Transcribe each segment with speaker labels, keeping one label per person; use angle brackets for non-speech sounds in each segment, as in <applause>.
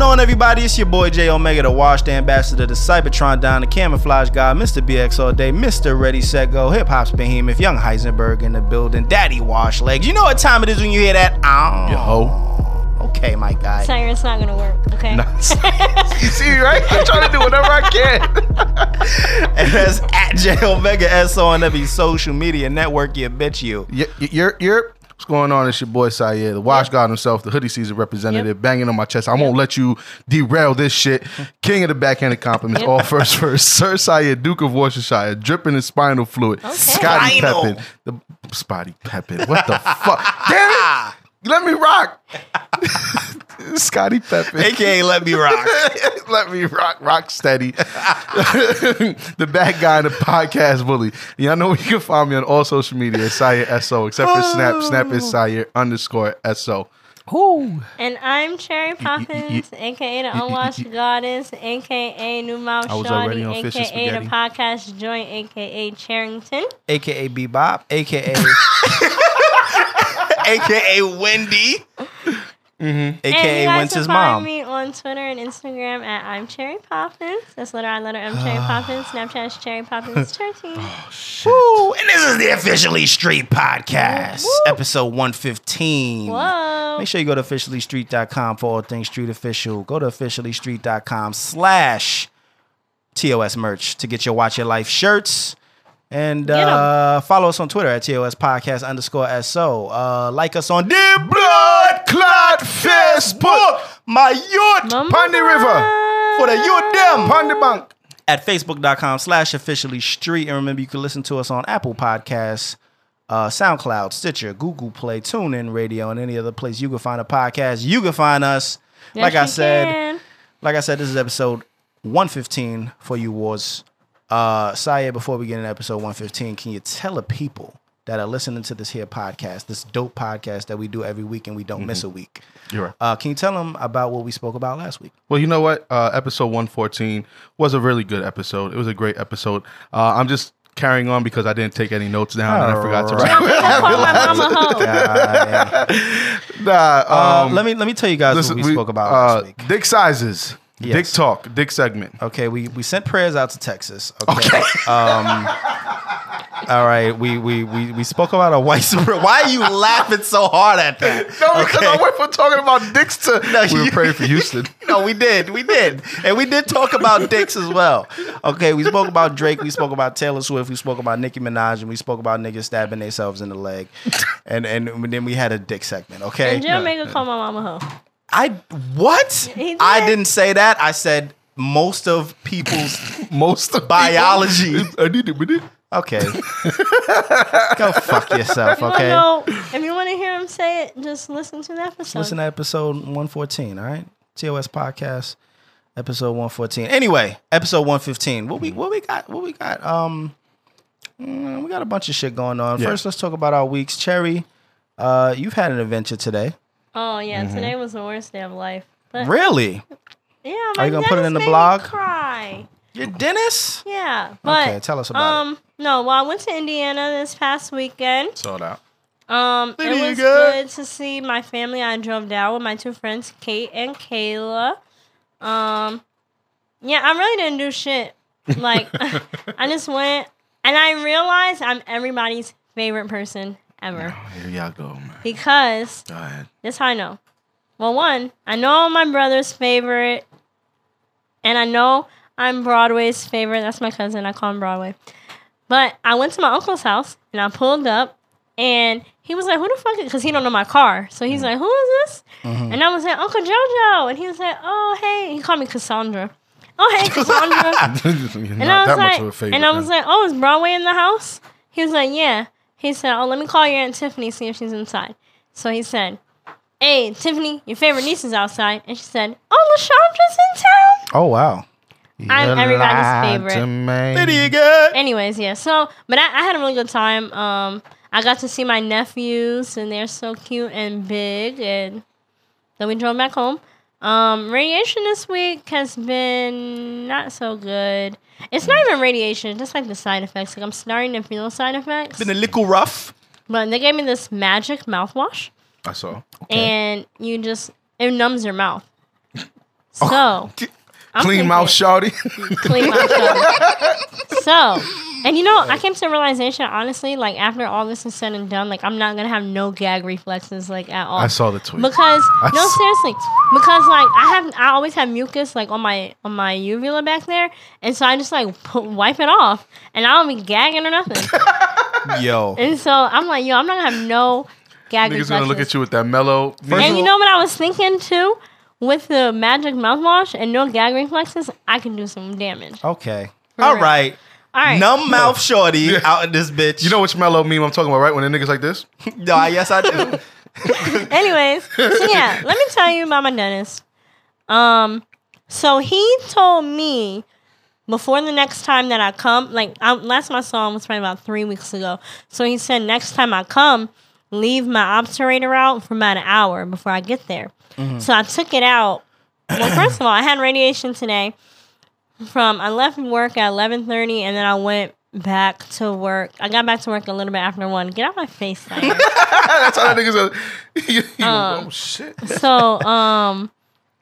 Speaker 1: on, everybody? It's your boy J Omega, the washed ambassador, the Cybertron Don, the camouflage guy, Mr. BX all day, Mr. Ready Set Go, Hip Hop's Behemoth, Young Heisenberg in the building, Daddy Wash Legs. You know what time it is when you hear that? Oh.
Speaker 2: You hoe.
Speaker 1: Okay, my guy.
Speaker 3: Sorry, it's not gonna work. Okay. <laughs>
Speaker 2: you see, right? I'm trying to do whatever I can.
Speaker 1: and <laughs> that's at J Omega S on every social media network. You bet you.
Speaker 2: Y- y- You're, you're, what's going on? It's your boy Sayed, the Wash God himself, the hoodie season representative, banging on my chest. I won't let you derail this shit. King of the backhanded compliments, all first first. <laughs> Sir Sayed, Duke of Worcestershire, dripping in spinal fluid. Scotty
Speaker 1: Spinal.
Speaker 2: Peppin, the Spotty Peppin. What the fuck? Damn it! Let me rock. <laughs> Scotty Peppin.
Speaker 1: AKA Let Me <laughs> Rock.
Speaker 2: <laughs> Let me rock, rock steady. <laughs> the bad guy in the podcast bully. Y'all know you can find me on all social media, Sire SO, except for Snap. Snap is Sire underscore SO.
Speaker 3: And I'm Cherry Poppins, aka the Unwashed Goddess, aka New Mouth
Speaker 2: I was already
Speaker 3: Shawty,
Speaker 2: on fish and
Speaker 3: aka the
Speaker 2: spaghetti.
Speaker 3: Podcast Joint, aka Charrington.
Speaker 1: AKA Bebop. <laughs> AKA. AKA Wendy.
Speaker 3: and you
Speaker 1: AKA
Speaker 3: guys
Speaker 1: Wentz's
Speaker 3: can find
Speaker 1: mom.
Speaker 3: me on Twitter and Instagram at I'm Cherry Poppins. That's letter I letter M
Speaker 1: <sighs>
Speaker 3: Cherry Poppins. Snapchat is
Speaker 1: <laughs>
Speaker 3: Cherry Poppins 13.
Speaker 1: Oh, Woo! And this is the Officially Street Podcast, episode 115.
Speaker 3: Whoa.
Speaker 1: Make sure you go to officiallystreet.com for all things street official. Go to officiallystreet.com slash TOS merch to get your Watch Your Life shirts. And
Speaker 3: Get 'em.
Speaker 1: uh, follow us on Twitter at TOS Podcast underscore SO. Uh, like us on Dear
Speaker 2: Blood clot Facebook.
Speaker 1: My Yacht
Speaker 3: Mama
Speaker 2: Pondy River.
Speaker 1: for the Yacht Them
Speaker 2: Pondy Bank.
Speaker 1: at facebook.com slash officially street. And remember, you can listen to us on Apple Podcasts, uh, SoundCloud, Stitcher, Google Play, TuneIn Radio, and any other place you can find a podcast. You can find us.
Speaker 3: Yes,
Speaker 1: like I
Speaker 3: you
Speaker 1: said,
Speaker 3: can.
Speaker 1: like I said, this is episode 115 for you wars. Uh Saya, before we get into episode 115, can you tell the people that are listening to this here podcast, this dope podcast that we do every week and we don't miss
Speaker 2: Mm-hmm.
Speaker 1: a week?
Speaker 2: You're right.
Speaker 1: Uh, can you tell them about what we spoke about last week?
Speaker 2: Well, you know what? Uh, episode 114 was a really good episode. It was a great episode. Uh, I'm just carrying on because I didn't take any notes down and Oh, I forgot to write.
Speaker 3: Call my
Speaker 1: <laughs>
Speaker 3: mama hoe.
Speaker 2: <laughs> Nah,
Speaker 1: Uh,
Speaker 2: um,
Speaker 1: let me let me tell you guys
Speaker 2: listen,
Speaker 1: what we,
Speaker 2: we-
Speaker 1: spoke about
Speaker 2: uh,
Speaker 1: last week.
Speaker 2: Dick sizes. Dick
Speaker 1: Yes.
Speaker 2: talk. Dick segment.
Speaker 1: Okay, we, we sent prayers out to Texas. Okay. <laughs> Um, all right, we, we we we spoke about a white. suprem- <laughs> Why are you laughing so hard at that?
Speaker 2: <laughs> No, because I went from talking about dicks to we
Speaker 1: you-
Speaker 2: were praying for <laughs> Houston.
Speaker 1: No, we did, we did, and we did talk about dicks as well. Okay, we spoke about Drake, we spoke about Taylor Swift, we spoke about Nicki Minaj, and we spoke about niggas stabbing themselves in the
Speaker 2: <laughs>
Speaker 1: leg, and and then we had a dick segment. Okay,
Speaker 3: And Jill Mega call my mama hoe.
Speaker 1: I what?
Speaker 3: He did.
Speaker 1: I didn't say that. I said most of people's
Speaker 2: Most of <laughs>
Speaker 1: Biology.
Speaker 2: people- I need it, but it.
Speaker 1: Okay. Go fuck yourself,
Speaker 3: If you
Speaker 1: okay? <laughs>
Speaker 3: wanna know- if you want to hear him say it, just listen to the episode.
Speaker 1: Listen to episode 114, all right? TOS podcast, episode 114. Anyway, episode 115. What we what we got? What we got? Um mm, we got a bunch of shit going on.
Speaker 2: Yeah.
Speaker 1: First, let's talk about our weeks. Cherry, uh, you've had an adventure today.
Speaker 3: oh yeah, today was the worst day of life. But
Speaker 1: Really? Mm-hmm.
Speaker 3: yeah,
Speaker 1: Are
Speaker 3: my
Speaker 1: you gonna put it
Speaker 3: dentist
Speaker 1: in the
Speaker 3: made me
Speaker 1: blog?
Speaker 3: Cry.
Speaker 1: Your dentist?
Speaker 3: Yeah, but
Speaker 1: Okay, tell us about
Speaker 3: um, No, well, I went to Indiana this past weekend.
Speaker 2: Sold out.
Speaker 3: Um, it
Speaker 1: Lydia, you
Speaker 3: was
Speaker 1: good?
Speaker 3: good to see my family. I drove down with my two friends, Kate and Kayla. Um, yeah, I really didn't do shit. Like, <laughs> I just went, and I realized I'm everybody's favorite person ever
Speaker 2: Here y'all go, man.
Speaker 3: because
Speaker 2: Go ahead.
Speaker 3: This how I know. Well, one, I know I'm my brother's favorite, and I know I'm Broadway's favorite. That's my cousin. I call him Broadway. But I went to my uncle's house and I pulled up, and he was like, "Who the fuck?" Because he don't know my car, so he's like, "Who is this?" And I was like, "Uncle JoJo," and he was like, "Oh hey," he called me Cassandra. Oh hey, Cassandra.
Speaker 2: You're
Speaker 3: And
Speaker 2: <laughs> not
Speaker 3: I was
Speaker 2: that
Speaker 3: like,
Speaker 2: much of a favorite.
Speaker 3: and I was
Speaker 2: then.
Speaker 3: like, oh, is Broadway in the house? He was like, yeah. He said, oh, let me call your aunt Tiffany see if she's inside. So he said, hey, Tiffany, your favorite niece is outside, and she said, oh, Lashandra's in town.
Speaker 1: Oh wow.
Speaker 3: I'm
Speaker 2: You
Speaker 3: everybody's
Speaker 2: lied to
Speaker 3: favorite.
Speaker 2: me.
Speaker 1: Lydia good.
Speaker 3: Anyways, yeah. So, but I, I had a really good time. Um, I got to see my nephews, and they're so cute and big. And then we drove back home. Um, radiation this week has been not so good. It's not even radiation, just like the side effects. Like I'm starting to feel side effects.
Speaker 1: Been a little rough.
Speaker 3: But they gave me this magic mouthwash,
Speaker 2: I saw. <laughs>
Speaker 3: and you just it numbs your mouth.
Speaker 2: Oh.
Speaker 3: So I'm
Speaker 2: Clean mouth,
Speaker 3: thinking- <laughs>
Speaker 2: shawty.
Speaker 3: clean my show. so, and you know, I came to the realization, honestly, like after all this is said and done, like I'm not gonna have no gag reflexes, like at all.
Speaker 2: I saw the tweet.
Speaker 3: because
Speaker 2: I
Speaker 3: no,
Speaker 2: saw-
Speaker 3: seriously, because like I have, I always have mucus like on my on my uvula back there, and so I just like <laughs> put, wipe it off, and I don't be gagging or nothing.
Speaker 1: Yo,
Speaker 3: and so I'm like, yo, I'm not gonna have no gag reflexes.
Speaker 2: Niggas gonna look at you with that mellow.
Speaker 3: And
Speaker 2: First of
Speaker 3: you
Speaker 2: all-
Speaker 3: know what I was thinking too. With the magic mouthwash and no gag reflexes, I can do some damage.
Speaker 1: okay, all
Speaker 3: real.
Speaker 1: right.
Speaker 3: All right.
Speaker 1: Numb mouth shorty out in this bitch.
Speaker 2: You know which mellow meme I'm talking about, right? When the niggas like this. <laughs>
Speaker 1: Nah, yes, I do.
Speaker 3: Anyways, so yeah, let me tell you about my dentist. Um, so he told me before the next time that I come, like I, last my saw him was probably about three weeks ago. So he said next time I come, leave my obturator out for about an hour before I get there. So I took it out. Well, first of all, I had radiation today. From I left work at eleven thirty, and then I went back to work. I got back to work a little bit after one. Get out my face, Simon.
Speaker 2: That's how the niggas are. <laughs> You- you- oh shit.
Speaker 1: <laughs>
Speaker 3: so um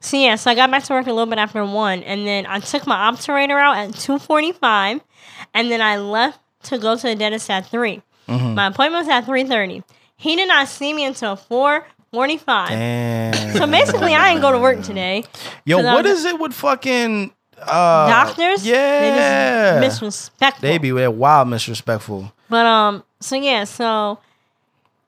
Speaker 3: so yeah so i got back to work a little bit after one and then i took my obturator out at 2.45 and then i left to go to the dentist at 3
Speaker 1: Mm-hmm.
Speaker 3: my appointment was at 3.30 he did not see me until 4.45
Speaker 1: And
Speaker 3: so basically i didn't go to work today
Speaker 1: yo,
Speaker 3: 'Cause I
Speaker 1: what
Speaker 3: was-
Speaker 1: is it with fucking uh,
Speaker 3: doctors
Speaker 1: Yeah,
Speaker 3: they just disrespectful
Speaker 1: they be they're wild disrespectful.
Speaker 3: But um, so yeah, so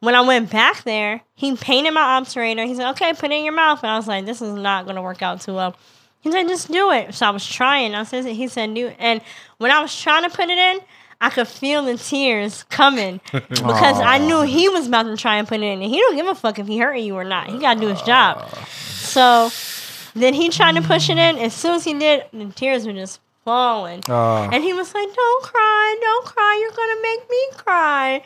Speaker 3: when I went back there, he painted my obturator. He said, "Okay, put it in your mouth," and I was like, "This is not gonna work out too well." He said, "Just do it." So I was trying. I said, "He said, do." And when I was trying to put it in, I could feel the tears coming because I knew he was about to try and put it in, and he don't give a fuck if he hurt you or not. He gotta do his job. So then he tried to push it in. As soon as he did, the tears were just falling.
Speaker 1: Uh,
Speaker 3: And he was like, "Don't cry, don't cry. You're gonna make me cry."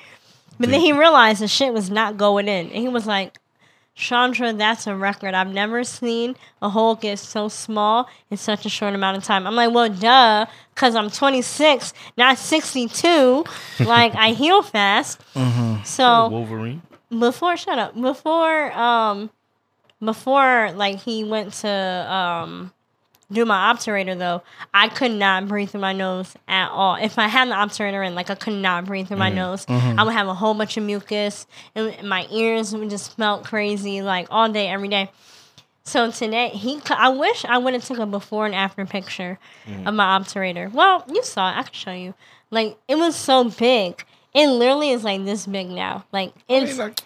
Speaker 3: But then he realized the shit was not going in, and he was like, "Chandra, that's a record. I've never seen a hole get so small in such a short amount of time." I'm like, "Well, duh, cause I'm 26, not 62. like I heal fast." So
Speaker 2: Wolverine.
Speaker 3: before shut up before um before like he went to um do my obturator though i could not breathe through my nose at all if i had the obturator in like i could not breathe through my nose i would have a whole bunch of mucus and my ears would just smell crazy like all day every day so today he c- i wish i would have took a before and after picture of my obturator well you saw it i can show you like it was so big it literally is like this big now like it's
Speaker 1: That-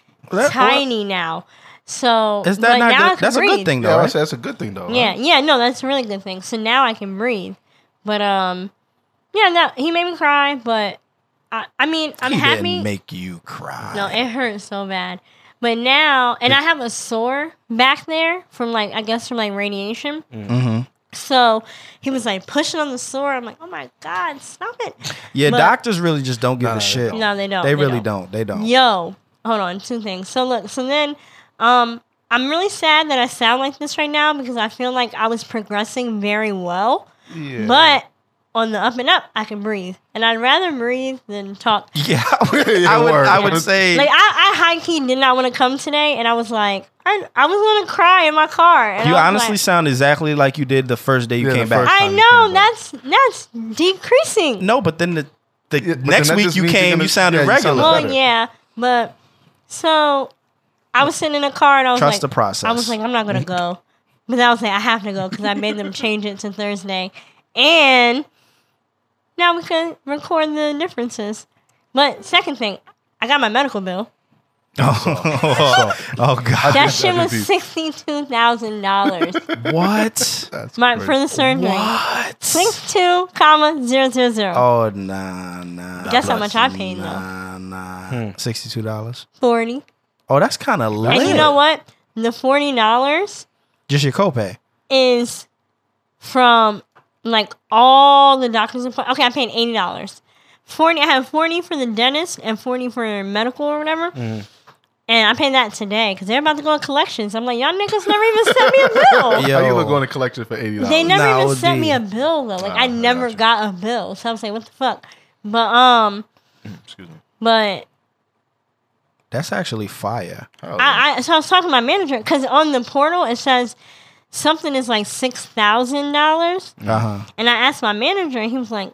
Speaker 3: tiny now. So
Speaker 1: Is that
Speaker 3: like, now I
Speaker 1: not
Speaker 3: can
Speaker 1: good? That's a
Speaker 3: breathe.
Speaker 1: good thing
Speaker 2: Yeah,
Speaker 1: though.
Speaker 2: I
Speaker 1: right?
Speaker 2: said that's a good thing though.
Speaker 3: Yeah, yeah, no, that's a really good thing. So now I can breathe. But um, yeah, no, he made me cry, but I, I mean, I'm
Speaker 1: He
Speaker 3: happy.
Speaker 1: didn't make you cry.
Speaker 3: No, it hurts so bad. But now, and I have a sore back there from like I guess from like radiation.
Speaker 1: Mm-hmm.
Speaker 3: So he was like pushing on the sore. I'm like, oh my god, stop it!
Speaker 1: yeah,
Speaker 3: but-
Speaker 1: doctors really just don't give a shit.
Speaker 3: No, they don't.
Speaker 1: They really don't. They don't.
Speaker 3: Yo, hold on, two things. So look, so then, um, I'm really sad that I sound like this right now because I feel like I was progressing very well,
Speaker 2: Yeah.
Speaker 3: but on the up and up, I can breathe, and I'd rather breathe than talk.
Speaker 1: <laughs> Yeah, I
Speaker 2: <laughs>
Speaker 1: would,
Speaker 2: Yeah,
Speaker 1: I would,
Speaker 2: word.
Speaker 1: I would say.
Speaker 3: Like I, I high key did not want to come today, and I was like, I, I was gonna cry in my car. And
Speaker 1: you
Speaker 3: I was
Speaker 1: honestly
Speaker 3: like,
Speaker 1: sound exactly like you did the first day you
Speaker 2: Yeah, the
Speaker 1: came back.
Speaker 2: first-
Speaker 3: I know that's that's decreasing.
Speaker 1: No, but then the, the
Speaker 2: Yeah, but
Speaker 1: next
Speaker 2: then that
Speaker 1: week
Speaker 2: just
Speaker 1: you
Speaker 2: means you're
Speaker 1: came,
Speaker 2: gonna-
Speaker 1: you sounded
Speaker 2: yeah, you sound
Speaker 1: regular.
Speaker 2: like-
Speaker 3: Well,
Speaker 2: better.
Speaker 3: yeah, but so I was sitting in a car and I was
Speaker 1: Trust
Speaker 3: like,
Speaker 1: the process.
Speaker 3: I was like, I'm not gonna go, but then I was like, I have to go because I made them change it to Thursday, and now we can record the differences. But second thing, I got my medical bill.
Speaker 1: <laughs> oh, god,
Speaker 3: That shit was
Speaker 2: MVP.
Speaker 3: sixty two
Speaker 1: <laughs>
Speaker 3: thousand dollars <laughs>
Speaker 1: what?
Speaker 3: my for the surgery.
Speaker 1: What?
Speaker 3: Six two comma zero zero zero
Speaker 1: Oh nah, nah.
Speaker 3: Guess how much I paid, though.
Speaker 1: Nah, nah.
Speaker 2: Hmm.
Speaker 1: Sixty-two dollars.
Speaker 3: forty.
Speaker 1: Oh, that's kind of lit.
Speaker 3: And you know what? The forty dollars
Speaker 1: Just your copay.
Speaker 3: is from like all the doctors. appoint- Okay, I paid eighty dollars. Forty, I have forty for the dentist and forty for medical or whatever.
Speaker 2: Mm-hmm.
Speaker 3: And I paid that today because they're about to go to collections. I'm like, y'all niggas never even sent
Speaker 2: <laughs>
Speaker 3: me a bill.
Speaker 2: How you
Speaker 1: Yo.
Speaker 2: look going to collection for eighty dollars?
Speaker 3: They never
Speaker 1: Nah,
Speaker 3: even
Speaker 1: OD.
Speaker 3: sent me a bill though. Like
Speaker 2: Ah,
Speaker 3: I
Speaker 2: I
Speaker 3: never
Speaker 2: got you.
Speaker 3: got a bill, so I was like, what the fuck? But um,
Speaker 2: Excuse me.
Speaker 3: but
Speaker 1: That's actually fire.
Speaker 2: Hell,
Speaker 3: I, I so I was talking to my manager because on the portal it says something is like six thousand dollars.
Speaker 1: Uh huh.
Speaker 3: And I asked my manager, and he was like,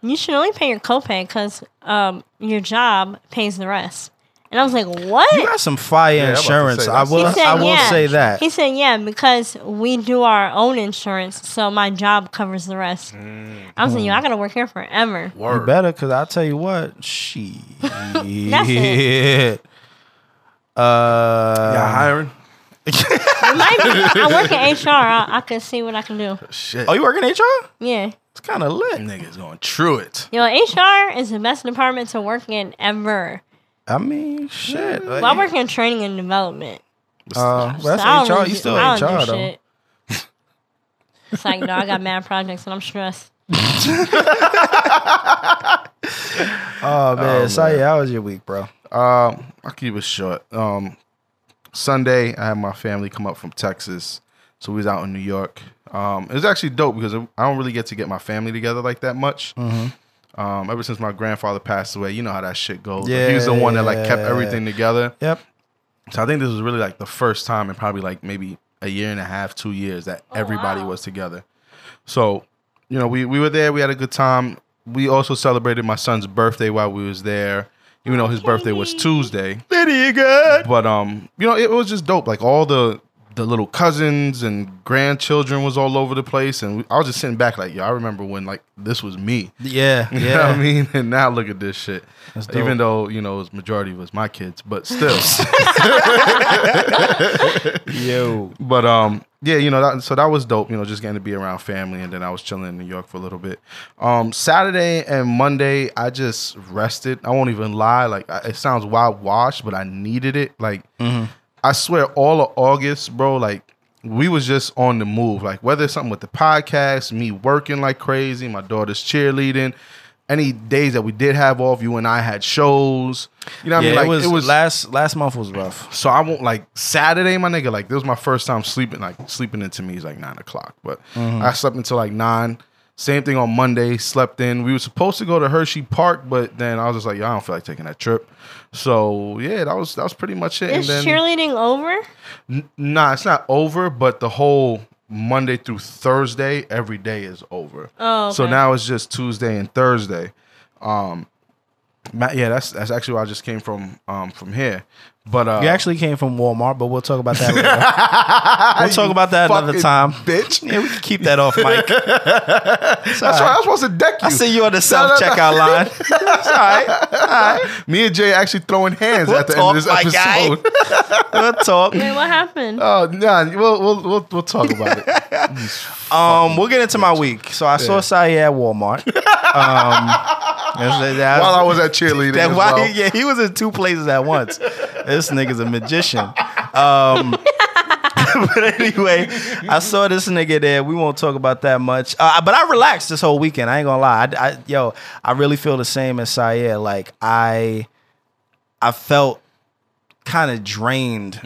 Speaker 3: "You should only pay your copay because um, your job pays the rest." And I was like, "What?"
Speaker 1: You got some fire
Speaker 2: Yeah, I'm about to say
Speaker 1: insurance. I
Speaker 2: that's- He
Speaker 1: will.
Speaker 3: He said,
Speaker 1: I will
Speaker 3: yeah.
Speaker 1: say that.
Speaker 3: He said, "Yeah, because we do our own insurance, so my job covers the rest." I was like,
Speaker 1: Hmm.
Speaker 3: "Yo, I gotta work here forever."
Speaker 1: You
Speaker 2: Word.
Speaker 1: better, cause I'll tell you
Speaker 3: <laughs>
Speaker 1: what. She.
Speaker 3: it.
Speaker 1: Uh,
Speaker 2: Y'all hiring?
Speaker 3: It might be- I work in HR. I, I can see what I can do.
Speaker 2: Shit.
Speaker 1: oh, you working HR?
Speaker 3: Yeah,
Speaker 1: It's kind of lit.
Speaker 2: niggas going true it.
Speaker 3: yo, HR is the best department to work in ever.
Speaker 1: I mean, shit.
Speaker 3: Well, I work in training and development.
Speaker 1: Uh, well,
Speaker 3: So I
Speaker 1: that's
Speaker 3: don't
Speaker 1: HR.
Speaker 3: really
Speaker 1: You
Speaker 3: do-
Speaker 1: still
Speaker 3: I don't
Speaker 1: HR
Speaker 3: do
Speaker 1: though.
Speaker 3: shit. it's like, no, I got mad projects and
Speaker 1: <laughs>
Speaker 3: I'm stressed.
Speaker 1: Oh man, Saya, how was your week, bro?
Speaker 2: Um, I'll keep it short. Um, Sunday, I had my family come up from Texas, so we was out in New York. Um, it was actually dope because I don't really get to get my family together like that much. Um, ever since my grandfather passed away, you know how that shit goes. Like, he was the one that like kept
Speaker 1: Yeah.
Speaker 2: everything together.
Speaker 1: Yep.
Speaker 2: So I think this was really like the first time in probably like maybe a year and a half, two years that everybody
Speaker 3: wow.
Speaker 2: was together. So, you know, we, we were there, we had a good time. We also celebrated my son's birthday while we was there. Even though his birthday was Tuesday.
Speaker 1: Pretty good.
Speaker 2: But um, you know, it was just dope. Like all the the little cousins and grandchildren was all over the place. And we, I was just sitting back like, yo, I remember when like this was me. <laughs>
Speaker 1: <laughs> Yeah.
Speaker 2: You know what I
Speaker 1: Yeah.
Speaker 2: mean? And now look at this shit.
Speaker 1: dope.
Speaker 2: Even though, you know, his majority was my kids, but still.
Speaker 1: <laughs> Yo.
Speaker 2: But um, yeah, you know, that, so that was dope. You know, just getting to be around family, and then I was chilling in New York for a little bit. Um, Saturday and Monday, I just rested. I won't even lie; like I, it sounds wild washed, but I needed it. Like
Speaker 1: Mm-hmm.
Speaker 2: I swear, all of August, bro, like we was just on the move. Like whether it's something with the podcast, me working like crazy, my daughter's cheerleading. Any days that we did have off, you and I had shows. You know what
Speaker 1: yeah,
Speaker 2: I mean? Like
Speaker 1: it, was last last month was rough.
Speaker 2: so I won't like Saturday, my nigga. Like this was my first time sleeping, like sleeping into me is like nine o'clock. But
Speaker 1: Mm-hmm.
Speaker 2: I slept until like nine. Same thing on Monday. Slept in. We were supposed to go to Hershey Park, but then I was just like, "Yo, I don't feel like taking that trip. So yeah, that was that was pretty much it.
Speaker 3: Is
Speaker 2: and then
Speaker 3: cheerleading over?
Speaker 2: n- nah, it's not over, but the whole Monday through Thursday every day is over.
Speaker 3: Oh, okay.
Speaker 2: So now it's just Tuesday and Thursday. Um, ma- yeah, that's that's actually where I just came from um from here. But uh,
Speaker 1: You actually came from Walmart, but we'll talk about that later. <laughs> we'll talk about that another
Speaker 2: fucking
Speaker 1: time.
Speaker 2: bitch.
Speaker 1: Yeah, we can keep that off, Mike.
Speaker 2: That's right. I was supposed to deck
Speaker 1: <laughs>
Speaker 2: you.
Speaker 1: I see you on the
Speaker 2: no, no.
Speaker 1: self checkout line. <laughs> It's all
Speaker 2: <laughs>
Speaker 1: right.
Speaker 2: Me and Jay actually throwing hands
Speaker 1: We'll
Speaker 2: at the
Speaker 1: talk,
Speaker 2: end of this
Speaker 1: my guy. <laughs>
Speaker 2: episode. <laughs>
Speaker 1: We'll talk.
Speaker 3: Wait, what happened?
Speaker 2: Oh, nah, we'll, we'll we'll we'll talk about it.
Speaker 1: Um, we'll get into my week. So I saw Saya at
Speaker 2: <laughs>
Speaker 1: Walmart. Um, that's- that's-
Speaker 2: While I was at cheerleading,
Speaker 1: that
Speaker 2: as
Speaker 1: why?
Speaker 2: well.
Speaker 1: Yeah, he was in two places at once. this nigga's a magician. Um, <laughs> but anyway, I saw this nigga there. We won't talk about that much. Uh, but I relaxed this whole weekend. I ain't gonna lie. I, I- yo, I really feel the same as Saya. Like I, I felt kind of drained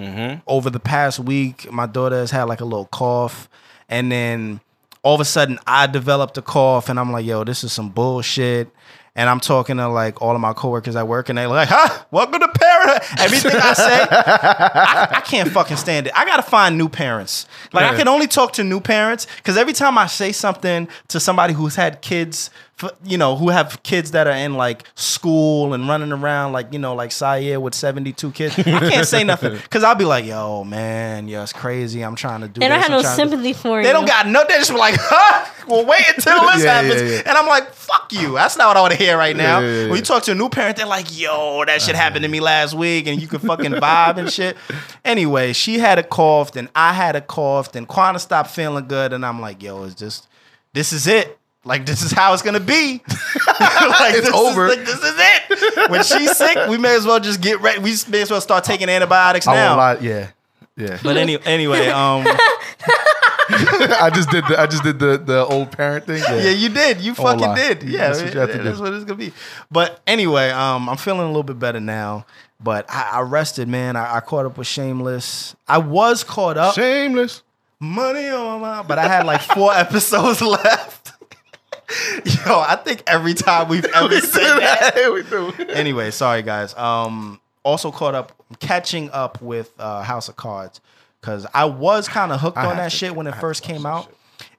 Speaker 1: over the past week. My daughter has had like a little cough, and then all of a sudden I developed a cough, and I'm like, "Yo, this is some bullshit." And I'm talking to like all of my coworkers at work, and they're like, "Huh? Welcome to parenthood." Everything I say, I, I can't fucking stand it. I gotta find new parents. Like I
Speaker 2: Yeah.
Speaker 1: can only talk to new parents because every time I say something to somebody who's had kids, f- you know, who have kids that are in like school and running around, like you know, like Sayer with seventy two kids, I can't say nothing because I'll be like, "Yo, man, yo, it's crazy. I'm trying to do."
Speaker 3: They don't
Speaker 1: this,
Speaker 3: have
Speaker 1: I'm
Speaker 3: no
Speaker 1: trying to do-"
Speaker 3: sympathy for you.
Speaker 1: They don't got no. They just were like, huh? Well, wait until this
Speaker 2: <laughs> Yeah,
Speaker 1: happens.
Speaker 2: yeah, yeah.
Speaker 1: And I'm like, fuck you. That's not what I want to hear right now.
Speaker 2: Yeah, Uh-huh. yeah, yeah.
Speaker 1: When you talk to a new parent, they're like, yo, that shit happened to me last week, and you can fucking vibe and shit. Anyway, she had a cough, and I had a cough, and Quana stopped feeling good, and I'm like, yo, is this, this is it. Like this is how it's gonna be. <laughs> like,
Speaker 2: It's
Speaker 1: this is-
Speaker 2: over.
Speaker 1: like, this is it. When she's sick, we may as well just get ready. We may as well start taking antibiotics
Speaker 2: I
Speaker 1: now.
Speaker 2: won't lie. Yeah, yeah.
Speaker 1: But any, anyway, um,
Speaker 2: <laughs> I just did the I just did the the old parent thing. Yeah.
Speaker 1: yeah, you did. You fucking
Speaker 2: won't lie.
Speaker 1: did. Yeah,
Speaker 2: That's what you have to do.
Speaker 1: that's what it's gonna be. But anyway, um, I'm feeling a little bit better now. But I, I rested, man. I, I caught up with Shameless. I was caught up. <laughs>
Speaker 2: Shameless.
Speaker 1: Money on my, but I had like
Speaker 2: <laughs>
Speaker 1: four episodes left. <laughs> Yo, I think every time
Speaker 2: <laughs>
Speaker 1: we've ever said that
Speaker 2: we <laughs> do.
Speaker 1: anyway, sorry guys. Um, also caught up, catching up with uh, House of Cards because I was kind of hooked
Speaker 2: I
Speaker 1: on
Speaker 2: have
Speaker 1: that
Speaker 2: to-
Speaker 1: shit when
Speaker 2: I
Speaker 1: it
Speaker 2: have
Speaker 1: first
Speaker 2: to watch
Speaker 1: came
Speaker 2: that
Speaker 1: out.
Speaker 2: shit.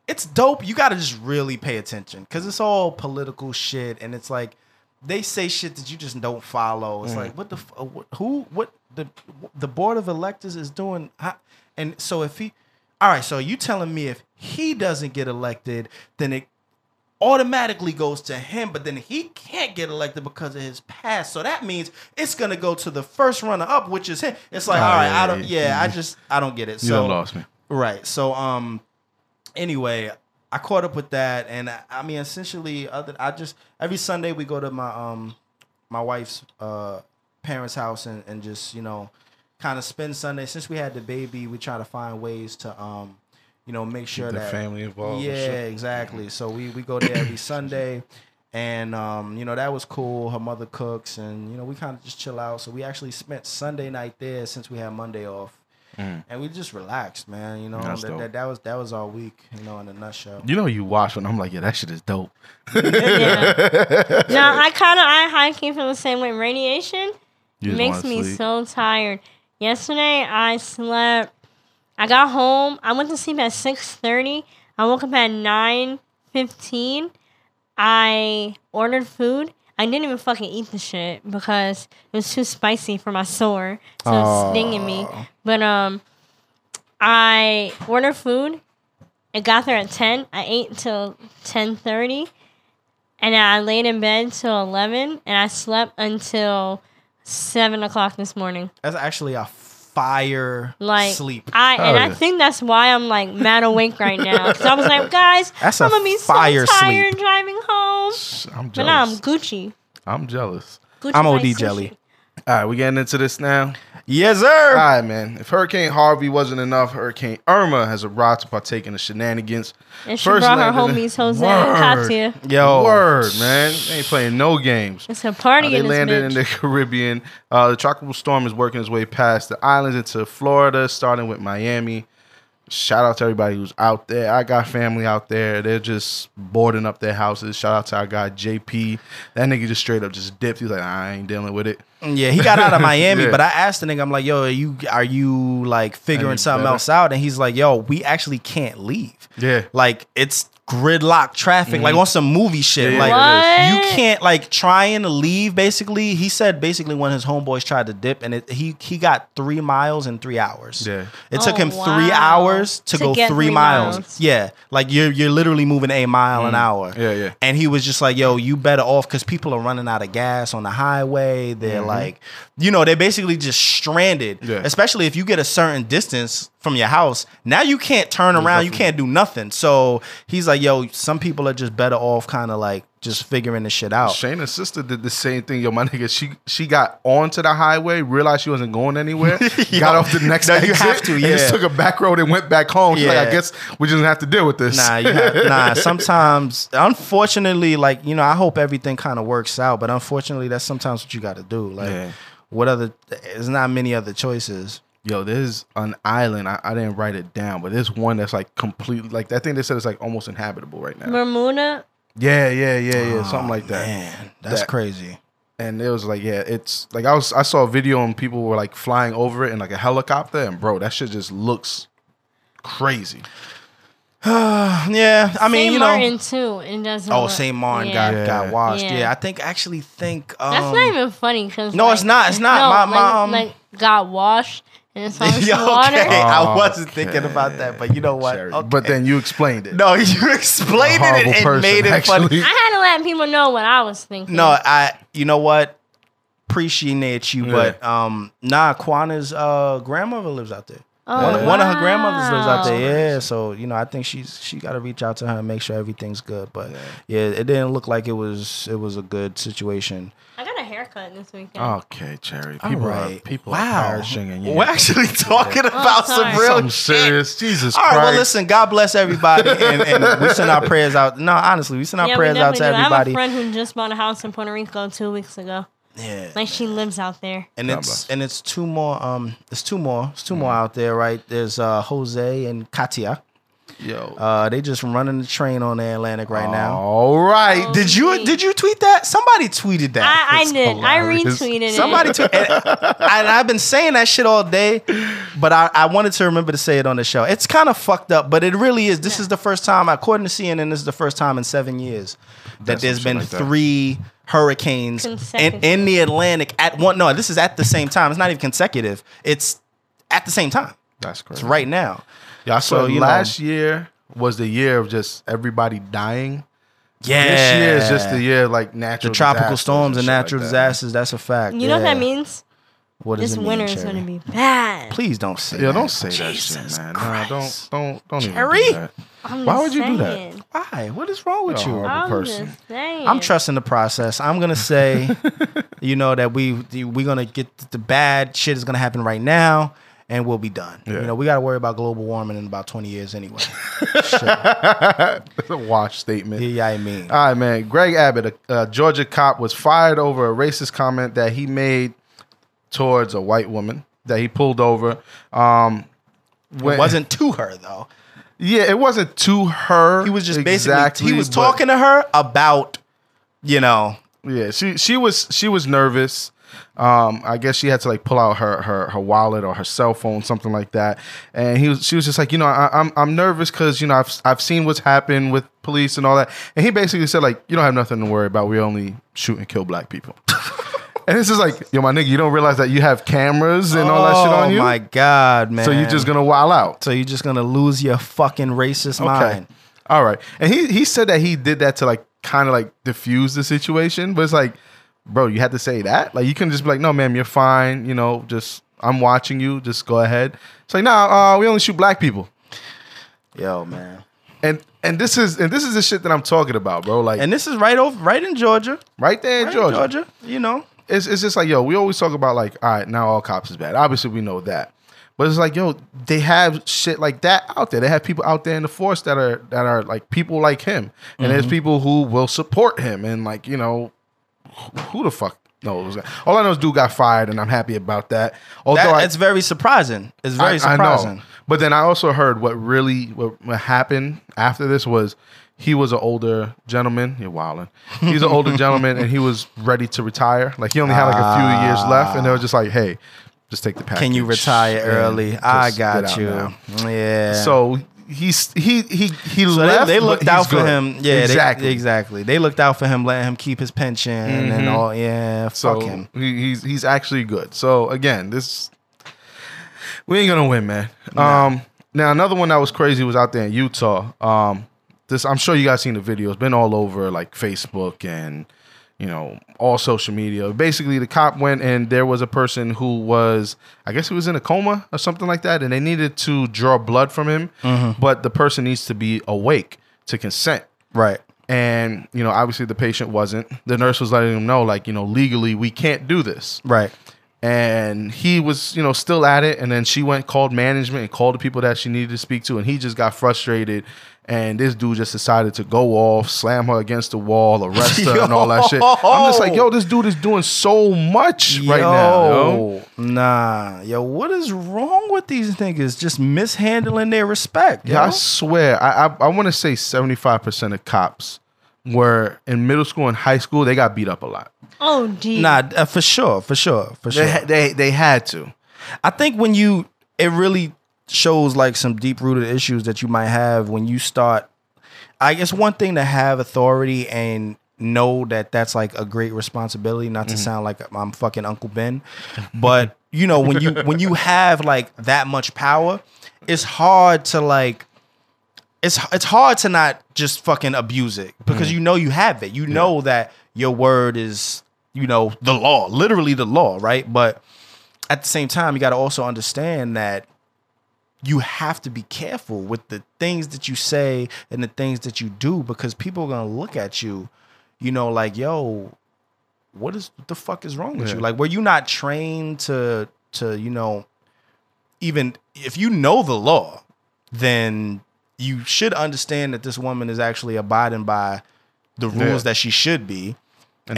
Speaker 1: It's dope. You got to just really pay attention because it's all political shit, and it's like they say shit that you just don't follow.
Speaker 2: Mm.
Speaker 1: It's like what the f- uh, what, who what the the board of electors is doing, how, and so if he, all right, so you telling me if he doesn't get elected, then it automatically goes to him, but then he can't get elected because of his past. So that means it's gonna go to the first runner up, which is him. It's like,
Speaker 2: Ah,
Speaker 1: all right,
Speaker 2: yeah,
Speaker 1: I don't,
Speaker 2: yeah, Mm.
Speaker 1: yeah, I just, I don't get it.
Speaker 2: You
Speaker 1: so
Speaker 2: done lost me.
Speaker 1: right. So um, anyway, I caught up with that, and I, I mean, essentially, other, I just every Sunday we go to my um, my wife's uh parents' house and and just you know, kind of spend Sunday. Since we had the baby, we try to find ways to um, you know, make sure
Speaker 2: the
Speaker 1: that
Speaker 2: family involved.
Speaker 1: yeah,
Speaker 2: and shit. Mm-hmm.
Speaker 1: exactly. So we we go there every Sunday, and um, you know that was cool. Her mother cooks, and you know we kind of just chill out. So we actually spent Sunday night there since we had Monday off, and we just relaxed, man. You know
Speaker 2: That's
Speaker 1: that,
Speaker 2: dope.
Speaker 1: that that was that was our week. You know, in a nutshell.
Speaker 2: You know, you watch when I'm like, yeah, that shit is dope.
Speaker 1: <laughs>
Speaker 3: Yeah. no, I kind of I high came from the same way. Radiation
Speaker 2: You just
Speaker 3: makes
Speaker 2: wanna
Speaker 3: me
Speaker 2: sleep.
Speaker 3: so tired. Yesterday I slept. I got home. I went to sleep at six thirty. I woke up at nine fifteen. I ordered food. I didn't even fucking eat the shit because it was too spicy for my sore, so it was stinging me. But um, I ordered food. I got there at ten. I ate till ten thirty, and then I laid in bed till eleven, and I slept until seven o'clock this morning.
Speaker 1: That's actually a fire
Speaker 3: Like
Speaker 1: sleep.
Speaker 3: I and
Speaker 2: Oh,
Speaker 3: I
Speaker 2: yeah.
Speaker 3: think that's why I'm like mad awake right now. Cause I was like, guys,
Speaker 1: <laughs> That's
Speaker 3: I'm
Speaker 1: a
Speaker 3: gonna be so
Speaker 1: fire
Speaker 3: tired
Speaker 1: sleep.
Speaker 3: driving home.
Speaker 2: I'm
Speaker 3: But now I'm
Speaker 2: jealous.
Speaker 3: Gucci.
Speaker 2: I'm jealous.
Speaker 3: Gucci
Speaker 1: I'm
Speaker 3: like
Speaker 1: OD
Speaker 3: sushi.
Speaker 1: jelly.
Speaker 2: All right, we getting into this now.
Speaker 1: Yes, sir.
Speaker 2: All right, man. If Hurricane Harvey wasn't enough, Hurricane Irma has arrived to partake in the shenanigans.
Speaker 3: And she brought her
Speaker 2: landed in-
Speaker 3: homies Jose and Katya.
Speaker 2: Word.
Speaker 1: Yo,
Speaker 2: Word, man. They ain't playing no games.
Speaker 3: It's a party
Speaker 2: they
Speaker 3: in this
Speaker 2: landed
Speaker 3: bitch.
Speaker 2: in the Caribbean. Uh, the tropical storm is working its way past the islands into Florida, starting with Miami. Shout out to everybody who's out there. I got family out there. They're just boarding up their houses. Shout out to our guy JP. That nigga just straight up just dipped. He's like, I ain't dealing with it.
Speaker 1: Mm, Yeah, he got out of Miami,
Speaker 2: <laughs> Yeah.
Speaker 1: but I asked the nigga, I'm like, yo, are you are you like figuring
Speaker 2: Any
Speaker 1: something
Speaker 2: better?
Speaker 1: else out? And he's like, yo, we actually can't leave.
Speaker 2: Yeah. Mm-hmm.
Speaker 1: Like it's gridlock traffic, like on some movie shit.
Speaker 2: Yeah,
Speaker 1: like
Speaker 3: yeah, it is.
Speaker 1: you can't like trying to leave basically. He said basically when his homeboys tried to dip and it, he he got three miles in three hours.
Speaker 2: Yeah.
Speaker 1: It took
Speaker 3: Oh,
Speaker 1: him three
Speaker 3: wow.
Speaker 1: hours to,
Speaker 3: To
Speaker 1: go three,
Speaker 3: get three
Speaker 1: miles.
Speaker 3: miles.
Speaker 1: Yeah. Like you're you're literally moving a mile an hour.
Speaker 2: Mm. Yeah, yeah.
Speaker 1: And he was just like, yo, you better off because people are running out of gas on the highway. They're like, you know, they're basically just stranded.
Speaker 2: Mm-hmm. Yeah.
Speaker 1: Especially if you get a certain distance from your house. Now you can't turn around, you can't do nothing. So he's like, yo, some people are just better off kind of like just figuring this shit out.
Speaker 2: Shayna's sister did the same thing. Yo, my nigga, she she got onto the highway, realized she wasn't
Speaker 1: <laughs>
Speaker 2: going anywhere, got off the next
Speaker 1: No,
Speaker 2: exit,
Speaker 1: you have to,
Speaker 2: and just
Speaker 1: yeah.
Speaker 2: took a back road and went back home. She's like, I
Speaker 1: Yeah.
Speaker 2: guess we just have to deal with this.
Speaker 1: Nah, you have, nah. Sometimes, unfortunately, like you know, I hope everything kind of works out, but unfortunately, that's sometimes what you got to do. Like,
Speaker 2: Yeah.
Speaker 1: what other? There's not many other choices.
Speaker 2: <laughs> Yo, there's an island. I, I didn't write it down, but there's one that's like completely like I think they said it's like almost inhabitable right now.
Speaker 3: Bermuda.
Speaker 2: Yeah, yeah, yeah, yeah, something like that.
Speaker 1: Man, that's
Speaker 2: That-
Speaker 1: crazy.
Speaker 2: And it was like, yeah, it's like I was I saw a video and people were like flying over it in like a helicopter, and bro, that shit just looks crazy.
Speaker 1: Yeah, I mean,
Speaker 3: Saint
Speaker 1: you know.
Speaker 3: Martin too. It doesn't.
Speaker 1: oh,
Speaker 3: look-
Speaker 1: Saint Martin
Speaker 3: yeah.
Speaker 1: got
Speaker 2: Yeah.
Speaker 1: got washed.
Speaker 3: Yeah.
Speaker 1: Yeah. I think actually think. Um,
Speaker 3: That's not even funny. Cause
Speaker 1: No,
Speaker 3: like-
Speaker 1: it's not, it's not.
Speaker 3: No,
Speaker 1: My-
Speaker 3: like,
Speaker 1: my, um,
Speaker 3: like got washed
Speaker 1: <laughs>
Speaker 3: and it's all
Speaker 1: Yeah,
Speaker 3: yeah, water.
Speaker 1: okay, I wasn't
Speaker 2: Okay.
Speaker 1: thinking about that, but you know what?
Speaker 2: Sorry.
Speaker 1: Okay.
Speaker 2: But then you explained it.
Speaker 1: no, <laughs> you explained
Speaker 2: A
Speaker 1: it
Speaker 2: horrible
Speaker 1: and
Speaker 2: person,
Speaker 1: made it funny.
Speaker 2: actually.
Speaker 3: I had to let people know what I was thinking.
Speaker 1: No, I. You know what? Appreciate you, but um, nah. Kwana's uh grandmother lives out there.
Speaker 3: Oh,
Speaker 1: One one of her grandmothers lives out
Speaker 3: wow.
Speaker 1: there. Yeah, so you know, I think she's she got to reach out to her and make sure everything's good. But yeah, it didn't look like it was it was a good situation.
Speaker 3: I got a haircut this weekend.
Speaker 1: Oh.
Speaker 2: Okay, Cherry. People are
Speaker 1: Alright.
Speaker 2: people
Speaker 1: Wow.
Speaker 2: are perishing and
Speaker 1: We're actually <laughs> talking
Speaker 3: Oh,
Speaker 1: about some
Speaker 3: sorry.
Speaker 1: real.
Speaker 2: I'm serious. Jesus
Speaker 1: All right,
Speaker 2: Christ.
Speaker 1: well, listen. God bless
Speaker 2: <laughs>
Speaker 1: everybody, and, and we send our prayers out. No, honestly, we send our
Speaker 3: yeah,
Speaker 1: prayers
Speaker 3: we
Speaker 1: out to
Speaker 3: definitely do.
Speaker 1: everybody.
Speaker 3: I have a friend who just bought a house in Puerto Rico two weeks ago.
Speaker 1: Yeah.
Speaker 3: Like she lives out there.
Speaker 1: and
Speaker 2: God
Speaker 1: it's
Speaker 2: bless. Mm.
Speaker 1: and it's two more um it's two more it's 2 more out there right there's uh jose and katia
Speaker 2: Yo.
Speaker 1: Uh, they just running the train on the Atlantic right now.
Speaker 2: All right.
Speaker 3: Oh,
Speaker 1: Did you
Speaker 3: sweet.
Speaker 1: did you tweet that? Somebody tweeted that.
Speaker 3: I, I
Speaker 2: That's
Speaker 3: did. I
Speaker 2: hilarious.
Speaker 3: retweeted
Speaker 1: Somebody tweeted. And, and I've been saying that shit all day, but I, I wanted to remember to say it on the show. It's kind of fucked up, but it really is. This is the first time, according to CNN, this is the first time in seven years that
Speaker 2: That's
Speaker 1: there's
Speaker 2: some shit
Speaker 1: been
Speaker 2: like that.
Speaker 1: three hurricanes in,
Speaker 3: Consecutive.
Speaker 1: in the Atlantic at one. No, this is at the same time. It's not even consecutive. It's at the same time.
Speaker 2: That's crazy.
Speaker 1: It's right now.
Speaker 2: Yeah, I saw
Speaker 1: So, you
Speaker 2: last year was the year of just everybody dying.
Speaker 1: Yeah.
Speaker 2: This year is just the year of, like natural
Speaker 1: the tropical
Speaker 2: disasters
Speaker 1: storms and
Speaker 2: shit like
Speaker 1: natural
Speaker 2: that.
Speaker 1: disasters. That's a fact.
Speaker 3: it. You know what that
Speaker 1: Yeah.
Speaker 3: means?
Speaker 1: What does
Speaker 3: This
Speaker 1: it mean,
Speaker 3: winter is
Speaker 1: Cherry?
Speaker 3: going to be bad.
Speaker 1: Please don't say.
Speaker 2: Yeah,
Speaker 1: that.
Speaker 2: don't say that
Speaker 1: Jesus
Speaker 2: shit, man.
Speaker 1: Christ.
Speaker 2: Nah, don't don't don't
Speaker 1: Jerry?
Speaker 2: even do that.
Speaker 3: I'm
Speaker 2: Why
Speaker 3: just
Speaker 2: would you do that?
Speaker 3: saying.
Speaker 1: Why? What is wrong with
Speaker 2: You're a
Speaker 1: you?
Speaker 2: horrible
Speaker 3: I'm
Speaker 2: person.
Speaker 3: just saying.
Speaker 1: Oh, I'm trusting the process. I'm gonna
Speaker 2: <laughs>
Speaker 1: say, you know, that we we're gonna get the bad shit is gonna happen right now, and we'll be done.
Speaker 2: Yeah.
Speaker 1: You know, we gotta worry about global warming in about 20 years
Speaker 2: <laughs>
Speaker 1: anyway.
Speaker 2: That's a wash statement.
Speaker 1: yeah, yeah, I mean,
Speaker 2: All right, man. Greg Abbott, a, a Georgia cop, was fired over a racist comment that he made towards a white woman that he pulled over. Um,
Speaker 1: it wasn't to her though.
Speaker 2: Yeah, it wasn't to her.
Speaker 1: He was just basically he was
Speaker 2: but-
Speaker 1: talking to her about, you know,
Speaker 2: Yeah, she she was she was nervous. Um, I guess she had to like pull out her her her wallet or her cell phone, something like that. And he was she was just like, you know, I, I'm I'm nervous because you know I've I've seen what's happened with police and all that. And he basically said like, you don't have nothing to worry about. We only shoot and kill black people. <laughs> and this is like, yo, my nigga, you don't realize that you have cameras and all that shit on you.
Speaker 1: Oh my god, man!
Speaker 2: so you're just gonna wild out.
Speaker 1: so you're just gonna lose your fucking racist mind.
Speaker 2: All right. And he he said that he did that to like kind of like diffuse the situation, but it's like, bro, you had to say that. Like you couldn't just be like, no, ma'am, you're fine. You know, just I'm watching you. Just go ahead. It's like, nah, uh, we only shoot black people.
Speaker 1: Yo, man.
Speaker 2: And and this is and this is the shit that I'm talking about, bro. Like
Speaker 1: And this is right over, right in Georgia,
Speaker 2: right there in
Speaker 1: Right in
Speaker 2: Georgia.
Speaker 1: Georgia. You know,
Speaker 2: It's it's just like, yo, we always talk about like, all right, now all cops is bad. Obviously, we know that. But it's like, yo, they have shit like that out there. They have people out there in the force that are that are like people like him, and there's people who will support him, and like you know, who the fuck knows? All I know is dude got fired, and I'm happy about that. Although
Speaker 1: that,
Speaker 2: I,
Speaker 1: it's very surprising. It's very
Speaker 2: I- I know.
Speaker 1: surprising.
Speaker 2: But then I also heard what really what, what happened after this was he was an older gentleman. You're wilding. He's an older gentleman, and he was ready to retire. Like he only had like a few years left, and they were just like, "Hey, just take the package."
Speaker 1: Can you retire
Speaker 2: and
Speaker 1: early?
Speaker 2: just
Speaker 1: I
Speaker 2: get
Speaker 1: got
Speaker 2: out
Speaker 1: you.
Speaker 2: now."
Speaker 1: Yeah.
Speaker 2: So he's he he he
Speaker 1: So
Speaker 2: left.
Speaker 1: they, they
Speaker 2: but
Speaker 1: looked
Speaker 2: he's
Speaker 1: out for
Speaker 2: good.
Speaker 1: him. Yeah,
Speaker 2: exactly. Mm-hmm.
Speaker 1: exactly. They, exactly. They looked out for him, letting him keep his pension and all. Yeah,
Speaker 2: So
Speaker 1: fuck him.
Speaker 2: he, he's he's actually good. So again, this we ain't gonna win, man. Um, now another one that was crazy was out there in Utah. Um, this I'm sure you guys seen the video. It's been all over like Facebook and you know all social media. Basically, the cop went and there was a person who was I guess he was in a coma or something like that, and they needed to draw blood from him,
Speaker 1: Mm-hmm.
Speaker 2: but the person needs to be awake to consent
Speaker 1: Right.
Speaker 2: and you know obviously the patient wasn't the nurse was letting him know like you know legally we can't do this
Speaker 1: Right.
Speaker 2: and he was you know still at it and then she went called management and called the people that she needed to speak to and he just got frustrated and this dude just decided to go off slam her against the wall arrest her and all that shit i'm just like <laughs> yo this dude is doing so much right now yo.
Speaker 1: Yo, Nah. Yo, what is wrong with these niggas? Just mishandling their respect.
Speaker 2: Yeah, I
Speaker 1: yo?
Speaker 2: swear. I I, I want to say seventy five percent of cops were in middle school and high school. They got beat up a lot.
Speaker 3: Oh, gee.
Speaker 1: Nah, uh, for sure, for sure, for sure.
Speaker 2: They they they had to.
Speaker 1: I think when you it really shows like some deep rooted issues that you might have when you start I guess one thing to have authority and know that that's like a great responsibility not to sound like I'm fucking Uncle Ben but you know when you when you have like that much power it's hard to like it's it's hard to not just fucking abuse it because you know you have it. You know that your word is you know the law, literally the law, right? But at the same time, you got to also understand that you have to be careful with the things that you say and the things that you do because people are gonna look at you, you know, like yo, what is what the fuck is wrong with
Speaker 2: Yeah.
Speaker 1: you? Like, were you not trained to to you know even if you know the law, then you should understand that this woman is actually abiding by the rules
Speaker 2: Yeah.
Speaker 1: that she should be.
Speaker 2: and,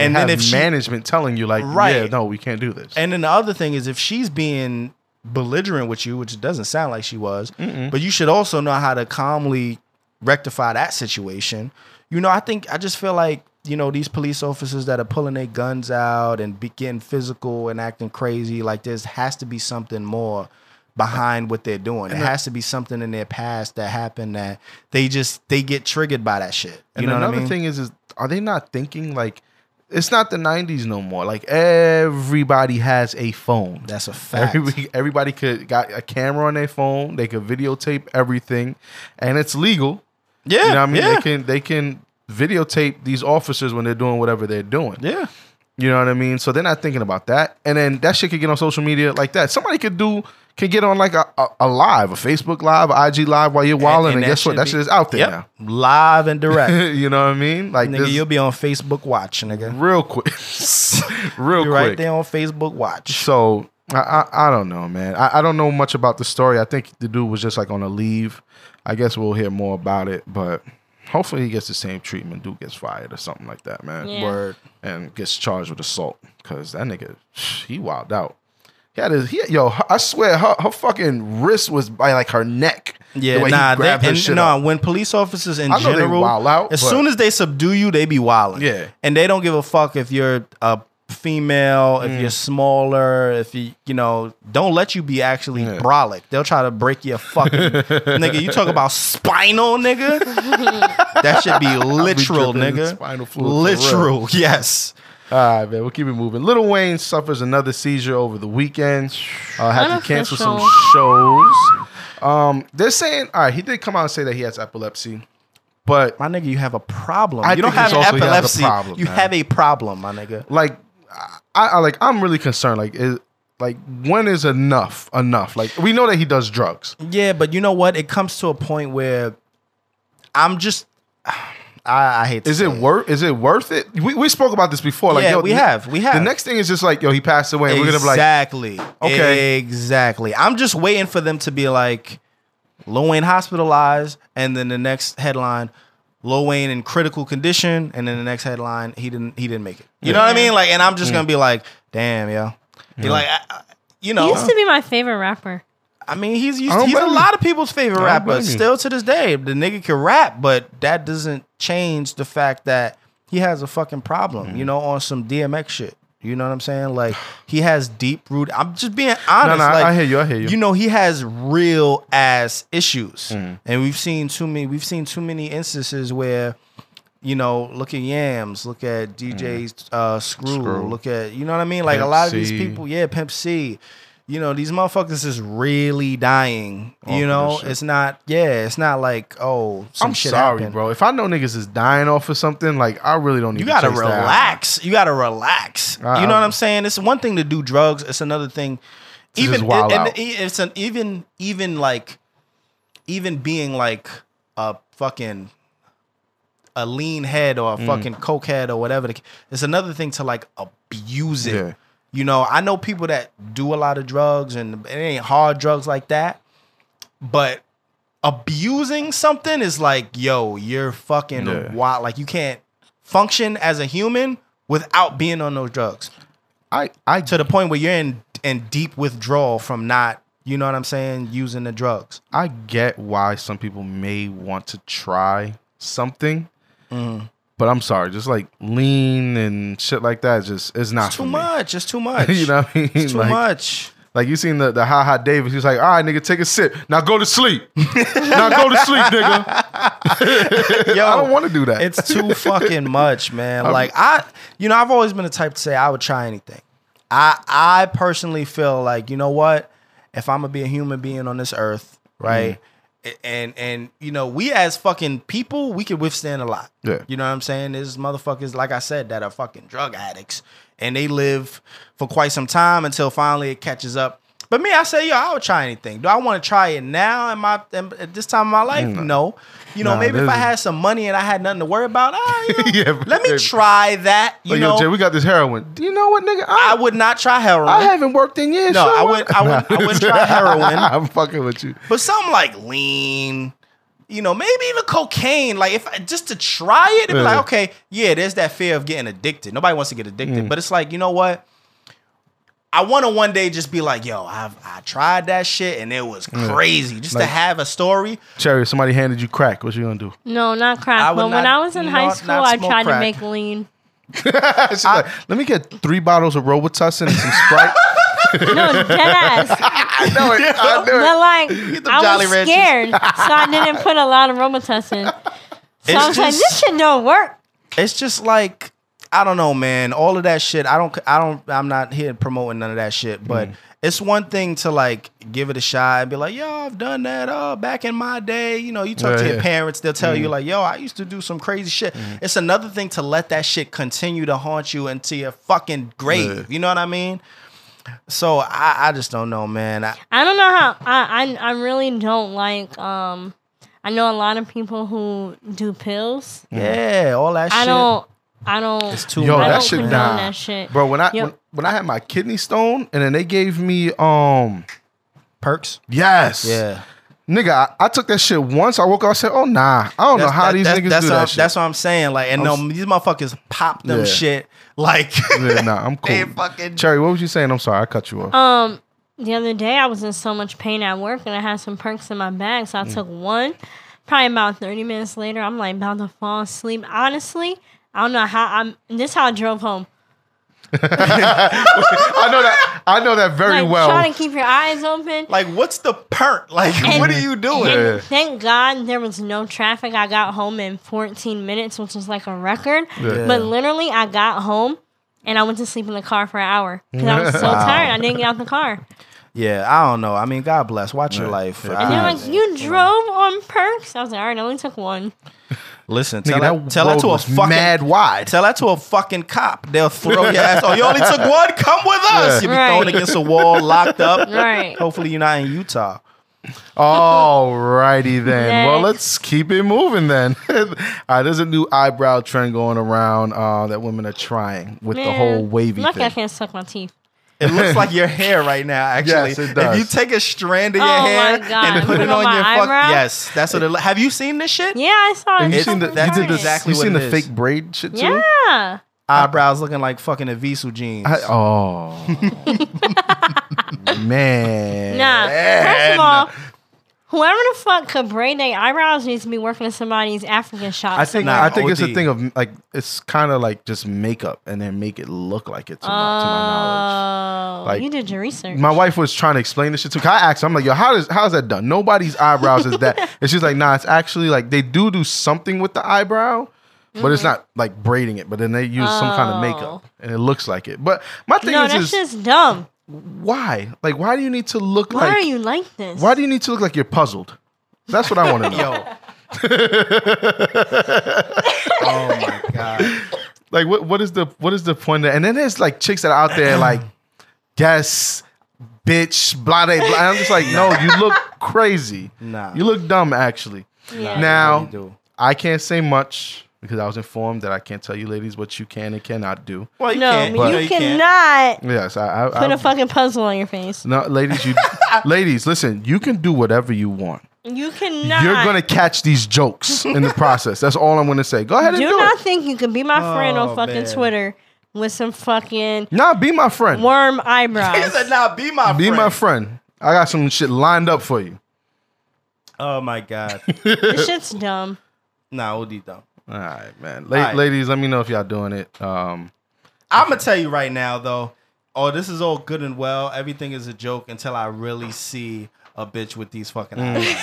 Speaker 1: And
Speaker 2: then
Speaker 1: then
Speaker 2: have
Speaker 1: if she-
Speaker 2: management telling you like,
Speaker 1: Right.
Speaker 2: yeah, no, we can't do this.
Speaker 1: And then the other thing is if she's being belligerent with you, which it doesn't sound like she was, but you should also know how to calmly rectify that situation. You know, I think I just feel like you know these police officers that are pulling their guns out and be getting physical and acting crazy. Like there's has to be something more behind what they're doing. There has to be something in their past that happened that they just they get triggered by that shit. You
Speaker 2: And
Speaker 1: know
Speaker 2: another
Speaker 1: what I mean?
Speaker 2: thing is, is are they not thinking like it's not the '90s no more? Like everybody has a phone.
Speaker 1: That's a fact.
Speaker 2: <laughs> Every, everybody could got a camera on their phone. They could videotape everything, and it's legal.
Speaker 1: yeah,
Speaker 2: You know what I mean?
Speaker 1: yeah,
Speaker 2: They can they can videotape these officers when they're doing whatever they're doing.
Speaker 1: yeah.
Speaker 2: You know what I mean? So they're not thinking about that. And then that shit could get on social media like that. Somebody could do could get on like a, a, a live, a Facebook live, a IG live while you're wilding, and,
Speaker 1: that
Speaker 2: guess what?
Speaker 1: should
Speaker 2: That
Speaker 1: be-
Speaker 2: shit is out there
Speaker 1: Yep. Live and
Speaker 2: now. <laughs>
Speaker 1: direct.
Speaker 2: you know what I mean? Like
Speaker 1: nigga,
Speaker 2: this
Speaker 1: you'll be on Facebook Watch, nigga.
Speaker 2: <laughs> real quick. real
Speaker 1: You're
Speaker 2: quick.
Speaker 1: right there on Facebook Watch.
Speaker 2: So I, I I don't know, man. I, I don't know much about the story. I think the dude was just like on a leave. I guess we'll hear more about it, but hopefully he gets the same treatment. Dude gets fired or something like that, man.
Speaker 3: Yeah.
Speaker 1: Word.
Speaker 2: And gets charged with assault because that nigga he wilded out. He had his he, yo. I swear her, her fucking wrist was by like her neck.
Speaker 1: Yeah,
Speaker 2: the way
Speaker 1: nah,
Speaker 2: he grabbed
Speaker 1: they,
Speaker 2: her
Speaker 1: and,
Speaker 2: shit
Speaker 1: nah,
Speaker 2: up.
Speaker 1: when police officers in
Speaker 2: I know they
Speaker 1: general,
Speaker 2: wild out,
Speaker 1: as
Speaker 2: but-
Speaker 1: soon as they subdue you, they be wilding.
Speaker 2: Yeah.
Speaker 1: and they don't give a fuck if you're a female, if
Speaker 2: Mm.
Speaker 1: you're smaller, if you you know, don't let you be actually brolic. They'll try to break your
Speaker 2: <laughs>
Speaker 1: fucking nigga. You talk about spinal, nigga. that should be literal,
Speaker 2: dripping in
Speaker 1: nigga.
Speaker 2: spinal fluid for real.
Speaker 1: literal, yes.
Speaker 2: All right, man. We'll keep it moving. Little Wayne suffers another seizure over the weekend. Uh, had to cancel some shows. Um, they're saying, all right, he did come out and say that he has epilepsy, but
Speaker 1: My nigga, you have a problem.
Speaker 2: I
Speaker 1: you don't
Speaker 2: think
Speaker 1: have
Speaker 2: it's also he has a
Speaker 1: epilepsy.
Speaker 2: problem,
Speaker 1: you
Speaker 2: man.
Speaker 1: have a problem, my nigga.
Speaker 2: like, I, I like I'm really concerned. Like, is like when is enough enough? Like, we know that he does drugs.
Speaker 1: Yeah, but you know what? It comes to a point where I'm just. <sighs> I, I hate. To
Speaker 2: Is
Speaker 1: say
Speaker 2: it worth? Is it worth it? We, we spoke about this before. Like,
Speaker 1: Yeah,
Speaker 2: yo,
Speaker 1: we
Speaker 2: the-
Speaker 1: have, we have.
Speaker 2: The next thing is just like, yo, he passed away. And we're gonna be like,
Speaker 1: exactly.
Speaker 2: Okay.
Speaker 1: Exactly. I'm just waiting for them to be like, Lil Wayne hospitalized, and then the next headline, Lil Wayne in critical condition, and then the next headline, he didn't he didn't make it. You know what I mean? Like, and I'm
Speaker 2: Mm.
Speaker 1: just gonna be like, damn, yo. Be like, I, I- you
Speaker 3: He
Speaker 1: know,
Speaker 3: used to be my favorite rapper.
Speaker 1: I mean, he's
Speaker 2: I
Speaker 1: used,
Speaker 2: don't
Speaker 1: he's a
Speaker 2: blame you.
Speaker 1: lot of people's favorite rapper
Speaker 2: blame you.
Speaker 1: still to this day. The nigga can rap, but that doesn't change the fact that he has a fucking problem,
Speaker 2: Mm.
Speaker 1: you know, on some DMX shit. You know what I'm saying? Like he has deep root. I'm just being honest.
Speaker 2: No, no, I-
Speaker 1: like,
Speaker 2: I hear you, I hear you.
Speaker 1: You know, he has real ass issues,
Speaker 2: Mm.
Speaker 1: and we've seen too many. We've seen too many instances where. You know, look at Yams, look at DJ uh, Screw,
Speaker 2: Mm. Screw.
Speaker 1: look at you know what I mean. Like a
Speaker 2: Pimp
Speaker 1: lot of these
Speaker 2: C.
Speaker 1: people, yeah, Pimp C, you know, these motherfuckers is really dying.
Speaker 2: Off
Speaker 1: you
Speaker 2: of
Speaker 1: know,
Speaker 2: this shit.
Speaker 1: it's not, yeah, it's not like, oh, some
Speaker 2: I'm
Speaker 1: shit
Speaker 2: sorry,
Speaker 1: happened.
Speaker 2: bro. If I know niggas is dying off of something, like I really don't need.
Speaker 1: You
Speaker 2: to
Speaker 1: gotta
Speaker 2: chase that. Uh-uh.
Speaker 1: relax. You gotta relax.
Speaker 2: I-
Speaker 1: you know
Speaker 2: I-
Speaker 1: what I'm saying? It's one thing to do drugs. It's another thing.
Speaker 2: just
Speaker 1: Even
Speaker 2: wild
Speaker 1: and e,
Speaker 2: out.
Speaker 1: it's an even even like even being like a fucking a lean head
Speaker 2: Mm.
Speaker 1: or a fucking coke head or whatever. the ca- It's another thing to like abuse it.
Speaker 2: Yeah.
Speaker 1: You know, I know people that do a lot of drugs and it ain't hard drugs like that, but abusing something is like, yo, you're fucking
Speaker 2: Yeah.
Speaker 1: wild. Like you can't function as a human without being on those drugs
Speaker 2: I I
Speaker 1: to the point where you're in in deep withdrawal from not, you know what I'm saying, using the drugs.
Speaker 2: I get why some people may want to try something,
Speaker 1: Mm.
Speaker 2: but I'm sorry, just like lean and shit like that, just it's not for
Speaker 1: Too
Speaker 2: me.
Speaker 1: much. It's <laughs> too much.
Speaker 2: you know what I mean?
Speaker 1: It's too
Speaker 2: like,
Speaker 1: much.
Speaker 2: like you seen the the ha ha Davis, he's like, all right, nigga, take a sip. Now go to sleep. now go to sleep, nigga.
Speaker 1: Yo,
Speaker 2: <laughs> I don't want to do that.
Speaker 1: It's
Speaker 2: <laughs>
Speaker 1: too fucking much, man. Like I, you know, I've always been the type to say I would try anything. I I personally feel like you know what, if I'm gonna be a human being on this earth,
Speaker 2: Mm-hmm.
Speaker 1: right? a- And and you know, we as fucking people, we could withstand a lot.
Speaker 2: Yeah.
Speaker 1: You know what I'm saying? There's motherfuckers, like I said, that are fucking drug addicts, and they live for quite some time until finally it catches up. But me, I say, yo, I would try anything. Do I want to try it now? Am I am, at this time of my life?
Speaker 2: Mm-hmm.
Speaker 1: No. You know,
Speaker 2: Nah,
Speaker 1: maybe if I
Speaker 2: there's-
Speaker 1: had some money and I had nothing to worry about, ah,
Speaker 2: <laughs>
Speaker 1: you know,
Speaker 2: Yeah,
Speaker 1: let me
Speaker 2: baby.
Speaker 1: try that. <laughs> You
Speaker 2: like,
Speaker 1: know,
Speaker 2: yo, Jay, we got this heroin. Do you know what, nigga? I,
Speaker 1: I would not try heroin.
Speaker 2: I haven't worked in years.
Speaker 1: no,
Speaker 2: so
Speaker 1: I
Speaker 2: what?
Speaker 1: would. I would. I would try heroin,
Speaker 2: <laughs> I'm fucking with you.
Speaker 1: but something like lean. You know, maybe even cocaine. Like if I- just to try it, it'd be
Speaker 2: Yeah.
Speaker 1: like,
Speaker 2: Mm.
Speaker 1: okay, yeah, there's that fear of getting addicted. Nobody wants to get addicted, but it's like, you know what? I want to one day just be like, yo, I've I tried that shit and it was crazy. Just to
Speaker 2: Like-
Speaker 1: have a story.
Speaker 2: Cherry, if somebody handed you crack. What you gonna <laughs> do?
Speaker 3: No, not crack.
Speaker 1: I would
Speaker 3: but when
Speaker 1: not-
Speaker 3: I was in
Speaker 1: not-
Speaker 3: high
Speaker 1: not
Speaker 3: school, I
Speaker 1: smoke
Speaker 3: tried
Speaker 1: crack.
Speaker 3: to
Speaker 1: <laughs>
Speaker 3: make lean.
Speaker 2: She's like, Let me get three bottles of Robitussin and some <laughs> Sprite.
Speaker 3: No,
Speaker 1: <laughs>
Speaker 3: dead ass.
Speaker 2: I know it. I
Speaker 3: but
Speaker 2: know
Speaker 3: like,
Speaker 1: them
Speaker 3: I
Speaker 1: Jolly
Speaker 3: was
Speaker 1: Ranchers.
Speaker 3: scared, so I didn't put a lot of Robitussin.
Speaker 1: <laughs>
Speaker 3: So
Speaker 1: It's
Speaker 3: I was like,
Speaker 1: just-
Speaker 3: this shit don't work.
Speaker 1: It's just like I don't know, man. All of that shit. I don't. I don't. I'm not here promoting none of that shit. But it's one thing to like give it a shot and be like, yo, I've done that. Uh, back in my day, you know, you talk
Speaker 2: Yeah,
Speaker 1: to your
Speaker 2: yeah.
Speaker 1: parents, they'll tell you like, yo, I used to do some crazy shit. It's another thing to let that shit continue to haunt you into your fucking grave.
Speaker 2: Yeah.
Speaker 1: You know what I mean? So I, I just don't know, man. I,
Speaker 3: I don't know how I, I I really don't like um I know a lot of people who do pills.
Speaker 1: yeah, all that
Speaker 3: I
Speaker 1: shit.
Speaker 3: don't I don't
Speaker 1: It's
Speaker 3: I
Speaker 1: too
Speaker 2: Yo,
Speaker 1: much.
Speaker 2: that
Speaker 3: don't
Speaker 2: shit
Speaker 3: condone
Speaker 2: nah.
Speaker 3: that shit.
Speaker 2: it. Bro, when I
Speaker 3: Yep.
Speaker 2: when, when I had my kidney stone and then they gave me um
Speaker 1: Perks.
Speaker 2: yes.
Speaker 1: Yeah.
Speaker 2: Nigga, I, I took that shit once. I woke up, I said, oh nah. I don't know how these niggas
Speaker 1: that's
Speaker 2: do
Speaker 1: what
Speaker 2: that
Speaker 1: I'm-
Speaker 2: shit.
Speaker 1: That's what I'm saying. Like, and
Speaker 2: I'm
Speaker 1: no, these motherfuckers pop them
Speaker 2: Yeah.
Speaker 1: shit. <laughs> Like,
Speaker 2: yeah, nah, I'm
Speaker 1: <laughs>
Speaker 2: cool.
Speaker 1: They fucking-
Speaker 2: Cherry, what was you saying? I'm sorry, I cut you off.
Speaker 3: Um the other day I was in so much pain at work and I had some perks in my bag, so I
Speaker 1: Mm.
Speaker 3: took one. Probably about thirty minutes later, I'm like about to fall asleep. Honestly, I don't know how I'm this is how I drove home.
Speaker 2: I know that I know that very
Speaker 3: like
Speaker 2: well.
Speaker 3: trying to keep your eyes open.
Speaker 1: like, what's the perk? Like,
Speaker 3: And-
Speaker 1: what are you doing?
Speaker 2: Yeah.
Speaker 3: And thank God there was no traffic. I got home in 14 minutes, which was like a record.
Speaker 2: Yeah.
Speaker 3: But literally, I got home and I went to sleep in the car for an hour because I was so
Speaker 2: <laughs>
Speaker 3: tired. I didn't get out the car.
Speaker 1: Yeah, I don't know. I mean, God bless. Watch your life.
Speaker 3: And they're
Speaker 1: I-
Speaker 3: like, "You drove on perks." I was like, "All right, I only took one."
Speaker 1: <laughs> listen,
Speaker 2: Nigga,
Speaker 1: tell that, tell that
Speaker 2: road
Speaker 1: to a
Speaker 2: was
Speaker 1: fucking
Speaker 2: mad wide.
Speaker 1: Tell that to a fucking cop. They'll throw
Speaker 2: <laughs>
Speaker 1: your ass. Oh, you only took one. Come with us. You'll be
Speaker 3: Right.
Speaker 1: thrown against a wall, locked up.
Speaker 3: <laughs> Right.
Speaker 1: Hopefully, you're not in Utah.
Speaker 3: <laughs>
Speaker 2: Alrighty then. Well,
Speaker 3: Next.
Speaker 2: let's keep it moving then. <laughs> All right, there's a new eyebrow trend going around uh, that women are trying with the
Speaker 3: Man,
Speaker 2: whole wavy
Speaker 3: Lucky I
Speaker 2: thing.
Speaker 3: can't suck my teeth.
Speaker 1: It looks like your hair right now. Actually,
Speaker 2: Yes, it does.
Speaker 1: if you take a strand of your
Speaker 3: Oh my
Speaker 1: hair
Speaker 3: God.
Speaker 1: and put
Speaker 3: Put
Speaker 1: it
Speaker 3: it
Speaker 1: on,
Speaker 3: on my
Speaker 1: your
Speaker 3: eyebrow?
Speaker 1: fuck, yes, that's what it. Lo- Have you seen this shit?
Speaker 3: Yeah, I saw it.
Speaker 2: You
Speaker 1: It's
Speaker 2: seen the,
Speaker 1: something that's
Speaker 2: you did the,
Speaker 1: exactly
Speaker 2: you
Speaker 1: what
Speaker 2: seen
Speaker 1: it
Speaker 2: the
Speaker 1: is.
Speaker 2: fake braid shit too? <laughs>
Speaker 3: Yeah.
Speaker 1: Eyebrows looking like fucking Avisu jeans.
Speaker 2: I-
Speaker 3: <laughs>
Speaker 2: oh man.
Speaker 3: Nah. First of all. Whoever the fuck could braid their eyebrows needs to be working in somebody's African shop.
Speaker 2: I think
Speaker 1: Nah,
Speaker 2: I think it's a
Speaker 1: OD.
Speaker 2: thing of like it's kind of like just makeup and then make it look like it to,
Speaker 3: oh,
Speaker 2: my, to my knowledge. Like,
Speaker 3: you did your research.
Speaker 2: My wife was trying to explain this shit to me. I asked her, I'm like, yo, how does how's that done? Nobody's eyebrows is that. And she's like, nah, it's actually like they do do something with the eyebrow, but it's
Speaker 3: Mm-hmm.
Speaker 2: not like braiding it. But then they use some kind of makeup and it looks like it. But my thing
Speaker 3: Oh. no,
Speaker 2: is,
Speaker 3: that's
Speaker 2: is
Speaker 3: just dumb.
Speaker 2: why? Like, why do you need to look
Speaker 3: Why
Speaker 2: like?
Speaker 3: are you like this?
Speaker 2: Why do you need to look like you're puzzled? That's what
Speaker 3: <laughs>
Speaker 2: I want to know.
Speaker 1: Yo.
Speaker 3: <laughs>
Speaker 1: oh my god.
Speaker 2: Like what what is the what is the point? Of, and then there's like chicks that are out there
Speaker 3: <clears throat>
Speaker 2: like yes, bitch, blah blah blah. I'm just like, no, you
Speaker 3: <laughs>
Speaker 2: look crazy.
Speaker 1: Nah.
Speaker 2: You look dumb actually.
Speaker 3: Yeah.
Speaker 2: Now
Speaker 1: really do.
Speaker 2: I can't say much because I was informed that I can't tell you ladies what you can and cannot do.
Speaker 1: Well, you
Speaker 3: no,
Speaker 1: can't.
Speaker 3: you,
Speaker 1: know
Speaker 3: cannot
Speaker 2: Yes, I, I,
Speaker 3: put
Speaker 2: I
Speaker 3: a fucking puzzle on your face.
Speaker 2: no, ladies,
Speaker 3: <laughs>
Speaker 2: you ladies, listen, you can do whatever you want.
Speaker 3: You cannot.
Speaker 2: You're gonna catch these jokes in the process. That's all I'm gonna say. Go ahead and do,
Speaker 3: Do not
Speaker 2: it.
Speaker 3: think you can be my friend
Speaker 1: Oh,
Speaker 3: on fucking
Speaker 1: man.
Speaker 3: Twitter with some fucking
Speaker 2: Nah, be my friend.
Speaker 3: worm
Speaker 1: He
Speaker 2: <laughs>
Speaker 3: eyebrows.
Speaker 1: said, "Nah, be my
Speaker 2: Be
Speaker 1: friend."
Speaker 2: my friend. I got some shit lined up for you.
Speaker 1: Oh my <laughs> god.
Speaker 3: this shit's dumb.
Speaker 1: Nah, OD dumb.
Speaker 2: All right, man. La-
Speaker 1: All right.
Speaker 2: Ladies, let me know if y'all doing it. Um,
Speaker 1: I'm gonna tell you right now though. Oh, this is all good and well. Everything is a joke until I really see a bitch with these fucking eyebrows. Mm.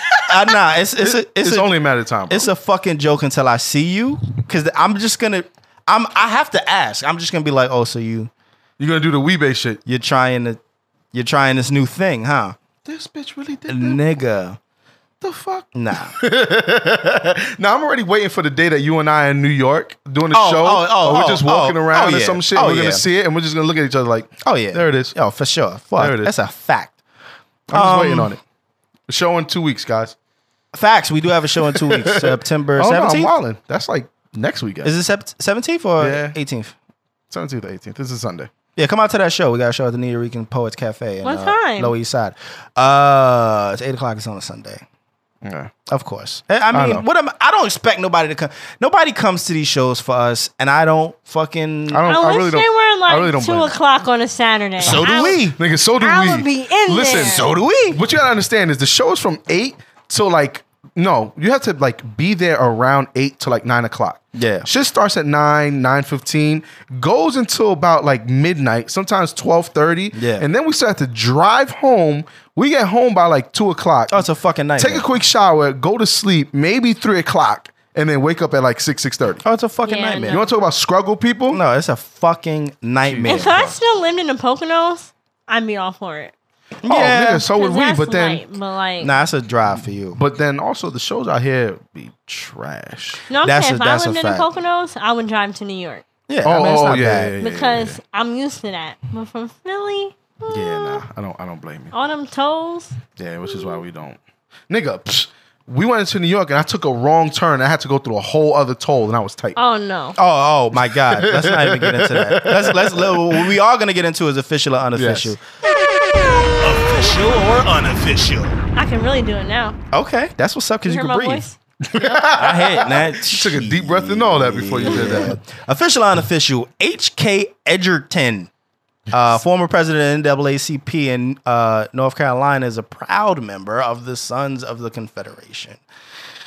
Speaker 1: <laughs> uh, nah, it's it's a,
Speaker 2: it's
Speaker 1: it's, a,
Speaker 2: only a matter of time. bro.
Speaker 1: it's a fucking joke until I see you because I'm just gonna I'm I have to ask. I'm just gonna be like, oh, so you
Speaker 2: You're gonna do the weebay shit.
Speaker 1: you're trying to you're trying this new thing, huh,
Speaker 2: This bitch really did that.
Speaker 1: nigga?
Speaker 2: the fuck?
Speaker 1: Nah.
Speaker 2: Now I'm already waiting for the day that you and I are in New York doing the
Speaker 1: Oh,
Speaker 2: show.
Speaker 1: oh, oh,
Speaker 2: or we're
Speaker 1: oh,
Speaker 2: just walking
Speaker 1: oh,
Speaker 2: around
Speaker 1: oh,
Speaker 2: or
Speaker 1: yeah.
Speaker 2: some shit.
Speaker 1: Oh,
Speaker 2: and we're
Speaker 1: yeah.
Speaker 2: gonna see it, and we're just gonna look at each other like,
Speaker 1: Oh yeah,
Speaker 2: there it is.
Speaker 1: Yo, for sure. Fuck,
Speaker 2: There it is.
Speaker 1: that's a fact.
Speaker 2: I'm just
Speaker 1: um,
Speaker 2: waiting on it. The show in two weeks, guys.
Speaker 1: Facts. We do have a show in two
Speaker 2: <laughs>
Speaker 1: weeks, September
Speaker 2: Oh no, I'm
Speaker 1: seventeenth.
Speaker 2: wilding. That's like next weekend.
Speaker 1: Is it seventeenth or
Speaker 2: Yeah.
Speaker 1: eighteenth?
Speaker 2: 17th, 18th. This is Sunday.
Speaker 1: Yeah, come out to that show. We got a show at the New Rican Poets Cafe. In,
Speaker 3: What
Speaker 1: uh,
Speaker 3: time?
Speaker 1: Lower East Side. Uh, it's eight o'clock. It's on a Sunday.
Speaker 2: Yeah.
Speaker 1: Of course. I- I mean,
Speaker 2: know.
Speaker 1: what am I don't expect nobody to come. Nobody comes to these shows for us, and I don't fucking.
Speaker 2: I don't.
Speaker 3: I,
Speaker 2: I,
Speaker 3: wish
Speaker 2: really
Speaker 3: they
Speaker 2: don't.
Speaker 3: were
Speaker 2: I
Speaker 3: like
Speaker 2: really don't
Speaker 3: two
Speaker 2: blame you.
Speaker 3: o'clock on a Saturday.
Speaker 1: So do
Speaker 3: I-
Speaker 1: we.
Speaker 2: Nigga, so do
Speaker 3: I
Speaker 2: we.
Speaker 3: would be in
Speaker 2: Listen,
Speaker 3: there.
Speaker 2: so do we. What you gotta understand is the show is from eight to like no, you have to like be there around eight to like nine o'clock.
Speaker 1: Yeah.
Speaker 2: shit starts at nine, nine fifteen, goes until about like midnight, sometimes twelve thirty.
Speaker 1: Yeah.
Speaker 2: and then we start to drive home. We get home by like two o'clock.
Speaker 1: Oh, it's a fucking night.
Speaker 2: Take a quick shower, go to sleep, maybe three o'clock, and then wake up at like six six thirty.
Speaker 1: Oh, it's a fucking
Speaker 3: Yeah,
Speaker 1: nightmare.
Speaker 2: You want to talk about struggle people?
Speaker 1: No, it's a fucking nightmare.
Speaker 3: <laughs> If I still lived in the Poconos, I'd be all for it.
Speaker 2: Oh,
Speaker 1: Yeah.
Speaker 2: nigga, so would
Speaker 3: 'Cause
Speaker 2: we.
Speaker 3: that's
Speaker 2: But then,
Speaker 3: light, but like,
Speaker 1: Nah, it's a drive for you.
Speaker 2: but then also the shows out here be trash.
Speaker 3: no, I'm
Speaker 1: that's
Speaker 3: saying
Speaker 1: a-
Speaker 3: if I
Speaker 1: that's a
Speaker 3: lived in the
Speaker 1: fact.
Speaker 3: Poconos, I would drive to New York
Speaker 1: Yeah.
Speaker 2: Oh,
Speaker 1: I mean, it's
Speaker 2: oh,
Speaker 1: not
Speaker 2: yeah,
Speaker 1: bad.
Speaker 2: yeah, yeah.
Speaker 3: because I'm used to that. But from Philly,
Speaker 2: Yeah, nah, I don't. I don't blame you.
Speaker 3: on them toes,
Speaker 2: Yeah, which is why we don't. Nigga, psh, we went into New York and I took a wrong turn. I had to go through a whole other toll and I was tight.
Speaker 3: oh no.
Speaker 1: Oh, oh my God! Let's not even get into that. Let's let's. What we are gonna get into is official or unofficial.
Speaker 4: Official or unofficial?
Speaker 3: I can really do it now.
Speaker 1: Okay, that's what's up because
Speaker 3: You
Speaker 1: you,
Speaker 3: hear
Speaker 1: can
Speaker 3: my
Speaker 1: breathe.
Speaker 2: <laughs>
Speaker 3: voice?
Speaker 1: I hate <laughs> that.
Speaker 2: Took a deep breath and all that before you did that.
Speaker 1: Official or unofficial, H.K. Edgerton, uh, former president of NAACP in uh, North Carolina, is a proud member of the Sons of the Confederation.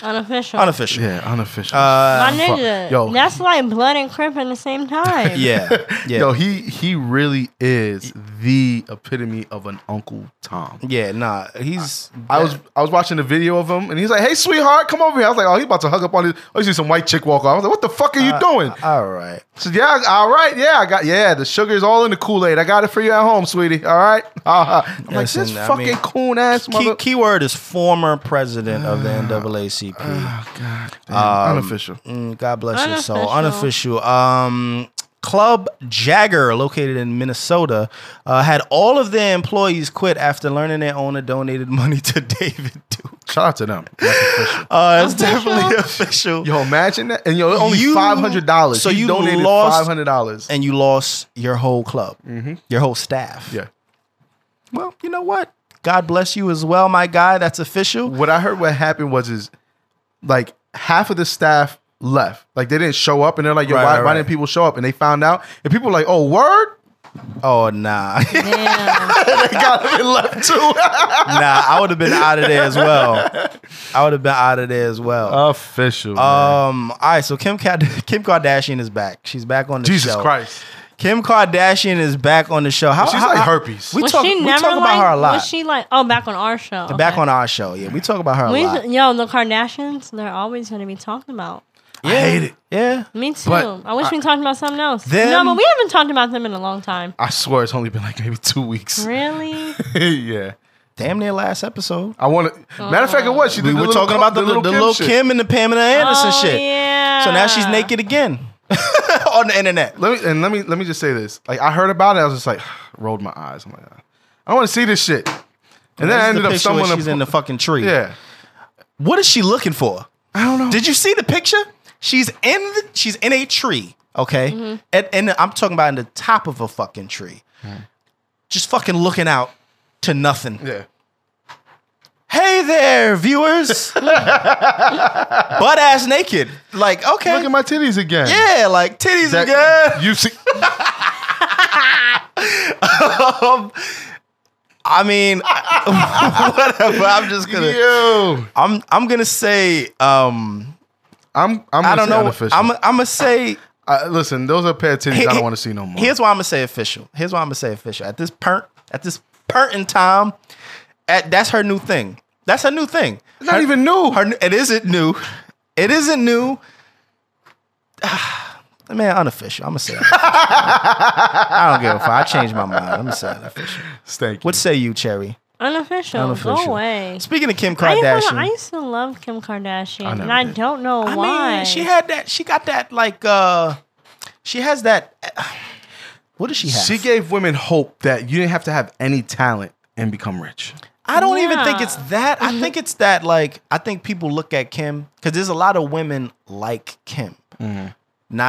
Speaker 3: Unofficial.
Speaker 1: Unofficial.
Speaker 2: Yeah, unofficial.
Speaker 3: My
Speaker 2: fuck.
Speaker 3: nigga,
Speaker 2: Yo.
Speaker 3: that's like blood and crimp at the same time.
Speaker 1: <laughs> Yeah. Yeah.
Speaker 2: <laughs> Yo, he he really is the epitome of an Uncle Tom.
Speaker 1: yeah, nah. He's.
Speaker 2: I was I was watching a video of him and he's like, "Hey, sweetheart, come over here." I was like, "Oh, he about to hug up on his." I see some white chick walk off. I was like, "What the fuck are you doing?"
Speaker 1: All right.
Speaker 2: So yeah, all right, yeah, I got yeah. The sugar's all in the Kool Aid. I got it for you at home, sweetie. All right, <laughs> Uh-huh. I'm like
Speaker 1: Listen,
Speaker 2: this
Speaker 1: I
Speaker 2: fucking
Speaker 1: mean,
Speaker 2: coon ass
Speaker 1: Key,
Speaker 2: mother.
Speaker 1: keyword is former president of the
Speaker 2: Uh-huh.
Speaker 1: NAACP.
Speaker 2: Unofficial.
Speaker 1: Mm, God bless your soul. Unofficial.
Speaker 3: Unofficial.
Speaker 1: Um, Club Jagger, located in Minnesota, uh, had all of their employees quit after learning their owner donated <laughs> money to David Duke.
Speaker 2: Shout out
Speaker 1: <laughs>
Speaker 2: to them.
Speaker 1: Uh, it's
Speaker 3: Official?
Speaker 1: definitely <laughs> official.
Speaker 2: Yo, imagine that. And yo, only
Speaker 1: You-
Speaker 2: five hundred dollars.
Speaker 1: so
Speaker 2: So you
Speaker 1: you
Speaker 2: donated
Speaker 1: lost-
Speaker 2: five hundred dollars.
Speaker 1: And you lost your whole club, your whole staff.
Speaker 2: Mm-hmm. Yeah.
Speaker 1: Well, you know what? God bless you as well, my guy. That's official.
Speaker 2: What I heard what happened was is like half of the staff left. Like they didn't show up, and they're like, "Yo,
Speaker 1: Right,
Speaker 2: why,
Speaker 1: right,
Speaker 2: why
Speaker 1: right.
Speaker 2: didn't people show up?" And they found out, and people were like, "Oh, word." <laughs>
Speaker 1: Oh, nah. <laughs>
Speaker 3: Damn.
Speaker 2: they got to be left too.
Speaker 1: nah, I would have been out of there as well. I would have been out of there as
Speaker 2: Oh,
Speaker 1: well.
Speaker 2: Official.
Speaker 1: Um. All right. So Kim Kad- <laughs> Kim Kardashian is back. She's back on the
Speaker 2: Jesus
Speaker 1: show.
Speaker 2: Christ.
Speaker 1: Kim Kardashian is back on the show. How,
Speaker 2: She's
Speaker 1: how-
Speaker 2: like
Speaker 1: how-
Speaker 2: herpes.
Speaker 1: We
Speaker 3: was
Speaker 1: talk.
Speaker 3: she
Speaker 1: we
Speaker 3: never
Speaker 1: talk
Speaker 3: like,
Speaker 1: about her a lot.
Speaker 3: Was she like, oh, back on our show?
Speaker 1: Back
Speaker 3: okay.
Speaker 1: on our show. Yeah, we talk about her
Speaker 3: We,
Speaker 1: a lot.
Speaker 3: yo, the Kardashians, they're always going to be talking about.
Speaker 1: Yeah. I hate it. Yeah.
Speaker 3: Me too.
Speaker 2: But
Speaker 3: I wish we talked about something else. no,
Speaker 1: Them-
Speaker 3: but we haven't talked about them in a long
Speaker 1: <laughs>
Speaker 3: time.
Speaker 2: I swear it's only been like maybe two weeks.
Speaker 3: Really?
Speaker 2: <laughs> yeah.
Speaker 1: Damn near last episode.
Speaker 2: I want to. Matter of fact, it was. She
Speaker 1: We
Speaker 2: did the
Speaker 1: were
Speaker 2: little
Speaker 1: talking
Speaker 2: co-
Speaker 1: about the, little, the little
Speaker 2: shit.
Speaker 1: Kim, and the Pamela Anderson
Speaker 3: Oh,
Speaker 1: shit.
Speaker 3: Yeah.
Speaker 1: So now she's naked again <laughs> on the internet.
Speaker 2: Let me and let me let me just say this. Like I heard about it, I was just like <sighs> rolled my eyes. I'm like, "Ah, I want to see this shit. And then
Speaker 1: This
Speaker 2: I
Speaker 1: is
Speaker 2: ended
Speaker 1: the
Speaker 2: up
Speaker 1: picture where
Speaker 2: someone
Speaker 1: she's in the fucking tree.
Speaker 2: <laughs> yeah.
Speaker 1: What is she looking for?
Speaker 2: I don't know.
Speaker 1: Did you see the picture? She's in the, she's in a tree, okay?
Speaker 3: Mm-hmm.
Speaker 1: And, and I'm talking about in the top of a fucking tree.
Speaker 2: Mm.
Speaker 1: Just fucking looking out to nothing.
Speaker 2: <laughs> yeah.
Speaker 1: Hey there,
Speaker 2: <laughs>
Speaker 1: viewers. Butt ass naked. Like, okay.
Speaker 2: Look at my titties again.
Speaker 1: yeah, like titties
Speaker 2: That- <laughs>
Speaker 1: again. <laughs>
Speaker 2: You see?
Speaker 1: Um, I mean, <laughs> whatever. I'm just gonna
Speaker 2: Yo.
Speaker 1: I'm I'm gonna say um
Speaker 2: I'm. I'm.
Speaker 1: I don't know.
Speaker 2: Unofficial.
Speaker 1: I'm I'm gonna say
Speaker 2: I- listen, those are a pair of titties I
Speaker 1: He-
Speaker 2: don't want to see no more.
Speaker 1: Here's why I'm gonna say official. Here's why I'm gonna say official. At this per at this per in time, at that's her new thing. That's her new thing.
Speaker 2: It's not
Speaker 1: Her-
Speaker 2: even new.
Speaker 1: her. It isn't new. It isn't new. Ah, Man, unofficial. I'm gonna say. Unofficial. I don't give a fuck. I changed my mind. I'm gonna say unofficial.
Speaker 2: Thank you.
Speaker 1: What say you, Cherry?
Speaker 3: Unofficial.
Speaker 1: Unofficial.
Speaker 3: Go away.
Speaker 1: Speaking of Kim
Speaker 3: I, ain't gonna- I
Speaker 1: Kardashian,
Speaker 3: used to love Kim Kardashian,
Speaker 2: I never
Speaker 3: and I
Speaker 2: did.
Speaker 3: don't know
Speaker 1: I
Speaker 3: why.
Speaker 1: mean, she had that. She got that like. uh She has that. uh, What does she have?
Speaker 2: She gave women hope that you didn't have to have any talent and become rich.
Speaker 1: I don't even think it's
Speaker 3: Yeah. Mm-hmm.
Speaker 1: that. I think it's that like I think people look at Kim because there's a lot of women like Kim, not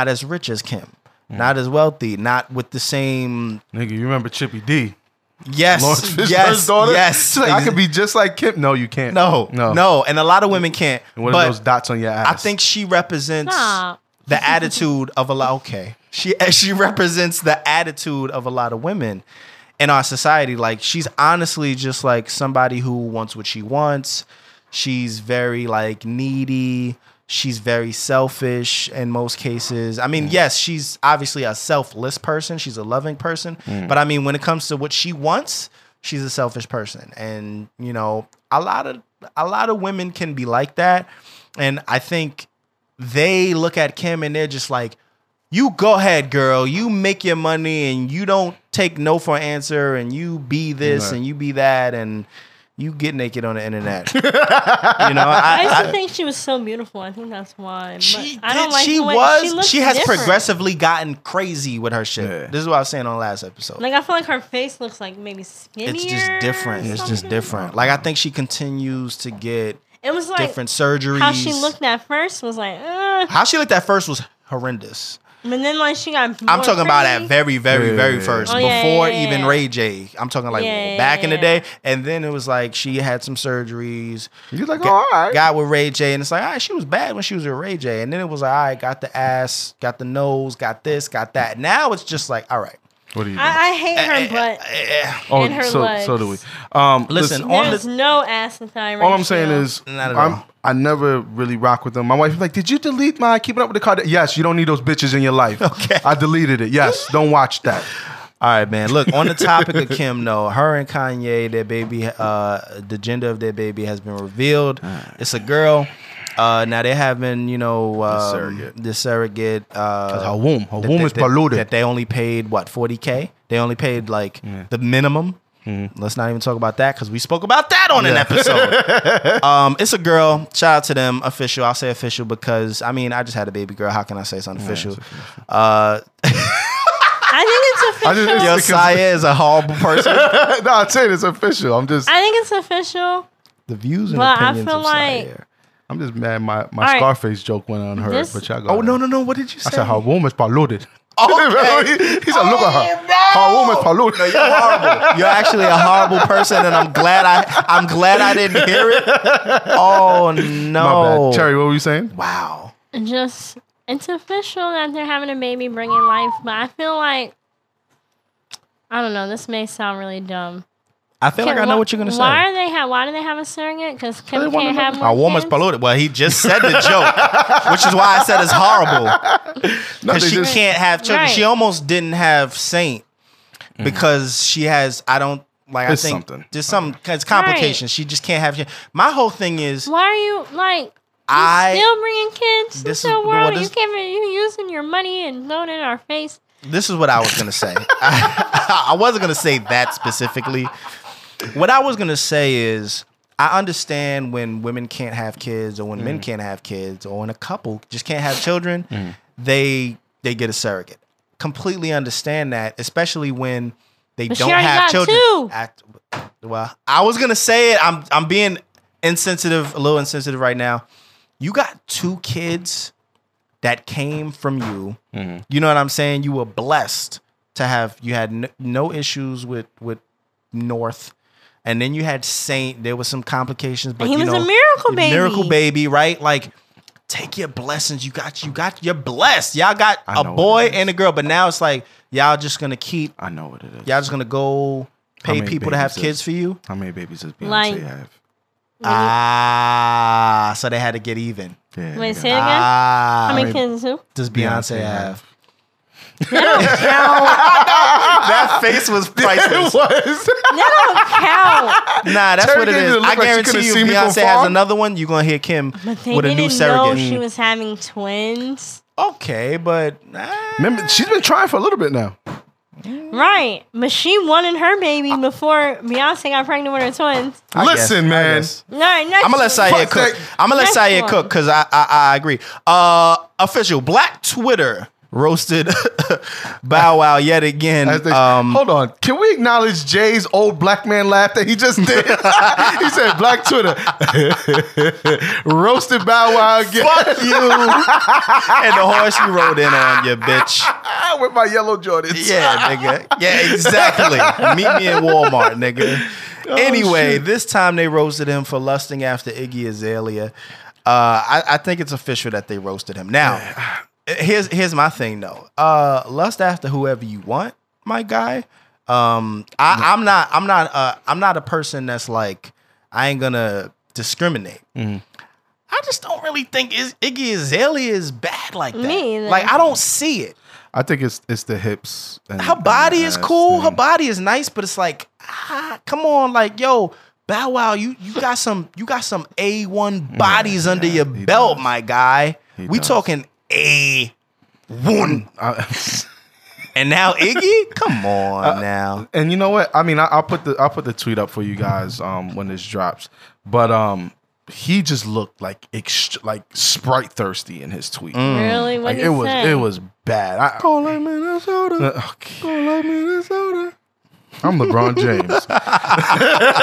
Speaker 1: as Mm-hmm. rich as Kim, not as wealthy, not with the same
Speaker 2: Nigga, you remember Chippy D?
Speaker 1: <laughs> Yes,
Speaker 2: Lawrence Fishburne's
Speaker 1: yes,
Speaker 2: daughter.
Speaker 1: yes.
Speaker 2: She's like, I could be just like Kim. No, you can't.
Speaker 1: no,
Speaker 2: no,
Speaker 1: no, no. And a lot of women can't.
Speaker 2: And What
Speaker 1: but
Speaker 2: are those dots on your ass?
Speaker 1: I think she represents
Speaker 3: Stop.
Speaker 1: the attitude of a lot. Okay, she <laughs> she represents the attitude of a lot of women in our society. Like she's honestly just like somebody who wants what she wants. She's very like needy. She's very selfish in most cases. I mean, yes, she's obviously a selfless person. She's a loving person, but I mean, when it comes to what she wants, she's a selfish person. And you know, a lot of a lot of women can be like that. And I think they look at Kim and they're just like, you go ahead, girl. You make your money and you don't take no for an answer and you be this
Speaker 2: Right.
Speaker 1: and you be that and you get naked on the
Speaker 2: <laughs>
Speaker 1: internet. you know, I,
Speaker 3: I used
Speaker 1: I-
Speaker 3: to think she was so beautiful. I think that's why. But
Speaker 1: she
Speaker 3: I don't
Speaker 1: did-
Speaker 3: like
Speaker 1: she
Speaker 3: the way
Speaker 1: was.
Speaker 3: She,
Speaker 1: She,
Speaker 3: looks
Speaker 1: has
Speaker 3: different.
Speaker 1: progressively gotten crazy with her shit.
Speaker 2: Yeah.
Speaker 1: This is what I was saying on the last episode.
Speaker 3: Like I feel like her face looks like maybe skinnier.
Speaker 1: it's just different.
Speaker 3: or
Speaker 1: It's just
Speaker 3: something.
Speaker 1: different. Like I think she continues to get
Speaker 3: It was like
Speaker 1: different surgeries.
Speaker 3: how she looked at first was like, uh,
Speaker 1: How she looked at first was horrendous.
Speaker 3: and then like she got.
Speaker 1: I'm
Speaker 3: more
Speaker 1: talking about
Speaker 3: pretty.
Speaker 1: at very, very,
Speaker 2: Yeah,
Speaker 1: very
Speaker 2: yeah,
Speaker 1: first,
Speaker 3: yeah. Oh, yeah,
Speaker 1: before
Speaker 3: yeah, yeah,
Speaker 1: even
Speaker 3: yeah.
Speaker 1: Ray J. I'm talking like
Speaker 3: Yeah, yeah,
Speaker 1: back in the
Speaker 3: yeah.
Speaker 1: day, and then it was like she had some surgeries,
Speaker 2: you're like, "Oh,
Speaker 1: got,
Speaker 2: all right.
Speaker 1: got with Ray J, and it's like, all right, she was bad when she was with Ray J, and then it was like, all right, got the ass, got the nose, got this, got that. Now it's just like, all right,
Speaker 2: what do you?
Speaker 3: I, I
Speaker 1: Eh,
Speaker 3: hate her butt.
Speaker 2: oh,
Speaker 3: and her
Speaker 2: so
Speaker 3: legs.
Speaker 2: so do we. Um,
Speaker 1: Listen,
Speaker 2: listen.
Speaker 1: on
Speaker 3: There's
Speaker 1: the
Speaker 3: no ass and thigh.
Speaker 2: All I'm saying is,
Speaker 1: Not at
Speaker 2: I'm,
Speaker 1: all.
Speaker 2: I never really rock with them. My wife is like, "Did you delete my Keeping Up with the Card?" Yes, you don't need those bitches in your life.
Speaker 1: Okay.
Speaker 2: I deleted it. Yes, don't
Speaker 1: <laughs>
Speaker 2: watch that.
Speaker 1: All right, man. Look, on the topic of <laughs> Kim, though, her and Kanye, their baby, uh, the gender of their baby has been revealed. It's a girl. Uh, now they have been, you know, um, the
Speaker 2: surrogate.
Speaker 1: surrogate. uh,
Speaker 2: Her womb, her
Speaker 1: that
Speaker 2: womb
Speaker 1: they-
Speaker 2: is
Speaker 1: that-
Speaker 2: polluted.
Speaker 1: That they only paid what forty k. They only paid like the minimum. Let's not even talk about that because we spoke about that on an episode. um, it's a girl. Shout out to them. Official. I'll say official because I mean I just had a baby girl. How can I say something official? Uh, <laughs>
Speaker 3: I think it's
Speaker 2: I
Speaker 3: official.
Speaker 2: just-
Speaker 1: yo,
Speaker 2: Because-
Speaker 1: Saya is a horrible
Speaker 2: <laughs>
Speaker 1: person.
Speaker 2: no, I'm saying it's official. I'm just,
Speaker 3: I think it's official.
Speaker 1: the views and
Speaker 3: But I
Speaker 1: opinions
Speaker 3: feel
Speaker 1: of
Speaker 3: like-
Speaker 1: Sire.
Speaker 2: I'm just mad. My my
Speaker 3: right.
Speaker 2: Scarface joke went unheard,
Speaker 3: This-
Speaker 2: but y'all go.
Speaker 1: Oh
Speaker 2: ahead.
Speaker 1: no no no! What did you say?
Speaker 2: I said her womb is <laughs> polluted.
Speaker 1: Okay.
Speaker 2: he said, "Look at her. Her womb is polluted."
Speaker 1: You're
Speaker 2: <laughs>
Speaker 1: horrible. <laughs> You're actually a horrible person, and I'm glad I I'm glad I didn't hear it. Oh no!
Speaker 2: My bad. Cherry, what were you saying?
Speaker 1: Wow.
Speaker 3: Just it's official that they're having a baby, bringing life. But I feel like I don't know. This may sound really dumb.
Speaker 1: I feel like I know what you're gonna
Speaker 3: Why
Speaker 1: say.
Speaker 3: are they ha- Why do they have a surrogate? Because
Speaker 2: they
Speaker 3: Kim
Speaker 2: want
Speaker 3: can't have
Speaker 2: another-
Speaker 3: more.
Speaker 1: Our woman's
Speaker 3: kids?
Speaker 1: polluted. Well, he just said the <laughs> joke, which is why I said it's <laughs> horrible
Speaker 2: No,
Speaker 1: because
Speaker 2: they
Speaker 1: she
Speaker 2: just-
Speaker 1: can't have children.
Speaker 3: Right.
Speaker 1: She almost didn't have Saint Mm-hmm. because she has. I don't like.
Speaker 2: There's
Speaker 1: I think
Speaker 2: something.
Speaker 1: there's some. It's complications. She just can't have. My whole thing is
Speaker 3: Why are you like?
Speaker 1: I.
Speaker 3: still bringing kids
Speaker 1: this
Speaker 3: into the
Speaker 1: is-
Speaker 3: world.
Speaker 1: well,
Speaker 3: and you
Speaker 1: this-
Speaker 3: can't. You using your money and throwing it in our face.
Speaker 1: This is what I was gonna say. <laughs> I, wasn't gonna say that specifically. What I was gonna say is I understand when women can't have kids or when men can't have kids or when a couple just can't have children, they they get a surrogate. Completely understand that, especially when they
Speaker 3: But she
Speaker 1: don't
Speaker 3: already
Speaker 1: have
Speaker 3: got
Speaker 1: children.
Speaker 3: two.
Speaker 1: I- well, I was gonna say it. I'm I'm being insensitive, a little insensitive right now. You got two kids that came from you.
Speaker 2: Mm-hmm.
Speaker 1: You know what I'm saying? You were blessed to have you had no, no issues with with North, and then you had Saint. There was some complications, but
Speaker 3: he
Speaker 1: you
Speaker 3: was
Speaker 1: know,
Speaker 3: a miracle baby.
Speaker 1: miracle baby, right? Like. Take your blessings. You got, you got, you're blessed. Y'all got
Speaker 2: I
Speaker 1: a
Speaker 2: know
Speaker 1: boy
Speaker 2: it is.
Speaker 1: and a girl, but now it's like y'all just gonna keep,
Speaker 2: I know what it is.
Speaker 1: y'all just gonna go
Speaker 2: How
Speaker 1: pay
Speaker 2: many
Speaker 1: people to have
Speaker 2: babies
Speaker 1: kids
Speaker 2: is-
Speaker 1: for you.
Speaker 2: How many babies does Beyonce
Speaker 3: Like-
Speaker 2: have?
Speaker 1: Ah, so they had to get even.
Speaker 2: Yeah.
Speaker 3: Wait,
Speaker 2: yeah.
Speaker 3: say it again.
Speaker 1: Ah,
Speaker 3: How many kids? Who?
Speaker 1: does
Speaker 2: Beyonce
Speaker 1: Beyonce, have?
Speaker 2: have?
Speaker 1: that face <laughs> was priceless.
Speaker 2: was.
Speaker 3: That
Speaker 1: Nah, that's
Speaker 2: Terry
Speaker 1: what it
Speaker 2: didn't
Speaker 1: is.
Speaker 2: even look
Speaker 1: I
Speaker 2: like she
Speaker 1: guarantee
Speaker 2: could've
Speaker 1: you,
Speaker 2: seen me from
Speaker 1: Beyonce
Speaker 2: far.
Speaker 1: has another one. You're gonna hear Kim
Speaker 3: don't count. They
Speaker 1: with a new
Speaker 3: didn't know she
Speaker 1: surrogate.
Speaker 3: was having twins.
Speaker 1: Okay, but ah,
Speaker 2: Remember, she's been trying for a little bit now.
Speaker 3: Right. But she wanted her baby before Beyonce got pregnant with her twins.
Speaker 1: I guess,
Speaker 2: Listen,
Speaker 1: I
Speaker 2: man.
Speaker 1: guess.
Speaker 3: All right, next
Speaker 1: I'm gonna let
Speaker 3: one.
Speaker 1: Saye
Speaker 2: Fuck
Speaker 1: cook.
Speaker 2: that.
Speaker 1: I'm gonna let
Speaker 3: Next
Speaker 1: Saye
Speaker 3: one.
Speaker 1: cook because I, I I agree. Uh, official Black Twitter roasted <laughs> Bow Wow yet again.
Speaker 2: As they-
Speaker 1: <laughs> Um,
Speaker 2: hold on. Can we acknowledge Jay's old black man laugh that he
Speaker 1: <laughs>
Speaker 2: just did? he said, Black Twitter. <laughs> Roasted Bow Wow again
Speaker 1: fuck you <laughs> and the horse you rode in on, you bitch.
Speaker 2: <laughs> with my yellow Jordans.
Speaker 1: Yeah, nigga. Yeah, exactly. Meet me in Walmart, nigga. anyway, this time they roasted him for lusting after Iggy Azalea. Uh, I, I think it's official that they roasted him. Now, here's here's my thing though. Uh, lust after whoever you want, my guy. Um, I, I'm not I'm not uh, I'm not a person that's like I ain't gonna discriminate. I just don't really think is, Iggy Azalea is bad like that.
Speaker 3: Me either.
Speaker 1: Like I don't see it
Speaker 2: I think it's it's the hips. And,
Speaker 1: her body
Speaker 2: and
Speaker 1: is
Speaker 2: ass
Speaker 1: cool. Her
Speaker 2: thing.
Speaker 1: body is nice, but it's like, ah, come on, like yo, Bow Wow, you you got some you got some A one bodies under your
Speaker 2: he
Speaker 1: belt,
Speaker 2: does.
Speaker 1: my guy.
Speaker 2: He
Speaker 1: we
Speaker 2: does.
Speaker 1: talking A one,
Speaker 2: I- <laughs>
Speaker 1: and now Iggy, come on now.
Speaker 2: And you know what? I mean, I, I'll put the I'll put the tweet up for you guys um, when this drops. But um, he just looked like ext- like sprite thirsty in his tweet.
Speaker 1: Mm.
Speaker 3: Really? What
Speaker 2: Mm, Like
Speaker 3: he
Speaker 2: it was
Speaker 3: say?
Speaker 2: it was bad. I, Don't like Minnesota. Don't like Minnesota. I'm LeBron James. <laughs>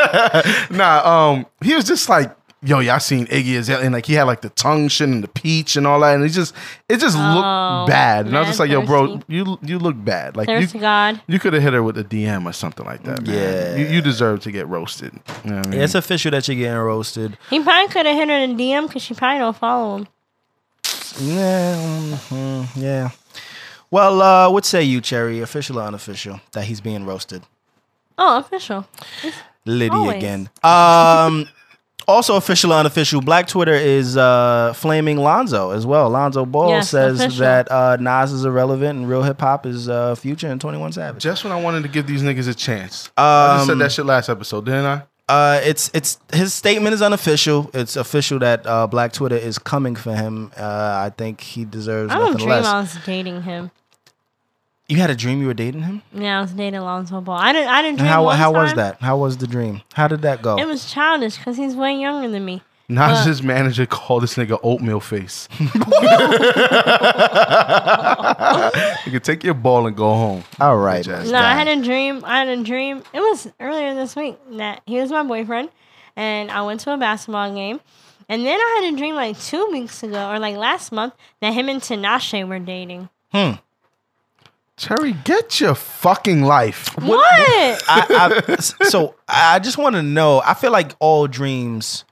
Speaker 2: nah, um, he was just like, yo, y'all seen Iggy Azalea, and like he had like the tongue shit and the peach and all that, and it just it just
Speaker 3: Oh,
Speaker 2: looked bad. And I was
Speaker 3: mad
Speaker 2: just like, yo, bro,
Speaker 3: thirsty.
Speaker 2: you you look bad. Like
Speaker 3: There's
Speaker 2: you,
Speaker 3: God.
Speaker 2: you could have hit her with a DM or something like that. Man.
Speaker 1: Yeah.
Speaker 2: you, you deserve to get roasted. You know what I mean?
Speaker 1: It's official that you're getting roasted.
Speaker 3: He probably could have hit her in a DM because she probably don't follow him.
Speaker 1: Yeah, mhm, yeah. Well, uh, what say you, Cherry? Official or unofficial? That he's being roasted.
Speaker 3: Oh, official.
Speaker 1: Liddy
Speaker 3: Always.
Speaker 1: again. Um, also official, or unofficial. Black Twitter is uh, flaming Lonzo as well. Lonzo Ball
Speaker 3: Yes,
Speaker 1: says
Speaker 3: official.
Speaker 1: that uh, Nas is irrelevant and real hip hop is uh, Future and Twenty One Savage.
Speaker 2: Just when I wanted to give these niggas a chance, I just said
Speaker 1: Um,
Speaker 2: that shit last episode, didn't I?
Speaker 1: Uh, it's it's his statement is unofficial. It's official that uh, Black Twitter is coming for him. Uh, I think he deserves
Speaker 3: I don't
Speaker 1: nothing
Speaker 3: dream
Speaker 1: less.
Speaker 3: I was dating him.
Speaker 1: You had a dream you were dating him.
Speaker 3: Yeah, I was dating Lonzo Ball. I didn't. I didn't dream.
Speaker 1: how
Speaker 3: one
Speaker 1: how was
Speaker 3: time.
Speaker 1: that? How was the dream? How did that go?
Speaker 3: It was childish because he's way younger than me.
Speaker 2: Nas' his manager called this nigga
Speaker 3: <laughs>
Speaker 2: oatmeal face. you can take your ball and go home.
Speaker 1: All right.
Speaker 2: Jazz.
Speaker 3: No, I had a dream. I had a dream. It was earlier this week that he was my boyfriend, and I went to a basketball game. And then I had a dream like two weeks ago or like last month that him and Tinashe were dating.
Speaker 2: Cherry, get your fucking life.
Speaker 3: What?
Speaker 1: I, I, so I just want to know. I feel like all dreams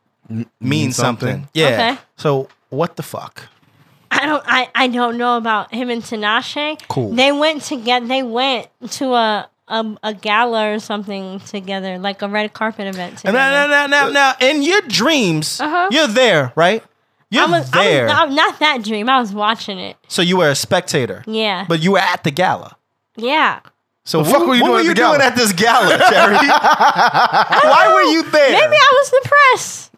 Speaker 1: mean something.
Speaker 2: something.
Speaker 1: Yeah.
Speaker 3: Okay.
Speaker 1: So what the fuck?
Speaker 3: I don't. I, I don't know about him and Tinashe.
Speaker 1: Cool.
Speaker 3: They went together. They went to a, a a gala or something together, like a red carpet event
Speaker 1: Now,
Speaker 3: together.
Speaker 1: now, now, now, now, in your dreams,
Speaker 3: Uh-huh.
Speaker 1: you're there, right? You're
Speaker 3: I was, I
Speaker 1: there.
Speaker 3: was not, not that dream. I was watching it.
Speaker 1: so you were a spectator.
Speaker 3: Yeah.
Speaker 1: But you were at the gala.
Speaker 3: yeah.
Speaker 1: So
Speaker 2: The
Speaker 1: what,
Speaker 2: fuck were you
Speaker 1: what
Speaker 2: doing
Speaker 1: were
Speaker 2: at
Speaker 1: you
Speaker 2: the
Speaker 1: doing
Speaker 2: gala?
Speaker 1: at this
Speaker 2: <laughs>
Speaker 1: gala, Terry? Why were you there?
Speaker 3: Maybe I was depressed.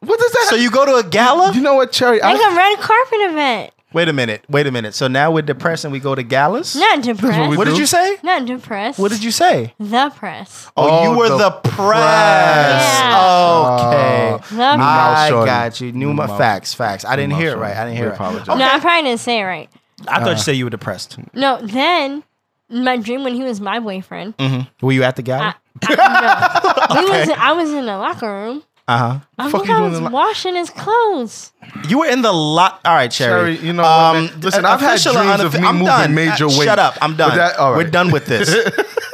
Speaker 2: What does that?
Speaker 1: so you go to a
Speaker 2: you
Speaker 1: gala?
Speaker 2: know what, Cherry? I,
Speaker 3: Like a red carpet event.
Speaker 1: Wait a minute. Wait a minute. So now we're depressed and we go to galas?
Speaker 3: Not
Speaker 2: what we
Speaker 3: depressed.
Speaker 1: What did
Speaker 2: do.
Speaker 1: you say?
Speaker 3: Not depressed.
Speaker 1: What did you say?
Speaker 3: The press.
Speaker 1: Oh,
Speaker 2: Oh,
Speaker 1: you were
Speaker 2: the
Speaker 1: the, press.
Speaker 2: Yeah.
Speaker 1: Okay.
Speaker 3: The press.
Speaker 2: New mouth,
Speaker 1: I
Speaker 2: shorty.
Speaker 1: got you. New,
Speaker 2: New
Speaker 1: mo-
Speaker 2: mouth.
Speaker 1: facts, facts. I didn't
Speaker 2: mouth,
Speaker 1: hear it
Speaker 2: shorty.
Speaker 1: right. I didn't
Speaker 2: We
Speaker 1: hear it.
Speaker 2: apologize. Uh.
Speaker 1: Okay.
Speaker 3: No, I probably didn't say it right.
Speaker 1: I thought you said you were depressed.
Speaker 3: No, then my dream when he was my boyfriend.
Speaker 2: Mm-hmm.
Speaker 1: Were you at the gala?
Speaker 2: <laughs>
Speaker 3: I, no. We was, I was in the locker room.
Speaker 1: Uh huh.
Speaker 3: I
Speaker 2: fuck
Speaker 3: think
Speaker 2: you
Speaker 3: I
Speaker 2: doing
Speaker 3: was
Speaker 2: in the lo-
Speaker 3: washing his clothes.
Speaker 1: You were in the lot. All right, Cherry.
Speaker 2: Cherry, you know what, man? Listen,
Speaker 1: uh,
Speaker 2: I've had
Speaker 1: official or
Speaker 2: dreams of
Speaker 1: unoffi-
Speaker 2: me moving major
Speaker 1: Uh,
Speaker 2: weight.
Speaker 1: Shut up. I'm
Speaker 2: But
Speaker 1: done.
Speaker 2: that- all right.
Speaker 1: We're done with
Speaker 2: <laughs>
Speaker 1: this.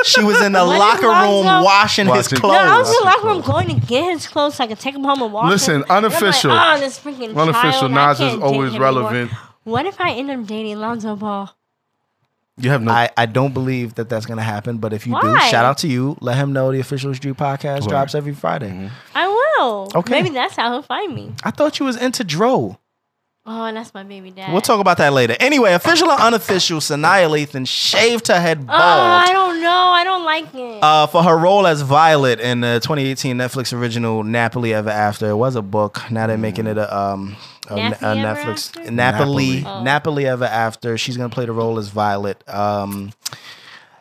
Speaker 1: she was in the
Speaker 3: What is
Speaker 1: locker
Speaker 3: wrong,
Speaker 1: room
Speaker 3: though?
Speaker 1: washing,
Speaker 2: Washing-
Speaker 1: his
Speaker 2: No,
Speaker 1: clothes.
Speaker 3: No, I was in the
Speaker 2: Washing
Speaker 3: locker room going to get his clothes so I could take them home and wash
Speaker 2: Listen,
Speaker 3: them. And I'm like,
Speaker 2: unofficial.
Speaker 3: oh, this freaking
Speaker 2: Unofficial,
Speaker 3: child, I
Speaker 2: Nas is
Speaker 3: can't date
Speaker 2: always
Speaker 3: him anymore."
Speaker 2: relevant.
Speaker 3: What if I end up dating Lonzo Ball?
Speaker 2: you have no.
Speaker 1: I, I don't believe that that's going to happen, but if you do,
Speaker 3: Why?
Speaker 1: shout out to you. Let him know the official Drew podcast
Speaker 2: Word.
Speaker 1: drops every Friday.
Speaker 2: Mm-hmm.
Speaker 3: I will.
Speaker 1: Okay.
Speaker 3: Maybe that's how he'll find me.
Speaker 1: I thought you was into Dro.
Speaker 3: Oh, and that's my baby dad. Oh,
Speaker 1: We'll talk about that later. Anyway, official or unofficial, Sanaa Lathan shaved her head
Speaker 3: Oh, I
Speaker 1: bald
Speaker 3: don't know. I don't like it.
Speaker 1: uh, for her role as Violet in the 2018 Netflix original Napoli Ever After. It was a book. Now they're making it a, um, a,
Speaker 3: Nappy
Speaker 1: a
Speaker 3: Ever
Speaker 1: Netflix
Speaker 3: After?
Speaker 1: Napoli
Speaker 2: Napoli.
Speaker 3: Oh.
Speaker 1: Napoli Ever After. She's gonna play the role as Violet. Um,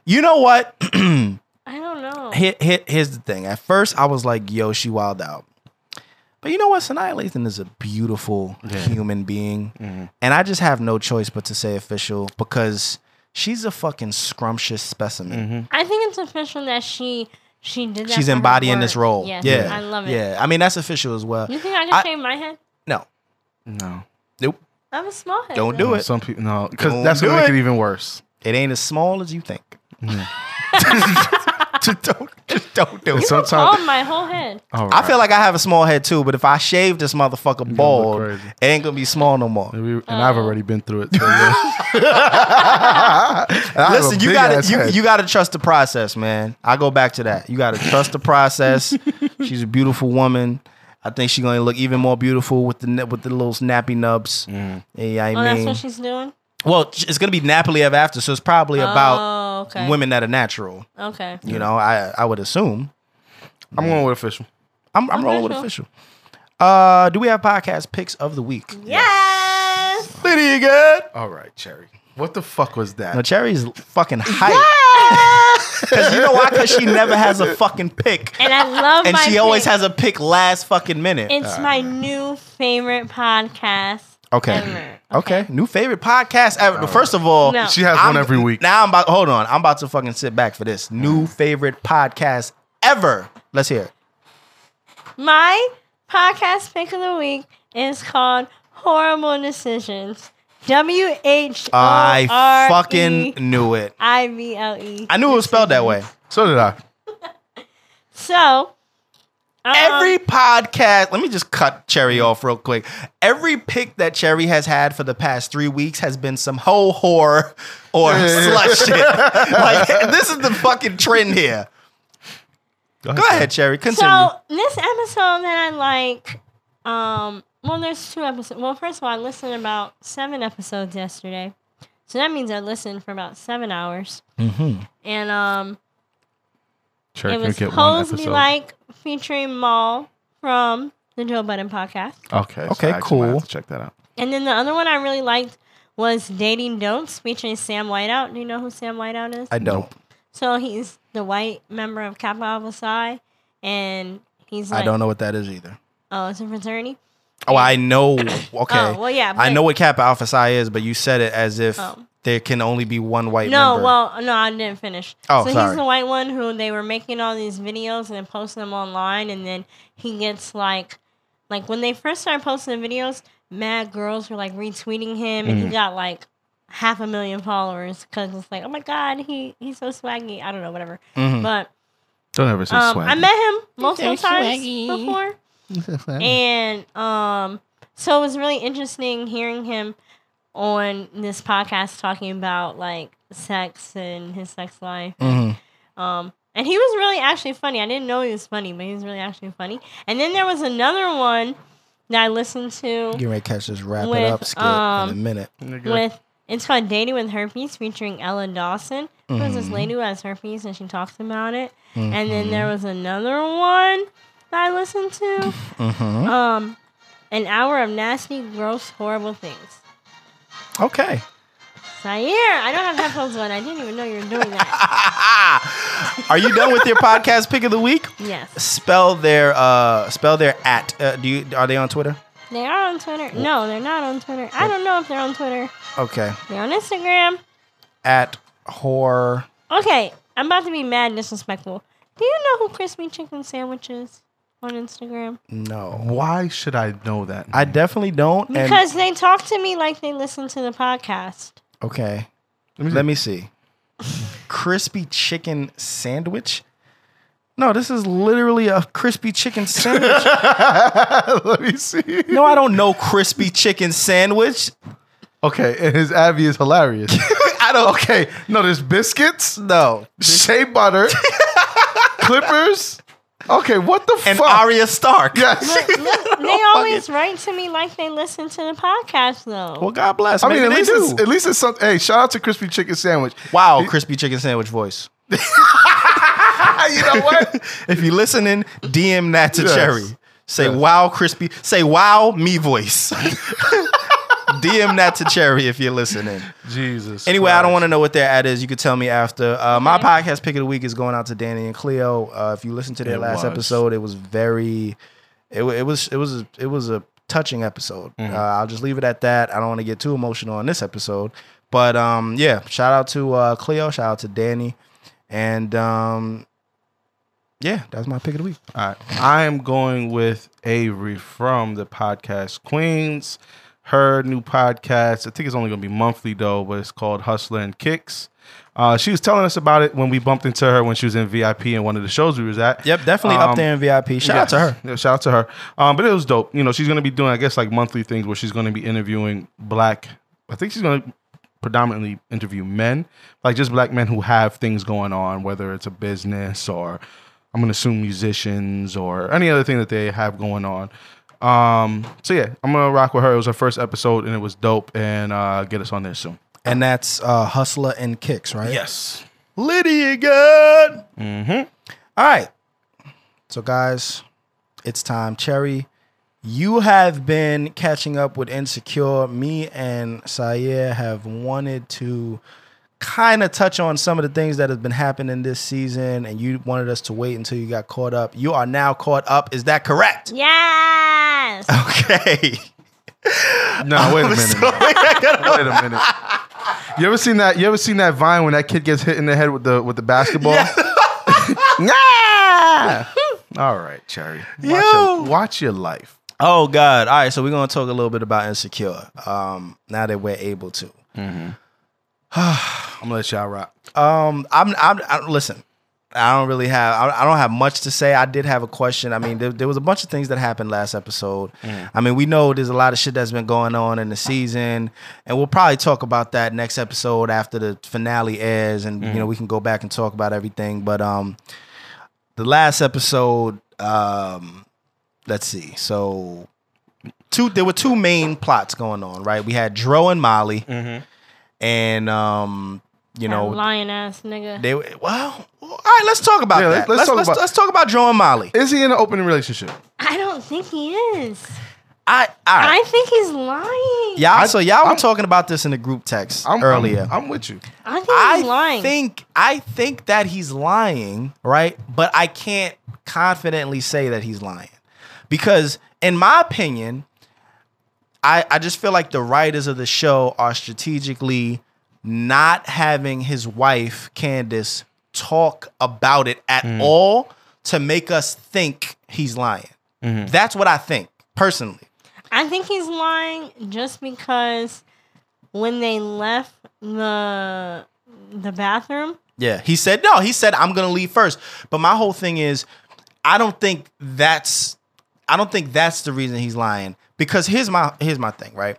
Speaker 1: you know what?
Speaker 3: I don't know.
Speaker 1: here, here- here's the thing. At first, I was like, yo, she wild out. But you know what? Sanaa Lathan is a beautiful human being. And I just have no choice but to say official because she's a fucking scrumptious specimen.
Speaker 3: I think it's official that she she did that.
Speaker 1: She's
Speaker 3: for her
Speaker 1: embodying this
Speaker 3: work.
Speaker 1: role.
Speaker 3: Yes,
Speaker 1: yeah.
Speaker 3: I love it.
Speaker 1: Yeah. I mean, that's official as well.
Speaker 3: You think I can
Speaker 1: I-
Speaker 3: shave my head?
Speaker 1: No.
Speaker 2: No.
Speaker 1: Nope.
Speaker 3: I'm a small head.
Speaker 1: Don't
Speaker 3: though.
Speaker 1: do it.
Speaker 2: Some people no, because
Speaker 1: Don't
Speaker 2: that's
Speaker 1: do
Speaker 2: gonna make
Speaker 1: it.
Speaker 2: it
Speaker 1: <laughs>
Speaker 2: even worse.
Speaker 1: It ain't as small as you think. just don't, <laughs> just don't do
Speaker 2: And
Speaker 1: it.
Speaker 3: You
Speaker 2: sometimes-
Speaker 3: bald oh, my whole head.
Speaker 2: All right.
Speaker 1: I feel like I have a small head too, but if I shave this motherfucker bald, it
Speaker 2: crazy.
Speaker 1: ain't gonna be small no more.
Speaker 2: And, we- and I've
Speaker 3: Oh.
Speaker 2: already been through
Speaker 1: <laughs>
Speaker 2: it. so yeah. And <laughs> I have a
Speaker 1: Listen, you
Speaker 2: big
Speaker 1: gotta
Speaker 2: ass
Speaker 1: you,
Speaker 2: head.
Speaker 1: you gotta trust the process, man. I go back to that. You gotta trust the
Speaker 2: <laughs>
Speaker 1: process. She's a beautiful woman. I think she's gonna look even more beautiful with the ne- with the little snappy nubs.
Speaker 2: Mm.
Speaker 1: Yeah, I
Speaker 3: Oh, that's
Speaker 1: mean,
Speaker 3: what she's doing.
Speaker 1: well, it's gonna be Napoli ever after, so it's probably about
Speaker 3: oh, okay.
Speaker 1: women that are natural.
Speaker 3: Okay.
Speaker 1: You know, I I would assume.
Speaker 2: I'm going with official.
Speaker 1: I'm, I'm rolling with
Speaker 3: Official.
Speaker 1: official. Uh, do we have podcast picks of the week?
Speaker 3: Yes.
Speaker 1: Lydia, you good?
Speaker 2: All right, Cherry. What the fuck was that?
Speaker 1: Now Cherry's fucking hype. <laughs> Cause you know why? Cause she never has a fucking pick,
Speaker 3: And I <laughs> love
Speaker 1: and
Speaker 3: my.
Speaker 1: she always
Speaker 3: pick.
Speaker 1: has Uh, a pick last fucking minute.
Speaker 3: It's my new favorite podcast.
Speaker 1: Uh, Okay.
Speaker 3: ever.
Speaker 1: Okay. New favorite podcast ever. First of all,
Speaker 3: No.
Speaker 2: she has
Speaker 1: I'm-
Speaker 2: one every week. Mm.
Speaker 1: Now I'm about hold on. I'm about to fucking sit back for this. New favorite podcast ever. Let's hear it.
Speaker 3: My podcast pick of the week is called Horrible Decisions. W H O
Speaker 1: I
Speaker 3: R E.
Speaker 1: fucking knew it.
Speaker 3: I V L E.
Speaker 1: I knew it was spelled that way.
Speaker 2: so did I.
Speaker 3: So um,
Speaker 1: Every podcast, let me just cut Cherry off real quick. Every pick that Cherry has had for the past three weeks has been some whole whore or slut <laughs> shit. Like, this is the fucking trend here. Go ahead, Cherry. Continue.
Speaker 3: so this episode that I like, um, well, there's two episodes. Well, first of all, I listened to about seven episodes yesterday, so that means I listened for about seven hours. Mm-hmm. And um,
Speaker 2: Cherry
Speaker 3: it
Speaker 2: can
Speaker 3: was
Speaker 2: get one
Speaker 3: Pose Me
Speaker 2: episode.
Speaker 3: Like featuring Maul from the Joe Budden podcast.
Speaker 2: okay. so
Speaker 1: Okay,
Speaker 2: I actually might have
Speaker 1: cool.
Speaker 2: to check that out.
Speaker 3: And then the other one I really liked was Dating Don'ts featuring Sam Whiteout. Do you know who Sam Whiteout is?
Speaker 1: I don't.
Speaker 3: so he's the white member of Kappa Alpha Psi, and he's like,
Speaker 1: I don't know what that is either.
Speaker 3: oh, it's a fraternity.
Speaker 1: Oh, I know. Okay.
Speaker 3: Oh, well, yeah.
Speaker 1: I
Speaker 3: but-
Speaker 1: know what Kappa Alpha Psi is, but you said it as if
Speaker 3: Oh.
Speaker 1: there can only be one white
Speaker 3: No,
Speaker 1: member.
Speaker 3: well, no, I didn't finish.
Speaker 1: Oh,
Speaker 3: so
Speaker 1: sorry.
Speaker 3: he's the white one who they were making all these videos and then posting them online, and then he gets like, like when they first started posting the videos, mad girls were like retweeting him, and
Speaker 1: Mm-hmm.
Speaker 3: he got like half a million followers because it's like, oh my god, he he's so swaggy. I don't know, whatever.
Speaker 1: Mm-hmm.
Speaker 3: But
Speaker 2: Don't ever say
Speaker 3: um,
Speaker 2: swag.
Speaker 3: I met him multiple
Speaker 5: so
Speaker 3: times
Speaker 5: swaggy.
Speaker 3: before, and um, so it was really interesting hearing him on this podcast talking about like sex and his sex life.
Speaker 1: Mhm.
Speaker 3: Um, and he was really actually funny. I didn't know he was funny, but he was really actually funny. And then there was another one that I listened to
Speaker 1: Get ready to catch this wrap
Speaker 3: With,
Speaker 1: it up skit in a
Speaker 3: um,
Speaker 1: minute.
Speaker 3: with it's called Dating with Herpes featuring Ella Dawson. There's this lady who has herpes and she talks about it. And then there was another one that I listened to. Um, an hour of nasty, gross, horrible things.
Speaker 1: Okay.
Speaker 3: Zaire, I don't have headphones on. I didn't even know you were doing that.
Speaker 1: Are you done
Speaker 3: <laughs>
Speaker 1: with your podcast pick of the week?
Speaker 3: yes.
Speaker 1: Spell their uh spell their at. Uh, do you are they on Twitter?
Speaker 3: They are on Twitter. No, they're not on Twitter. I don't know if they're on Twitter.
Speaker 1: Okay.
Speaker 3: They're on Instagram.
Speaker 1: At horror.
Speaker 3: Okay, I'm about to be mad and disrespectful. Do you know who Crispy Chicken Sandwich is on Instagram?
Speaker 1: No.
Speaker 2: Why should I <laughs> know that?
Speaker 1: I definitely don't. and-
Speaker 3: Because they talk to me like they listen to
Speaker 1: <laughs>
Speaker 3: the podcast.
Speaker 1: okay. Let me see. crispy chicken sandwich. No, this is literally a crispy chicken sandwich.
Speaker 2: <laughs> Let me see.
Speaker 1: No, I don't know crispy chicken sandwich.
Speaker 2: Okay, and his Abby is <laughs> hilarious.
Speaker 1: I don't.
Speaker 2: okay, no, there's biscuits,
Speaker 1: No.
Speaker 2: shea <laughs> butter, clippers. Okay, what the
Speaker 1: And
Speaker 2: fuck?
Speaker 1: Arya Stark.
Speaker 2: <laughs> yes.
Speaker 1: Oh,
Speaker 3: They always write to me like they listen to the podcast, though.
Speaker 1: Well, God bless.
Speaker 2: I mean, at
Speaker 1: they
Speaker 2: least,
Speaker 1: do.
Speaker 2: it's, at least it's something. Hey, shout out to Crispy Chicken Sandwich. <laughs>
Speaker 1: wow, crispy chicken sandwich voice.
Speaker 2: you know <laughs> what?
Speaker 1: If you're listening, DM that to
Speaker 2: Yes.
Speaker 1: Cherry. Say
Speaker 2: Yes.
Speaker 1: wow, crispy. Say wow, me voice. <laughs> DM that to Cherry if you're listening.
Speaker 2: Jesus.
Speaker 1: Anyway, I don't want to know what their ad is. You could tell me after. Uh, my podcast pick of the week is going out to Danny and Cleo. Uh, if you listen to their
Speaker 2: It
Speaker 1: last
Speaker 2: was.
Speaker 1: episode, it was very it, wa- it was it was it was a touching episode. Uh, I'll just leave it at that. I don't want to get too emotional on this episode, but um, yeah, shout out to uh, Cleo, shout out to Danny, and um, yeah, that's my pick of the week.
Speaker 2: All right. I am going with Avery from the podcast Queens. Her new podcast, I think it's only going to be monthly though, but it's called Hustler and Kicks. Uh, she was telling us about it when we bumped into her when she was in VIP in one of the shows we was at.
Speaker 1: Yep, definitely
Speaker 2: Um,
Speaker 1: up there in VIP. Shout out to
Speaker 2: Yes.
Speaker 1: her.
Speaker 2: Yeah, shout out to her. Um, but it was dope. You know, she's gonna be doing, I guess, like monthly things where she's gonna be interviewing black. I think she's gonna predominantly interview men, like just black men who have things going on, whether it's a business or I'm gonna assume musicians or any other thing that they have going on. Um, so yeah, I'm gonna rock with her. It was her first episode and it was dope. And uh, get us on there soon.
Speaker 1: And that's uh, Hustler and Kicks, right?
Speaker 2: Yes.
Speaker 1: Lydia God. Mm-hmm. right. So, guys, it's time. Cherry, you have been catching up with Insecure. Me and Sayer have wanted to kind of touch on some of the things that have been happening this season, and you wanted us to wait until you got caught up. You are now caught up. Is that correct?
Speaker 3: Yes.
Speaker 1: Oh, Okay. <laughs>
Speaker 2: No, wait a minute. wait a minute. You ever seen that? You ever seen that Vine when that kid gets hit in the head with the with the basketball? <laughs> Nah. All right, Cherry. Watch, your, watch your life.
Speaker 1: Oh God! All right, so we're gonna talk a little bit about Insecure. Um, now that we're able to.
Speaker 2: I'm gonna let y'all rock. Uh,
Speaker 1: Um, I'm, I'm, I, listen, I don't really have, I, I don't have much to say. I did have a question. I mean, there, there was a bunch of things that happened last episode. I mean, we know there's a lot of shit that's been going on in the season, and we'll probably talk about that next episode after the finale airs, and you know, we can go back and talk about everything. But um, the last episode, um, let's see, so. Two, there were two main plots going on, right? We had Dro and Molly, and um, you
Speaker 3: That
Speaker 1: know,
Speaker 3: lion ass nigga.
Speaker 1: they well, all right. Let's talk about
Speaker 2: Yeah,
Speaker 1: that. Let's,
Speaker 2: let's- let's
Speaker 1: let's,
Speaker 2: talk
Speaker 1: let's,
Speaker 2: about-
Speaker 1: talk about Joe and Molly.
Speaker 2: Is he in an open relationship?
Speaker 3: I don't think he is.
Speaker 1: I, all right.
Speaker 3: I think he's lying.
Speaker 1: y'all.
Speaker 2: I-
Speaker 1: so y'all
Speaker 2: I'm-
Speaker 1: were talking about this in the group text
Speaker 2: I'm
Speaker 1: earlier.
Speaker 2: I'm, I'm with you.
Speaker 3: I think he's
Speaker 1: I
Speaker 3: lying.
Speaker 1: think I think that he's lying, right? But I can't confidently say that he's lying because, in my opinion, I I just feel like the writers of the show are strategically not having his wife Candace talk about it at
Speaker 3: Mm.
Speaker 1: all to make us think he's lying.
Speaker 3: Mm-hmm.
Speaker 1: That's what I think personally.
Speaker 3: I think he's lying just because when they left the the bathroom,
Speaker 1: Yeah, he said no. He said I'm gonna leave first. But my whole thing is, I don't think that's, I don't think that's the reason he's lying. Because here's my here's my thing, right?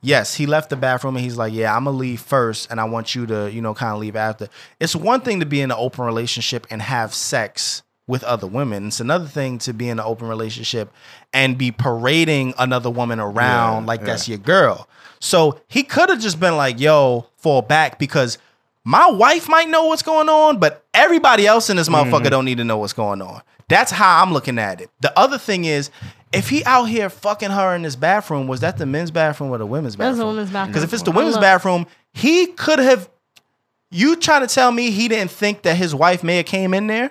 Speaker 1: Yes, he left the bathroom and he's like, yeah, I'm gonna leave first, and I want you to, you know, kind of leave after. It's one thing to be in an open relationship and have sex with other women. It's another thing to be in an open relationship and be parading another woman around
Speaker 2: Yeah,
Speaker 1: like
Speaker 2: yeah.
Speaker 1: that's your girl. So he could have just been like, yo, fall back because my wife might know what's going on, but everybody else in this motherfucker don't need to know what's going on. That's how I'm looking at it. The other thing is, if he out here fucking her in this bathroom, was that the men's bathroom or the women's bathroom?
Speaker 3: That's the women's bathroom.
Speaker 1: Because if it's the
Speaker 3: I
Speaker 1: women's
Speaker 3: looked.
Speaker 1: bathroom, he could have. You trying to tell me he didn't think that his wife may have came in there?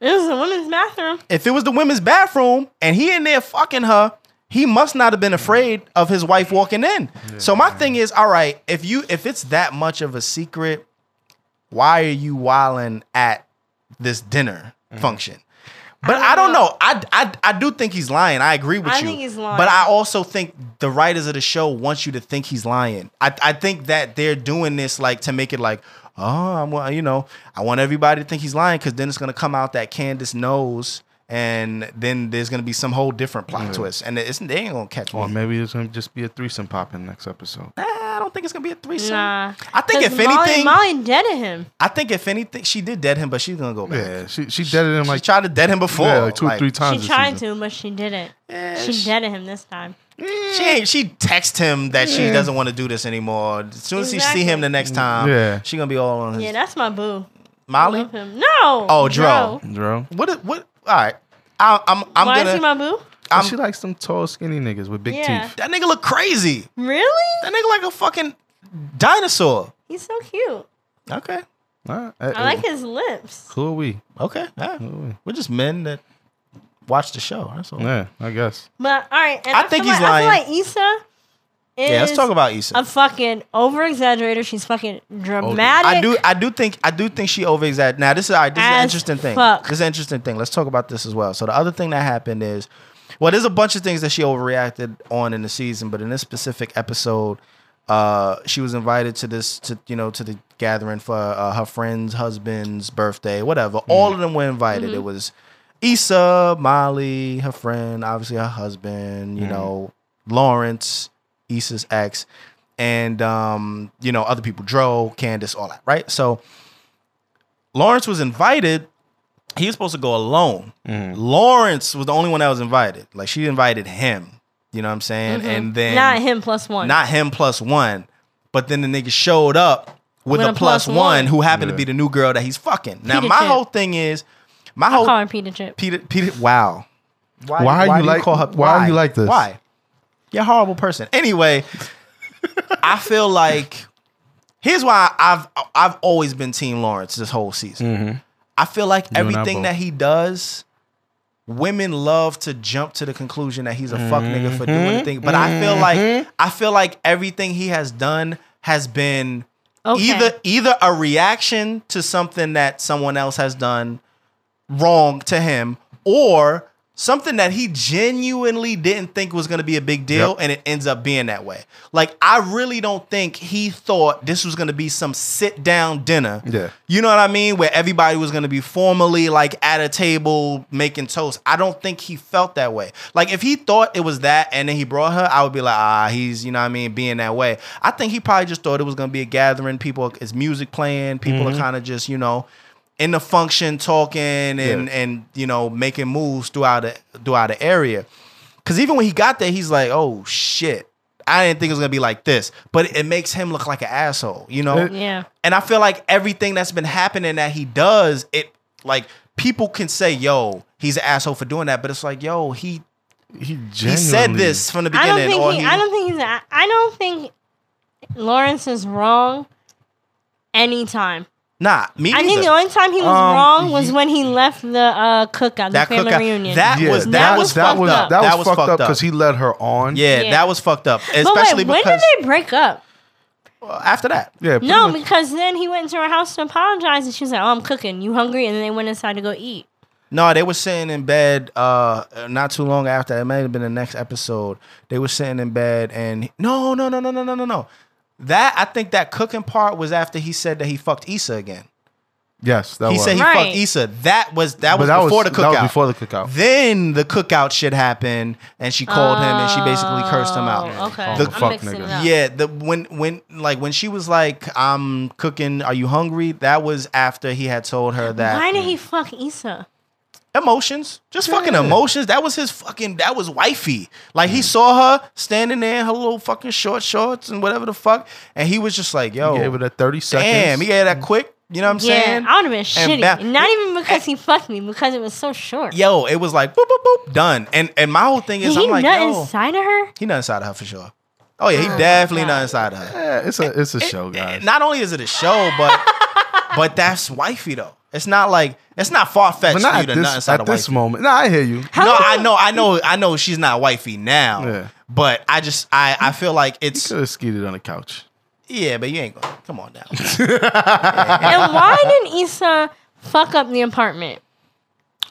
Speaker 3: it was the women's bathroom.
Speaker 1: If it was the women's bathroom and he in there fucking her, he must not have been afraid of his wife walking in. So my thing is, all right, if you if it's that much of a secret, why are you wilding at this dinner function? But I don't know. I, I I do think he's lying. I agree with
Speaker 3: I
Speaker 1: you.
Speaker 3: think he's lying.
Speaker 1: But I also think the writers of the show want you to think he's lying. I, I think that they're doing this like to make it like, oh, I'm well, you know, I want everybody to think he's lying because then it's gonna come out that Candace knows, and then there's gonna be some whole different
Speaker 2: Mm-hmm.
Speaker 1: plot twist, and it's they ain't gonna catch
Speaker 2: Or
Speaker 1: me.
Speaker 2: maybe it's gonna just be a threesome popping next episode.
Speaker 1: Nah, I don't think it's gonna be a threesome.
Speaker 3: Nah.
Speaker 1: I think
Speaker 3: 'Cause
Speaker 1: if
Speaker 3: Molly-
Speaker 1: anything,
Speaker 3: Molly deaded him.
Speaker 1: I think if anything, she did dead him, but she's gonna go back.
Speaker 2: Yeah, she she deaded him
Speaker 1: She
Speaker 2: like,
Speaker 1: tried to dead him before,
Speaker 2: yeah, like two or three times.
Speaker 3: She
Speaker 2: this
Speaker 3: tried
Speaker 2: season.
Speaker 3: to, but she didn't.
Speaker 1: Yeah,
Speaker 3: she
Speaker 1: she-
Speaker 3: deaded him this time.
Speaker 1: She ain't, she text him that
Speaker 3: Mm.
Speaker 1: she doesn't want to do this anymore. As soon as she see him the next time,
Speaker 2: Yeah.
Speaker 1: she gonna be all on his
Speaker 3: Yeah, that's my boo.
Speaker 1: Molly.
Speaker 3: Love him. No.
Speaker 1: Oh, Dro.
Speaker 2: Dro.
Speaker 1: What? i- What? All right. I, I'm. I'm
Speaker 3: Why is
Speaker 1: gonna.
Speaker 3: he my boo?
Speaker 1: I'm-
Speaker 2: she likes them tall, skinny niggas with big
Speaker 3: Yeah.
Speaker 2: teeth.
Speaker 1: that nigga look crazy.
Speaker 3: Really?
Speaker 1: That nigga like a fucking dinosaur.
Speaker 3: He's so cute.
Speaker 1: Okay.
Speaker 2: All right.
Speaker 3: I like his lips.
Speaker 2: Who are we?
Speaker 1: Okay. All right. We're just men that watch the show. That's all.
Speaker 2: Yeah, I guess.
Speaker 3: But all right, and
Speaker 1: I
Speaker 3: I,
Speaker 1: think
Speaker 3: feel
Speaker 1: he's
Speaker 3: like, I
Speaker 1: lying.
Speaker 3: feel like Issa is
Speaker 1: Yeah, let's talk about Issa.
Speaker 3: a fucking over exaggerator. She's fucking dramatic.
Speaker 1: I do. I do think. I do think she over exaggerated. Now this is all right, this is an
Speaker 3: As
Speaker 1: interesting thing.
Speaker 3: fuck.
Speaker 1: This is an interesting thing. Let's talk about this as well. So the other thing that happened is, well, there's a bunch of things that she overreacted on in the season, but in this specific episode, uh, she was invited to this to you know to the gathering for uh, her friend's husband's birthday, whatever.
Speaker 3: Mm-hmm.
Speaker 1: All of them were invited. It was Issa, Molly, her friend, obviously her husband,
Speaker 3: Mm-hmm.
Speaker 1: you know, Lawrence, Issa's ex, and um, you know, other people, Dro, Candace, all that, right? So Lawrence was invited. He was supposed to go alone. Lawrence was the only one that was invited. Like she invited him. You know what I'm saying? And then
Speaker 3: Mm-hmm. not him plus one.
Speaker 1: not him plus one. But then the nigga showed up with,
Speaker 3: With
Speaker 1: a,
Speaker 3: a plus
Speaker 1: plus one
Speaker 3: one.
Speaker 1: who happened to
Speaker 2: Yeah.
Speaker 1: be the new girl that he's fucking. Now
Speaker 3: Peter
Speaker 1: my
Speaker 3: Chip.
Speaker 1: whole thing is my
Speaker 3: Call
Speaker 1: whole
Speaker 3: her Peter Chip.
Speaker 1: Peter Peter wow.
Speaker 2: Why are you
Speaker 1: do
Speaker 2: like- why are you like this?
Speaker 1: Why? You're a horrible person.
Speaker 2: <laughs>
Speaker 1: Anyway, I feel like here's why I've I've always been Team Lawrence this whole season. I feel like
Speaker 2: Mm-hmm. and I
Speaker 1: everything
Speaker 2: both.
Speaker 1: that he does, women love to jump to the conclusion that he's a fuck nigga for doing
Speaker 2: Mm-hmm.
Speaker 1: the thing. But I feel like I feel like everything he has done has been
Speaker 3: Okay.
Speaker 1: either either a reaction to something that someone else has done wrong to him or something that he genuinely didn't think was going to be a big deal
Speaker 2: Yep.
Speaker 1: and it ends up being that way. Like I really don't think he thought this was going to be some sit down dinner.
Speaker 2: Yeah.
Speaker 1: You know what I mean where everybody was going to be formally like at a table making toast. I don't think he felt that way. Like if he thought it was that and then he brought her, I would be like, "Ah, he's, you know what I mean, being that way." I think he probably just thought it was going to be a gathering, people it's music playing, people are kind of just, you know, in the function talking and and you know making moves throughout the throughout the area because even when he got there he's like oh shit i didn't think it was gonna be like this but it makes him look like an asshole you know
Speaker 2: It-
Speaker 3: Yeah.
Speaker 1: and i feel like everything that's been happening that he does it like people can say yo he's an asshole for doing that but it's like yo he
Speaker 2: He
Speaker 1: he
Speaker 2: genuinely
Speaker 1: said this from the
Speaker 3: I
Speaker 1: beginning
Speaker 3: don't
Speaker 1: or
Speaker 3: think he, I don't think he's. a- I don't think Lawrence is wrong. Anytime.
Speaker 1: nah me
Speaker 3: I think
Speaker 1: neither.
Speaker 3: the only time he was
Speaker 2: Um,
Speaker 3: wrong was
Speaker 2: he-
Speaker 3: when he left the uh, cookout, the family
Speaker 1: cookout-
Speaker 3: reunion.
Speaker 1: that
Speaker 2: Yeah,
Speaker 1: was
Speaker 2: that,
Speaker 1: that,
Speaker 2: was
Speaker 1: was
Speaker 2: that
Speaker 1: fucked
Speaker 2: was
Speaker 1: up.
Speaker 2: that was, fucked, up because he led her on.
Speaker 1: yeah,
Speaker 3: Yeah.
Speaker 1: that was fucked up
Speaker 3: but
Speaker 1: especially
Speaker 3: wait, when
Speaker 1: because uh,
Speaker 3: did they break up?
Speaker 1: after that
Speaker 2: yeah. pretty
Speaker 3: No,
Speaker 2: much.
Speaker 3: because then he went into her house to apologize, and she was like, "Oh, I'm cooking. You hungry?" And then they went inside to go eat.
Speaker 1: No, they were sitting in bed uh not too long after. It might have been the next episode. They were sitting in bed and no, no, no, no, no, no, no, no. That I think that cooking part was after he said that he fucked Issa again.
Speaker 2: yes, that
Speaker 1: He
Speaker 2: was.
Speaker 1: said he
Speaker 3: Right.
Speaker 1: fucked Issa. That was that
Speaker 2: But
Speaker 1: was
Speaker 2: that was-
Speaker 1: before the
Speaker 2: that
Speaker 1: cookout.
Speaker 2: was before the cookout.
Speaker 1: Then the cookout shit happened, and she called him, and she basically cursed him out.
Speaker 3: Oh, okay.
Speaker 2: Called
Speaker 1: The
Speaker 2: him a
Speaker 3: I'm
Speaker 2: fuck
Speaker 3: mixing
Speaker 2: nigga.
Speaker 3: it up.
Speaker 1: Yeah, the when when like when she was like, "I'm cooking. Are you hungry?" That was after he had told her that.
Speaker 3: Why did he fuck Issa?
Speaker 1: emotions, just fucking emotions. That was his fucking. That was wifey. Like he saw her standing there in her little fucking short shorts and whatever the fuck, and he was just like, "Yo,
Speaker 2: He gave it a thirty seconds.
Speaker 1: damn, he gave that quick." You know what I'm saying?
Speaker 3: Yeah, I would have been shitty.
Speaker 1: ba-
Speaker 3: Not even because he fucked me, because it was so short.
Speaker 1: Yo, it was like boop boop boop done. And and my whole thing
Speaker 3: Did
Speaker 1: is,
Speaker 3: he
Speaker 1: I'm like,
Speaker 3: nut
Speaker 1: yo,
Speaker 3: inside of her?
Speaker 1: he not inside of her for sure. Oh yeah, he definitely not
Speaker 3: God.
Speaker 1: inside of her.
Speaker 2: Yeah, it's a it's a show, guys.
Speaker 1: Not only is it a show,
Speaker 3: <laughs>
Speaker 1: but but that's wifey though. It's not like it's not far fetched
Speaker 2: but
Speaker 1: for
Speaker 2: not
Speaker 1: you
Speaker 2: at
Speaker 1: to nut
Speaker 2: this
Speaker 1: inside
Speaker 2: at
Speaker 1: of
Speaker 2: this
Speaker 1: wifey.
Speaker 2: moment. No, I hear you.
Speaker 3: How
Speaker 1: no,
Speaker 3: could-
Speaker 1: I know, I know, I know she's not wifey now.
Speaker 2: Yeah.
Speaker 1: But I just I I feel like it's
Speaker 2: Could have skeeted on the couch.
Speaker 1: yeah, but you ain't gonna come on
Speaker 2: <laughs>
Speaker 1: now.
Speaker 3: And why didn't Issa fuck up the apartment?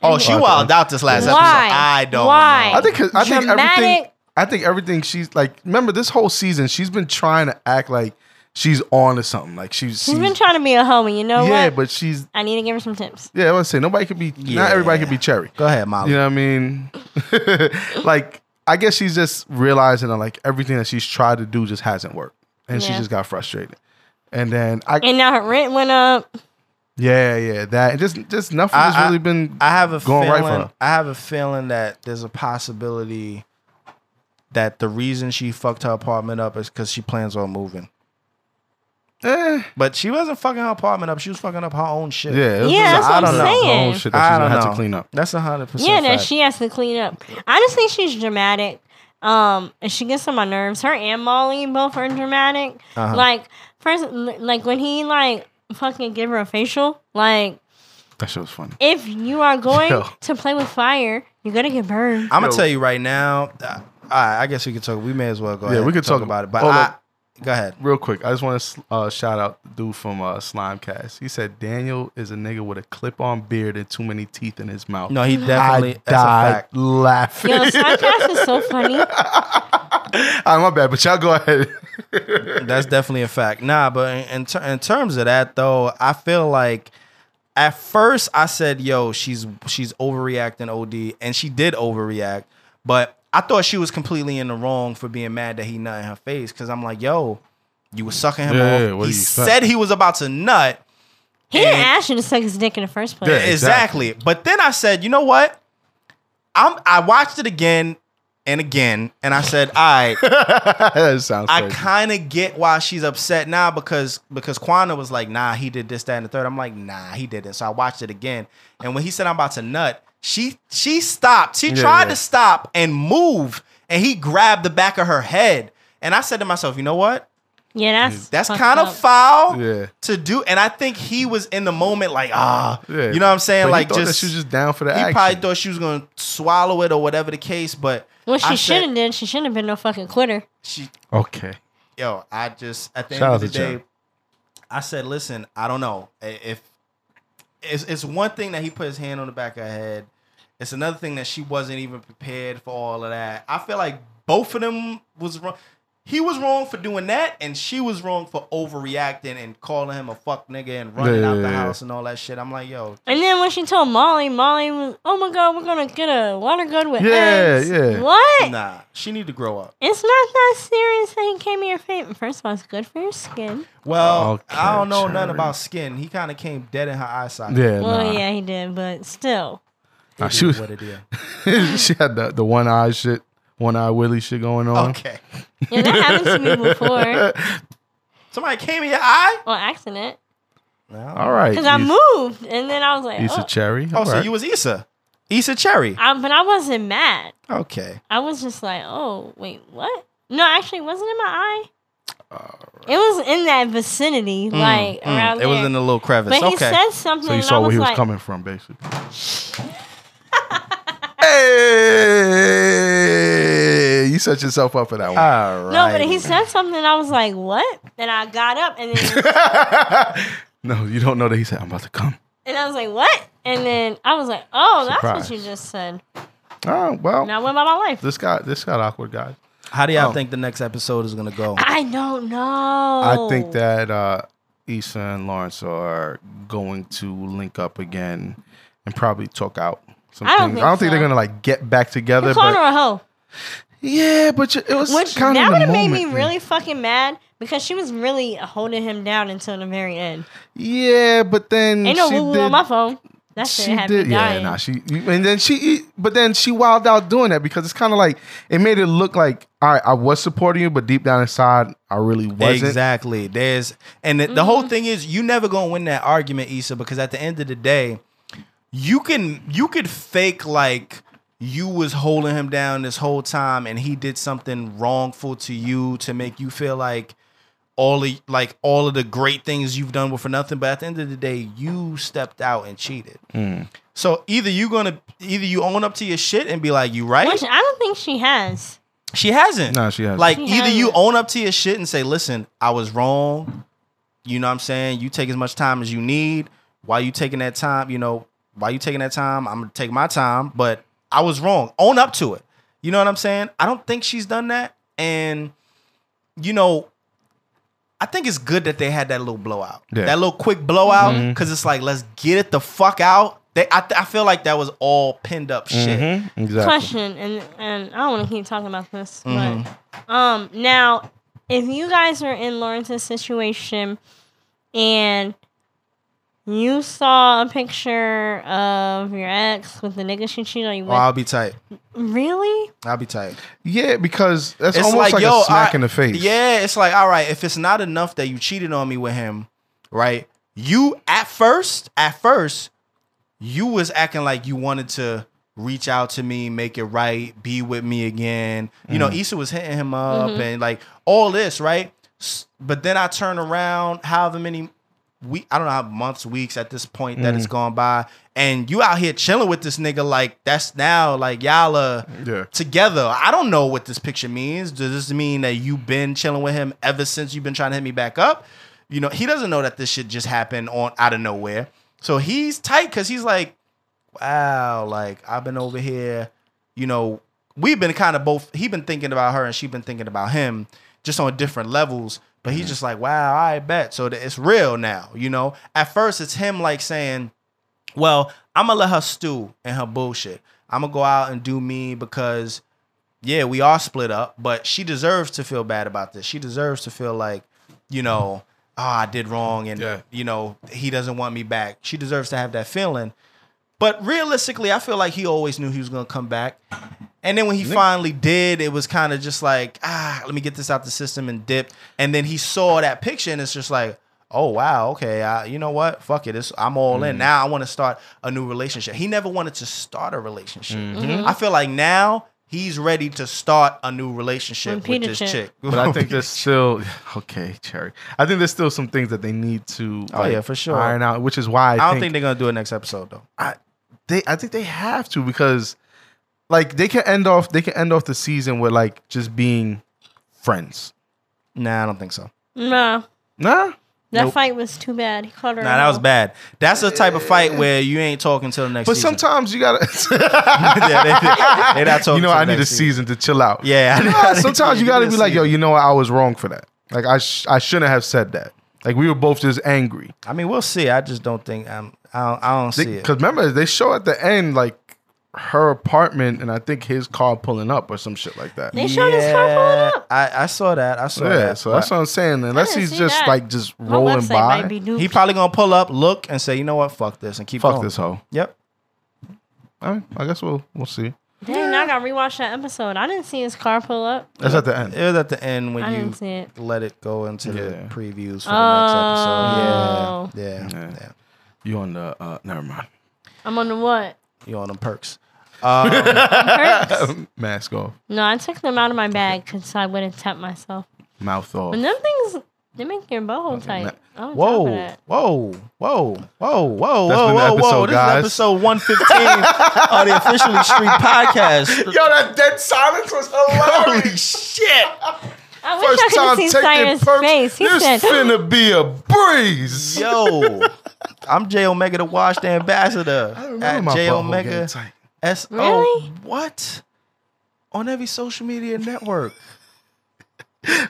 Speaker 1: Oh, she wild out this last episode.
Speaker 3: Why?
Speaker 1: I don't
Speaker 3: Why?
Speaker 1: know.
Speaker 2: I think her- I think everything.
Speaker 3: Dramatic.
Speaker 2: I think everything she's like. Remember this whole season, she's been trying to act like she's on to something. Like she's,
Speaker 3: She's
Speaker 2: she's-
Speaker 3: been trying to be a homie, you know
Speaker 2: yeah,
Speaker 3: what?
Speaker 2: but she's
Speaker 3: I need to give her some tips.
Speaker 2: yeah. I was say nobody could be.
Speaker 1: Yeah.
Speaker 2: Not everybody could be cherry.
Speaker 1: Go ahead, Molly.
Speaker 2: You know what I mean? <laughs> like, I guess she's just realizing that like everything that she's tried to do just hasn't worked, and she
Speaker 3: Yeah.
Speaker 2: just got frustrated. And then I,
Speaker 3: And now her rent went up.
Speaker 2: yeah, yeah, that and just just nothing
Speaker 1: I-
Speaker 2: has
Speaker 1: I-
Speaker 2: really been.
Speaker 1: I have a
Speaker 2: Going right
Speaker 1: feeling.
Speaker 2: for her.
Speaker 1: I have a feeling that there's a possibility that the reason she fucked her apartment up is because she plans on moving.
Speaker 2: eh,
Speaker 1: But she wasn't fucking her apartment up. She was fucking up her own shit.
Speaker 2: yeah, it was
Speaker 3: Yeah,
Speaker 2: just
Speaker 3: that's
Speaker 2: a-
Speaker 3: what
Speaker 1: I
Speaker 3: I'm
Speaker 1: don't know.
Speaker 3: saying.
Speaker 2: Oh shit, that
Speaker 1: I
Speaker 2: she's
Speaker 1: don't
Speaker 2: gonna
Speaker 1: know.
Speaker 2: have to clean up.
Speaker 1: That's a hundred percent.
Speaker 3: yeah, that
Speaker 1: fact.
Speaker 3: she has to clean up. Honestly, she's dramatic. Um, and she gets on my nerves. Her and Molly both are dramatic.
Speaker 1: Uh-huh.
Speaker 3: Like first, like when he like fucking give her a facial. Like
Speaker 2: That shit was funny.
Speaker 3: if you are going
Speaker 2: Yo.
Speaker 3: to play with fire, You're gonna get burned.
Speaker 1: I'm gonna
Speaker 2: Yo.
Speaker 1: tell you right now. Uh, all right, I guess we could talk. We may as well go.
Speaker 2: Yeah,
Speaker 1: ahead
Speaker 2: we
Speaker 1: and
Speaker 2: could
Speaker 1: talk,
Speaker 2: talk-
Speaker 1: about it. But
Speaker 2: hold
Speaker 1: I,
Speaker 2: up.
Speaker 1: go ahead.
Speaker 2: Real quick, I just want to uh, shout out the dude from uh, Slimecast. He said Daniel is a nigga with a clip-on beard and too many teeth in his mouth.
Speaker 1: No, he
Speaker 2: I
Speaker 1: definitely. That's a
Speaker 2: died
Speaker 1: fact.
Speaker 2: laughing.
Speaker 3: Yo,
Speaker 1: <laughs>
Speaker 2: <laughs>
Speaker 3: Slimecast is so funny.
Speaker 2: All right, Ah, my bad, but y'all go ahead. <laughs>
Speaker 1: That's definitely a fact. Nah, but in in, ter- in terms of that though, I feel like at first I said, "Yo, she's she's overreacting, OD," and she did overreact. But I thought she was completely in the wrong for being mad that he nut in her face because I'm like, "Yo, you were sucking him
Speaker 2: Yeah, yeah,
Speaker 1: off."
Speaker 2: what
Speaker 1: he
Speaker 2: do you expect?
Speaker 1: said he was about to nut.
Speaker 3: He didn't
Speaker 1: And-
Speaker 3: ask you to suck his dick in the first place.
Speaker 2: Yeah.
Speaker 1: exactly.
Speaker 2: Exactly.
Speaker 1: But then I said, you know what? I'm I watched it again and again, and I said, all right,
Speaker 2: that sounds
Speaker 1: I
Speaker 2: crazy.
Speaker 1: kind of get why she's upset now because because Quana was like, nah, he did this, that, and the third. I'm like, nah, he didn't. So I watched it again, and when he said I'm about to nut, she she stopped. She
Speaker 2: Yeah,
Speaker 1: tried
Speaker 2: yeah.
Speaker 1: to stop and move, and he grabbed the back of her head. And I said to myself, you know what?
Speaker 3: Yeah, that's
Speaker 1: That's
Speaker 3: fucked
Speaker 1: kind
Speaker 3: up.
Speaker 1: of foul
Speaker 2: Yeah.
Speaker 1: to do. And I think he was in the moment, like, ah,
Speaker 2: Yeah.
Speaker 1: you know what I'm saying?
Speaker 2: But he
Speaker 1: like,
Speaker 2: thought
Speaker 1: just
Speaker 2: that she was just down for the
Speaker 1: he
Speaker 2: action.
Speaker 1: probably thought she was gonna swallow it or whatever the case, but
Speaker 3: Well, she
Speaker 1: I said-
Speaker 3: shouldn't have done. She shouldn't have been no fucking quitter.
Speaker 1: She,
Speaker 2: okay.
Speaker 1: yo, I just at the
Speaker 2: Shout
Speaker 1: end
Speaker 2: out
Speaker 1: of the
Speaker 2: to
Speaker 1: day,
Speaker 2: Chuck.
Speaker 1: I said, listen, I don't know I- if it's it's one thing that he put his hand on the back of her head. It's another thing that she wasn't even prepared for all of that. I feel like both of them was wrong. He was wrong for doing that, and she was wrong for overreacting and calling him a fuck nigga and running
Speaker 2: Yeah,
Speaker 1: out
Speaker 2: yeah,
Speaker 1: the
Speaker 2: yeah.
Speaker 1: house and all that shit. I'm like, yo,
Speaker 3: And then when she told Molly, Molly was, "Oh my god, we're gonna get a water gun with
Speaker 2: Yeah,
Speaker 3: eggs."
Speaker 2: yeah.
Speaker 3: What?
Speaker 1: nah, she need to grow up.
Speaker 3: It's not that serious. That he came in your face. First of all, it's good for your skin.
Speaker 1: Well,
Speaker 2: Okay,
Speaker 1: I don't know nothing
Speaker 2: Cherry.
Speaker 1: about skin. He kind of came dead in her eyesight.
Speaker 2: Yeah,
Speaker 3: Well,
Speaker 2: nah.
Speaker 3: yeah, he did, but still.
Speaker 2: Nah, she was,
Speaker 1: What it is.
Speaker 2: <laughs> she had the, the one eye shit, one eye Willie shit going on.
Speaker 1: Okay.
Speaker 3: Yeah, that happened to
Speaker 2: <laughs>
Speaker 3: me before.
Speaker 1: Somebody came in your eye?
Speaker 3: Well, accident.
Speaker 1: No.
Speaker 2: All right.
Speaker 3: Because I
Speaker 2: Issa-
Speaker 3: moved, and then I was like,
Speaker 2: Issa
Speaker 3: oh.
Speaker 2: Cherry.
Speaker 1: Oh,
Speaker 2: All
Speaker 1: so
Speaker 2: right.
Speaker 1: you was Issa. Issa Cherry.
Speaker 3: I, but I wasn't mad.
Speaker 1: Okay.
Speaker 3: I was just like, oh, wait, what? No, actually, it wasn't in my eye. It was in that vicinity, like around
Speaker 1: Mm, It was in
Speaker 3: there.
Speaker 1: a little crevice.
Speaker 3: But he
Speaker 1: okay.
Speaker 3: said something,
Speaker 2: Mm, So you
Speaker 3: and
Speaker 2: saw
Speaker 3: I
Speaker 2: where
Speaker 3: was
Speaker 2: he was
Speaker 3: like,
Speaker 2: coming from, basically.
Speaker 3: <laughs>
Speaker 2: hey, you set yourself up for that one.
Speaker 1: All right.
Speaker 3: no, but he said something, and I was like, what? And I got up, and then
Speaker 2: <laughs> no, you don't know that he said, I'm about to come.
Speaker 3: and I was like, what? And then I was like, oh, that's
Speaker 2: Surprise.
Speaker 3: what you just said.
Speaker 2: All right, well,
Speaker 3: And I went by my life.
Speaker 2: this got this got awkward, guys.
Speaker 1: How do y'all
Speaker 2: Oh.
Speaker 1: think the next episode is gonna go?
Speaker 3: I don't know.
Speaker 2: I think that uh, Issa and Lawrence are going to link up again and probably talk out some
Speaker 3: I don't
Speaker 2: things.
Speaker 3: think
Speaker 2: I don't think
Speaker 3: so.
Speaker 2: they're gonna like get back together.
Speaker 3: You're calling her
Speaker 2: But
Speaker 3: a hoe.
Speaker 2: yeah, but you- it was
Speaker 3: Which
Speaker 2: kind
Speaker 3: that
Speaker 2: of
Speaker 3: would
Speaker 2: in
Speaker 3: have
Speaker 2: the
Speaker 3: made
Speaker 2: moment.
Speaker 3: me really fucking mad because she was really holding him down until the very end.
Speaker 2: Yeah, but then
Speaker 3: Ain't no
Speaker 2: she
Speaker 3: woo woo
Speaker 2: did-
Speaker 3: on my phone. That shit
Speaker 2: she
Speaker 3: had
Speaker 2: did,
Speaker 3: me
Speaker 2: yeah.
Speaker 3: dying.
Speaker 2: Nah, she you- and then she, but then she wilded out doing that because it's kind of like it made it look like all right, I was supporting you, but deep down inside, I really wasn't.
Speaker 1: Exactly. There's and the, the whole thing is you never gonna win that argument, Issa, because at the end of the day, you can you could fake like you was holding him down this whole time and he did something wrongful to you to make you feel like all of like all of the great things you've done were for nothing. But at the end of the day, you stepped out and cheated. So either you gonna either you own up to your shit and be like, you right?
Speaker 3: Which I don't think she has.
Speaker 1: She hasn't.
Speaker 2: No, she hasn't.
Speaker 1: Like
Speaker 3: She
Speaker 1: either you
Speaker 3: hasn't.
Speaker 1: own up to your shit and say, "Listen, I was wrong." You know what I'm saying? You take as much time as you need. Why you taking that time? You know, why you taking that time? I'm gonna take my time, but I was wrong. Own up to it. You know what I'm saying? I don't think she's done that, and you know, I think it's good that they had that little blowout,
Speaker 2: Yeah.
Speaker 1: that little quick blowout, because it's like let's get it the fuck out. They, I, I feel like that was all pinned up shit.
Speaker 2: Mhm, exactly.
Speaker 3: Question, and and I don't want to keep talking about this,
Speaker 1: Mm-hmm.
Speaker 3: but um, now if you guys are in Lawrence's situation and you saw a picture of your ex with the nigga she cheated on you with,
Speaker 1: Well, Oh, I'll be tight.
Speaker 3: really?
Speaker 1: I'll be tight.
Speaker 2: Yeah, because that's almost like, a smack
Speaker 1: I-
Speaker 2: in the face.
Speaker 1: Yeah, it's like, all right, if it's not enough that you cheated on me with him, right? You at first, at first, you was acting like you wanted to reach out to me, make it right, be with me again. You
Speaker 2: Mm.
Speaker 1: know, Issa was hitting him up and like all this, right? S- But then I turn around, however many we I don't know how months, weeks at this point that
Speaker 2: Mm.
Speaker 1: it's gone by, and you out here chilling with this nigga like that's now like y'all are
Speaker 2: Yeah.
Speaker 1: together. I don't know what this picture means. Does this mean that you've been chilling with him ever since you've been trying to hit me back up? You know, he doesn't know that this shit just happened on out of nowhere. So he's tight because he's like, wow, like I've been over here, you know, we've been kind of both he been thinking about her and she been thinking about him just on different levels. But he's just like, wow, I bet. So that it's real now, you know. At first it's him like saying, Well, I'ma let her stew in her bullshit. I'ma go out and do me because yeah, we are split up, but she deserves to feel bad about this. She deserves to feel like, you know, oh, I did wrong and
Speaker 2: Yeah.
Speaker 1: you know, he doesn't want me back. She deserves to have that feeling. But realistically, I feel like he always knew he was gonna come back. And then when he finally did, it was kind of just like, ah, let me get this out the system and dip. And then he saw that picture and it's just like, oh wow, okay, I, you know what? Fuck it, it's, I'm all
Speaker 2: Mm.
Speaker 1: in now. I want to start a new relationship. He never wanted to start a relationship.
Speaker 2: Mm-hmm.
Speaker 1: I feel like now he's ready to start a new relationship with
Speaker 3: Repeat it,
Speaker 1: this
Speaker 3: chick.
Speaker 1: chick. <laughs>
Speaker 2: But I think there's still <sighs> okay, Cherry. I think there's still some things that they need to
Speaker 1: Oh, yeah, for sure.
Speaker 2: iron out, which is why I,
Speaker 1: I don't
Speaker 2: think,
Speaker 1: think they're gonna do it next episode though.
Speaker 2: I they I think they have to because like they can end off they can end off the season with like just being friends.
Speaker 1: Nah, I don't think so.
Speaker 3: No,
Speaker 2: Nah.
Speaker 3: that
Speaker 1: Nope.
Speaker 3: fight was too bad. He called her.
Speaker 1: Nah, that was
Speaker 3: out.
Speaker 1: bad. That's the type of fight where you ain't talking till the next.
Speaker 2: But
Speaker 1: season.
Speaker 2: sometimes you gotta
Speaker 1: <laughs> yeah, they, they, they not talking
Speaker 2: <laughs> You know
Speaker 1: till
Speaker 2: I need a
Speaker 1: next
Speaker 2: season to chill out.
Speaker 1: Yeah, <laughs>
Speaker 2: Nah, sometimes you gotta
Speaker 1: need
Speaker 2: be
Speaker 1: a
Speaker 2: like, yo,
Speaker 1: season.
Speaker 2: you know what, I was wrong for that. Like I sh- I shouldn't have said that. Like we were both just angry.
Speaker 1: I mean, we'll see. I just don't think I'm. I don't, I don't see it.
Speaker 2: Because remember, they show at the end like her apartment and I think his car pulling up or some shit like that.
Speaker 3: They showed his car pulling up.
Speaker 1: I, I saw that. I saw
Speaker 2: Yeah,
Speaker 1: that.
Speaker 2: so that's
Speaker 1: But
Speaker 2: what I'm saying. Unless
Speaker 3: didn't
Speaker 2: he's
Speaker 3: see
Speaker 2: just
Speaker 3: that.
Speaker 2: like just
Speaker 3: My
Speaker 2: rolling
Speaker 3: website
Speaker 2: by,
Speaker 3: might be new.
Speaker 1: he probably gonna pull up, look, and say, you know what, fuck this, and keep
Speaker 2: fuck
Speaker 1: going.
Speaker 2: this hoe.
Speaker 1: Yep.
Speaker 2: All right, I guess we'll we'll see.
Speaker 3: Dang, now I got to rewatch that episode. I didn't see his car pull up.
Speaker 2: That's at the end.
Speaker 1: It was at the end when
Speaker 3: I
Speaker 1: you
Speaker 3: didn't see it.
Speaker 1: let it go into the
Speaker 2: Yeah.
Speaker 1: previews for
Speaker 3: Oh.
Speaker 1: the next episode. Yeah, yeah,
Speaker 2: Yeah.
Speaker 1: yeah.
Speaker 2: You on the uh
Speaker 1: <laughs>
Speaker 2: never mind.
Speaker 3: I'm on the what?
Speaker 1: You on them perks? Um,
Speaker 3: Perks?
Speaker 2: Mask off,
Speaker 3: no, I took them out of my bag because I wouldn't tap myself.
Speaker 2: mouth off.
Speaker 3: But them things, they make your butthole tight.
Speaker 2: that-
Speaker 3: I'm
Speaker 1: whoa,
Speaker 3: top of that.
Speaker 1: whoa, whoa, whoa, whoa, whoa,
Speaker 2: That's been the
Speaker 1: whoa, whoa!
Speaker 2: episode,
Speaker 1: This
Speaker 2: guys.
Speaker 1: is episode one fifteen of the officially
Speaker 2: <laughs>
Speaker 1: street podcast.
Speaker 2: Yo, that dead silence was
Speaker 1: Holy <laughs> shit!
Speaker 3: I wish <laughs> I could have seen Cyrus' face. He
Speaker 2: this
Speaker 3: said,
Speaker 2: finna be a breeze.
Speaker 1: Yo, I'm J Omega the Wash the Ambassador at J Omega S O.
Speaker 3: Really?
Speaker 1: What? On every social media
Speaker 2: <laughs>
Speaker 1: network.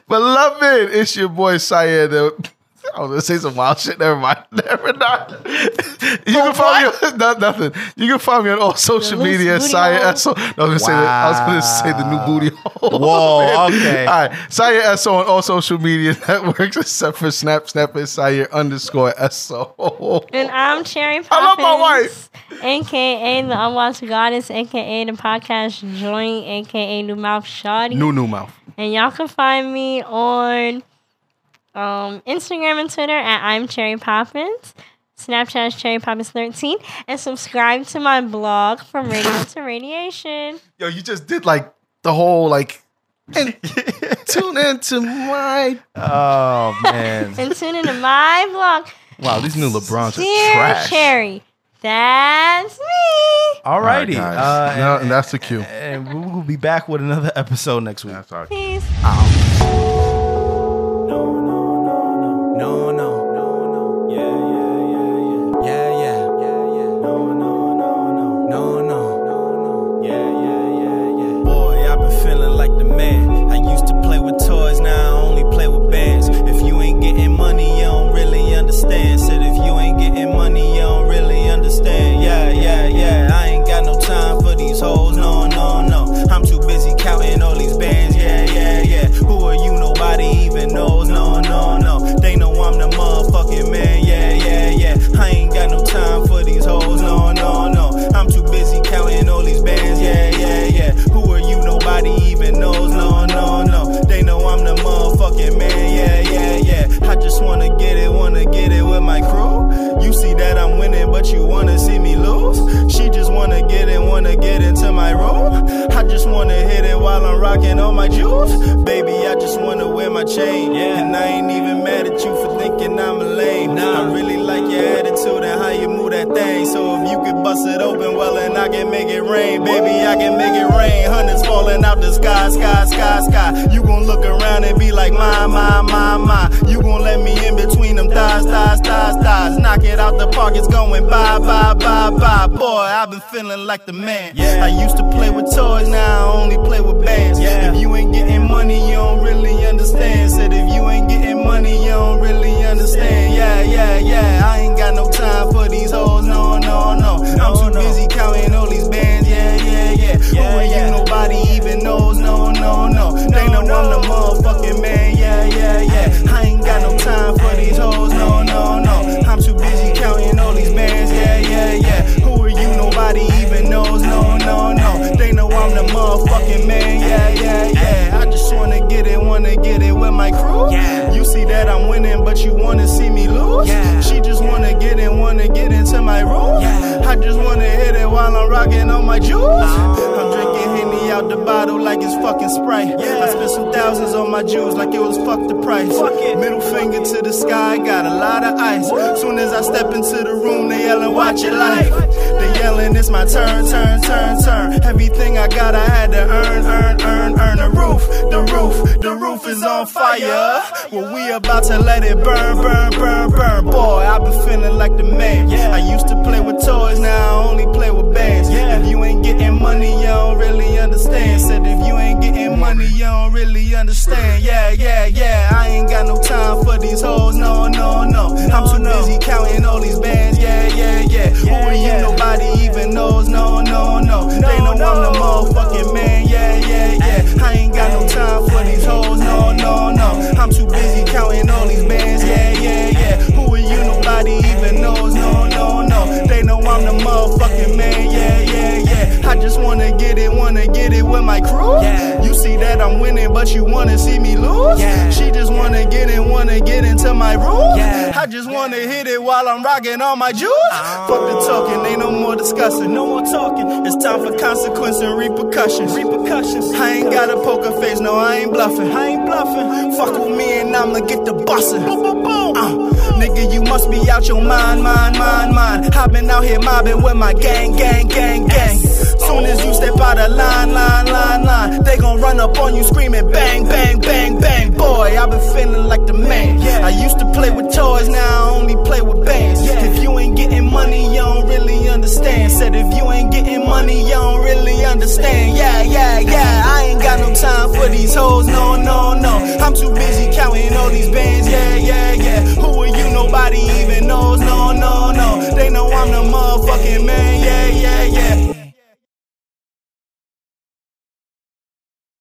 Speaker 2: Beloved, it's your boy Syed. the- I was gonna say some wild shit. Never mind. <laughs> Never mind. You can find me on, <laughs> not, nothing. You can find me on all social
Speaker 3: loose
Speaker 2: media.
Speaker 3: booty
Speaker 2: Syed
Speaker 3: hole.
Speaker 2: Esso. No, I was gonna say that. I was gonna say the new booty hole. Oh,
Speaker 1: Whoa, okay.
Speaker 2: <laughs> All right. Syed Esso on all social media <laughs> networks except for Snap. Snap is Syed underscore Esso.
Speaker 3: and I'm Cherry Poppins.
Speaker 2: I love my wife.
Speaker 3: AKA the Unwatched Goddess, AKA the podcast Joint, AKA New Mouth Shawty.
Speaker 2: <laughs> New new mouth.
Speaker 3: And y'all can find me on um, Instagram and Twitter at I'm Cherry Poppins. Snapchat is Cherry Poppins 13. And subscribe to my blog from Radio to Radiation.
Speaker 2: Yo, you just did like the whole <laughs> like. And tune in to my
Speaker 1: Oh man!
Speaker 3: And tune into my blog,
Speaker 2: wow. These new LeBrons
Speaker 3: Dear
Speaker 2: are trash.
Speaker 3: Cherry. That's me.
Speaker 1: Alrighty,
Speaker 2: All right,
Speaker 1: uh,
Speaker 2: guys.
Speaker 1: and-
Speaker 2: No, and that's the cue.
Speaker 1: and, we will be back with another episode next week.
Speaker 3: Peace.
Speaker 5: No, no, no, no. Yeah, yeah, yeah, yeah. Yeah, yeah, yeah, yeah. No, no, no, no. No, no, no, no. Yeah, yeah, yeah, yeah. Boy, I've been feeling like the man. I used to play with toys, now I only play with bands. If you ain't getting money, you don't really understand. Said if you ain't getting money, you don't really understand. Yeah, yeah, yeah. I ain't got no time for these hoes. No, no, no. I'm too busy counting all these bands. Yeah, yeah, yeah. Who are you? Nobody. me lose. She just wanna get in, wanna get into my room. I just wanna hit it while I'm rocking all my jewels. Baby, I just wanna wear my chain. Yeah. And I ain't even mad at you for thinking I'm a lame. Nah. I really like your attitude and how you move that thing. So if you could bust it open, well, and I can make it rain. Baby, I can make it rain. Hundreds falling out the sky, sky, sky, sky. You gon' look around and be like, my, my, my, my. You gon' let me in between them thighs, thighs, thighs, thighs. Knock it out the park, it's going bye, bye, bye, bye. Boy, I've been feeling like the man. I used to play with toys, now I only play with bands. If you ain't getting money, you don't really understand. Said if you ain't getting money, you don't really understand. Yeah, yeah, yeah. I ain't got no time for these hoes, no, no, no. I'm too busy counting all these bands, yeah, yeah, yeah. Who are you? Nobody even knows, no, no, no. They know I'm the motherfucking man, yeah, yeah, yeah. I ain't got no time for these hoes, no, no, no. I'm too busy counting all these bands, yeah, yeah, yeah. Who are you? Nobody even knows, no, no, no. They know I'm the motherfucking man, yeah, yeah, yeah. I just wanna get it, wanna get it with my crew. You see that I'm winning, but you wanna see me lose. She just wanna get in, wanna get into my room. I just wanna hit it while I'm rocking on my jewels. I'm drinking Henny out the bottle like it's fucking Sprite. I spent some thousands on my jewels like it was fuck the price. Middle finger to the sky, got a lot of ice. Soon as I step into the room, they yelling, watch your life. They yelling, it's my turn, turn, turn, turn. Everything I got, I had to earn, earn, earn, earn. The roof, the roof, the roof is on fire. Well, we about to let it burn, burn, burn, burn. Boy, I've been feeling like the man. I used to play with toys, now I only play with bands. If you ain't getting money, you don't really understand. Said if you ain't getting money, you don't really understand. Yeah, yeah, yeah. I ain't got no time for these hoes, no, no, no. I'm too busy counting all these bands. Yeah, yeah, yeah. Who are you? Nobody even knows, no, no, no. They know I'm the motherfucking man. Yeah, yeah, yeah. I ain't got no time for these hoes, no, no, no. I'm too busy counting all these bands. Yeah, yeah, yeah. Who are you? Nobody even knows, no, no, no. They know I'm the motherfucking man. Yeah, yeah, yeah. I just wanna get it, wanna get it with my crew. You see that I'm winning, but you wanna see me lose. She just wanna get in, wanna get into my room. I just wanna hit it while I'm rocking all my jewels. Fuck the talking, ain't no more discussing, no more talking. It's time for consequence and repercussions. Repercussions. I ain't got a poker face, no, I ain't bluffing. I ain't bluffing. Fuck with me and I'ma get the bussin'. Boom, boom, boom. Uh, nigga, you must be out your mind, mind, mind, mind. i been out here mobbing with my gang, gang, gang, gang. Soon as you step out of line, line, line, line, they gon' run up on you screaming bang, bang, bang, bang. Boy, i been feeling like the man. I used to play with toys, now I only play with bands. If you ain't getting money, you don't really understand. Said if you ain't getting money, you don't really understand. Yeah, yeah, yeah. I ain't got no time for these hoes, no, no, no. I'm too busy counting all these bands. Yeah, yeah, yeah. Who are you? Nobody even knows, no, no, no. They know I'm the motherfucking man.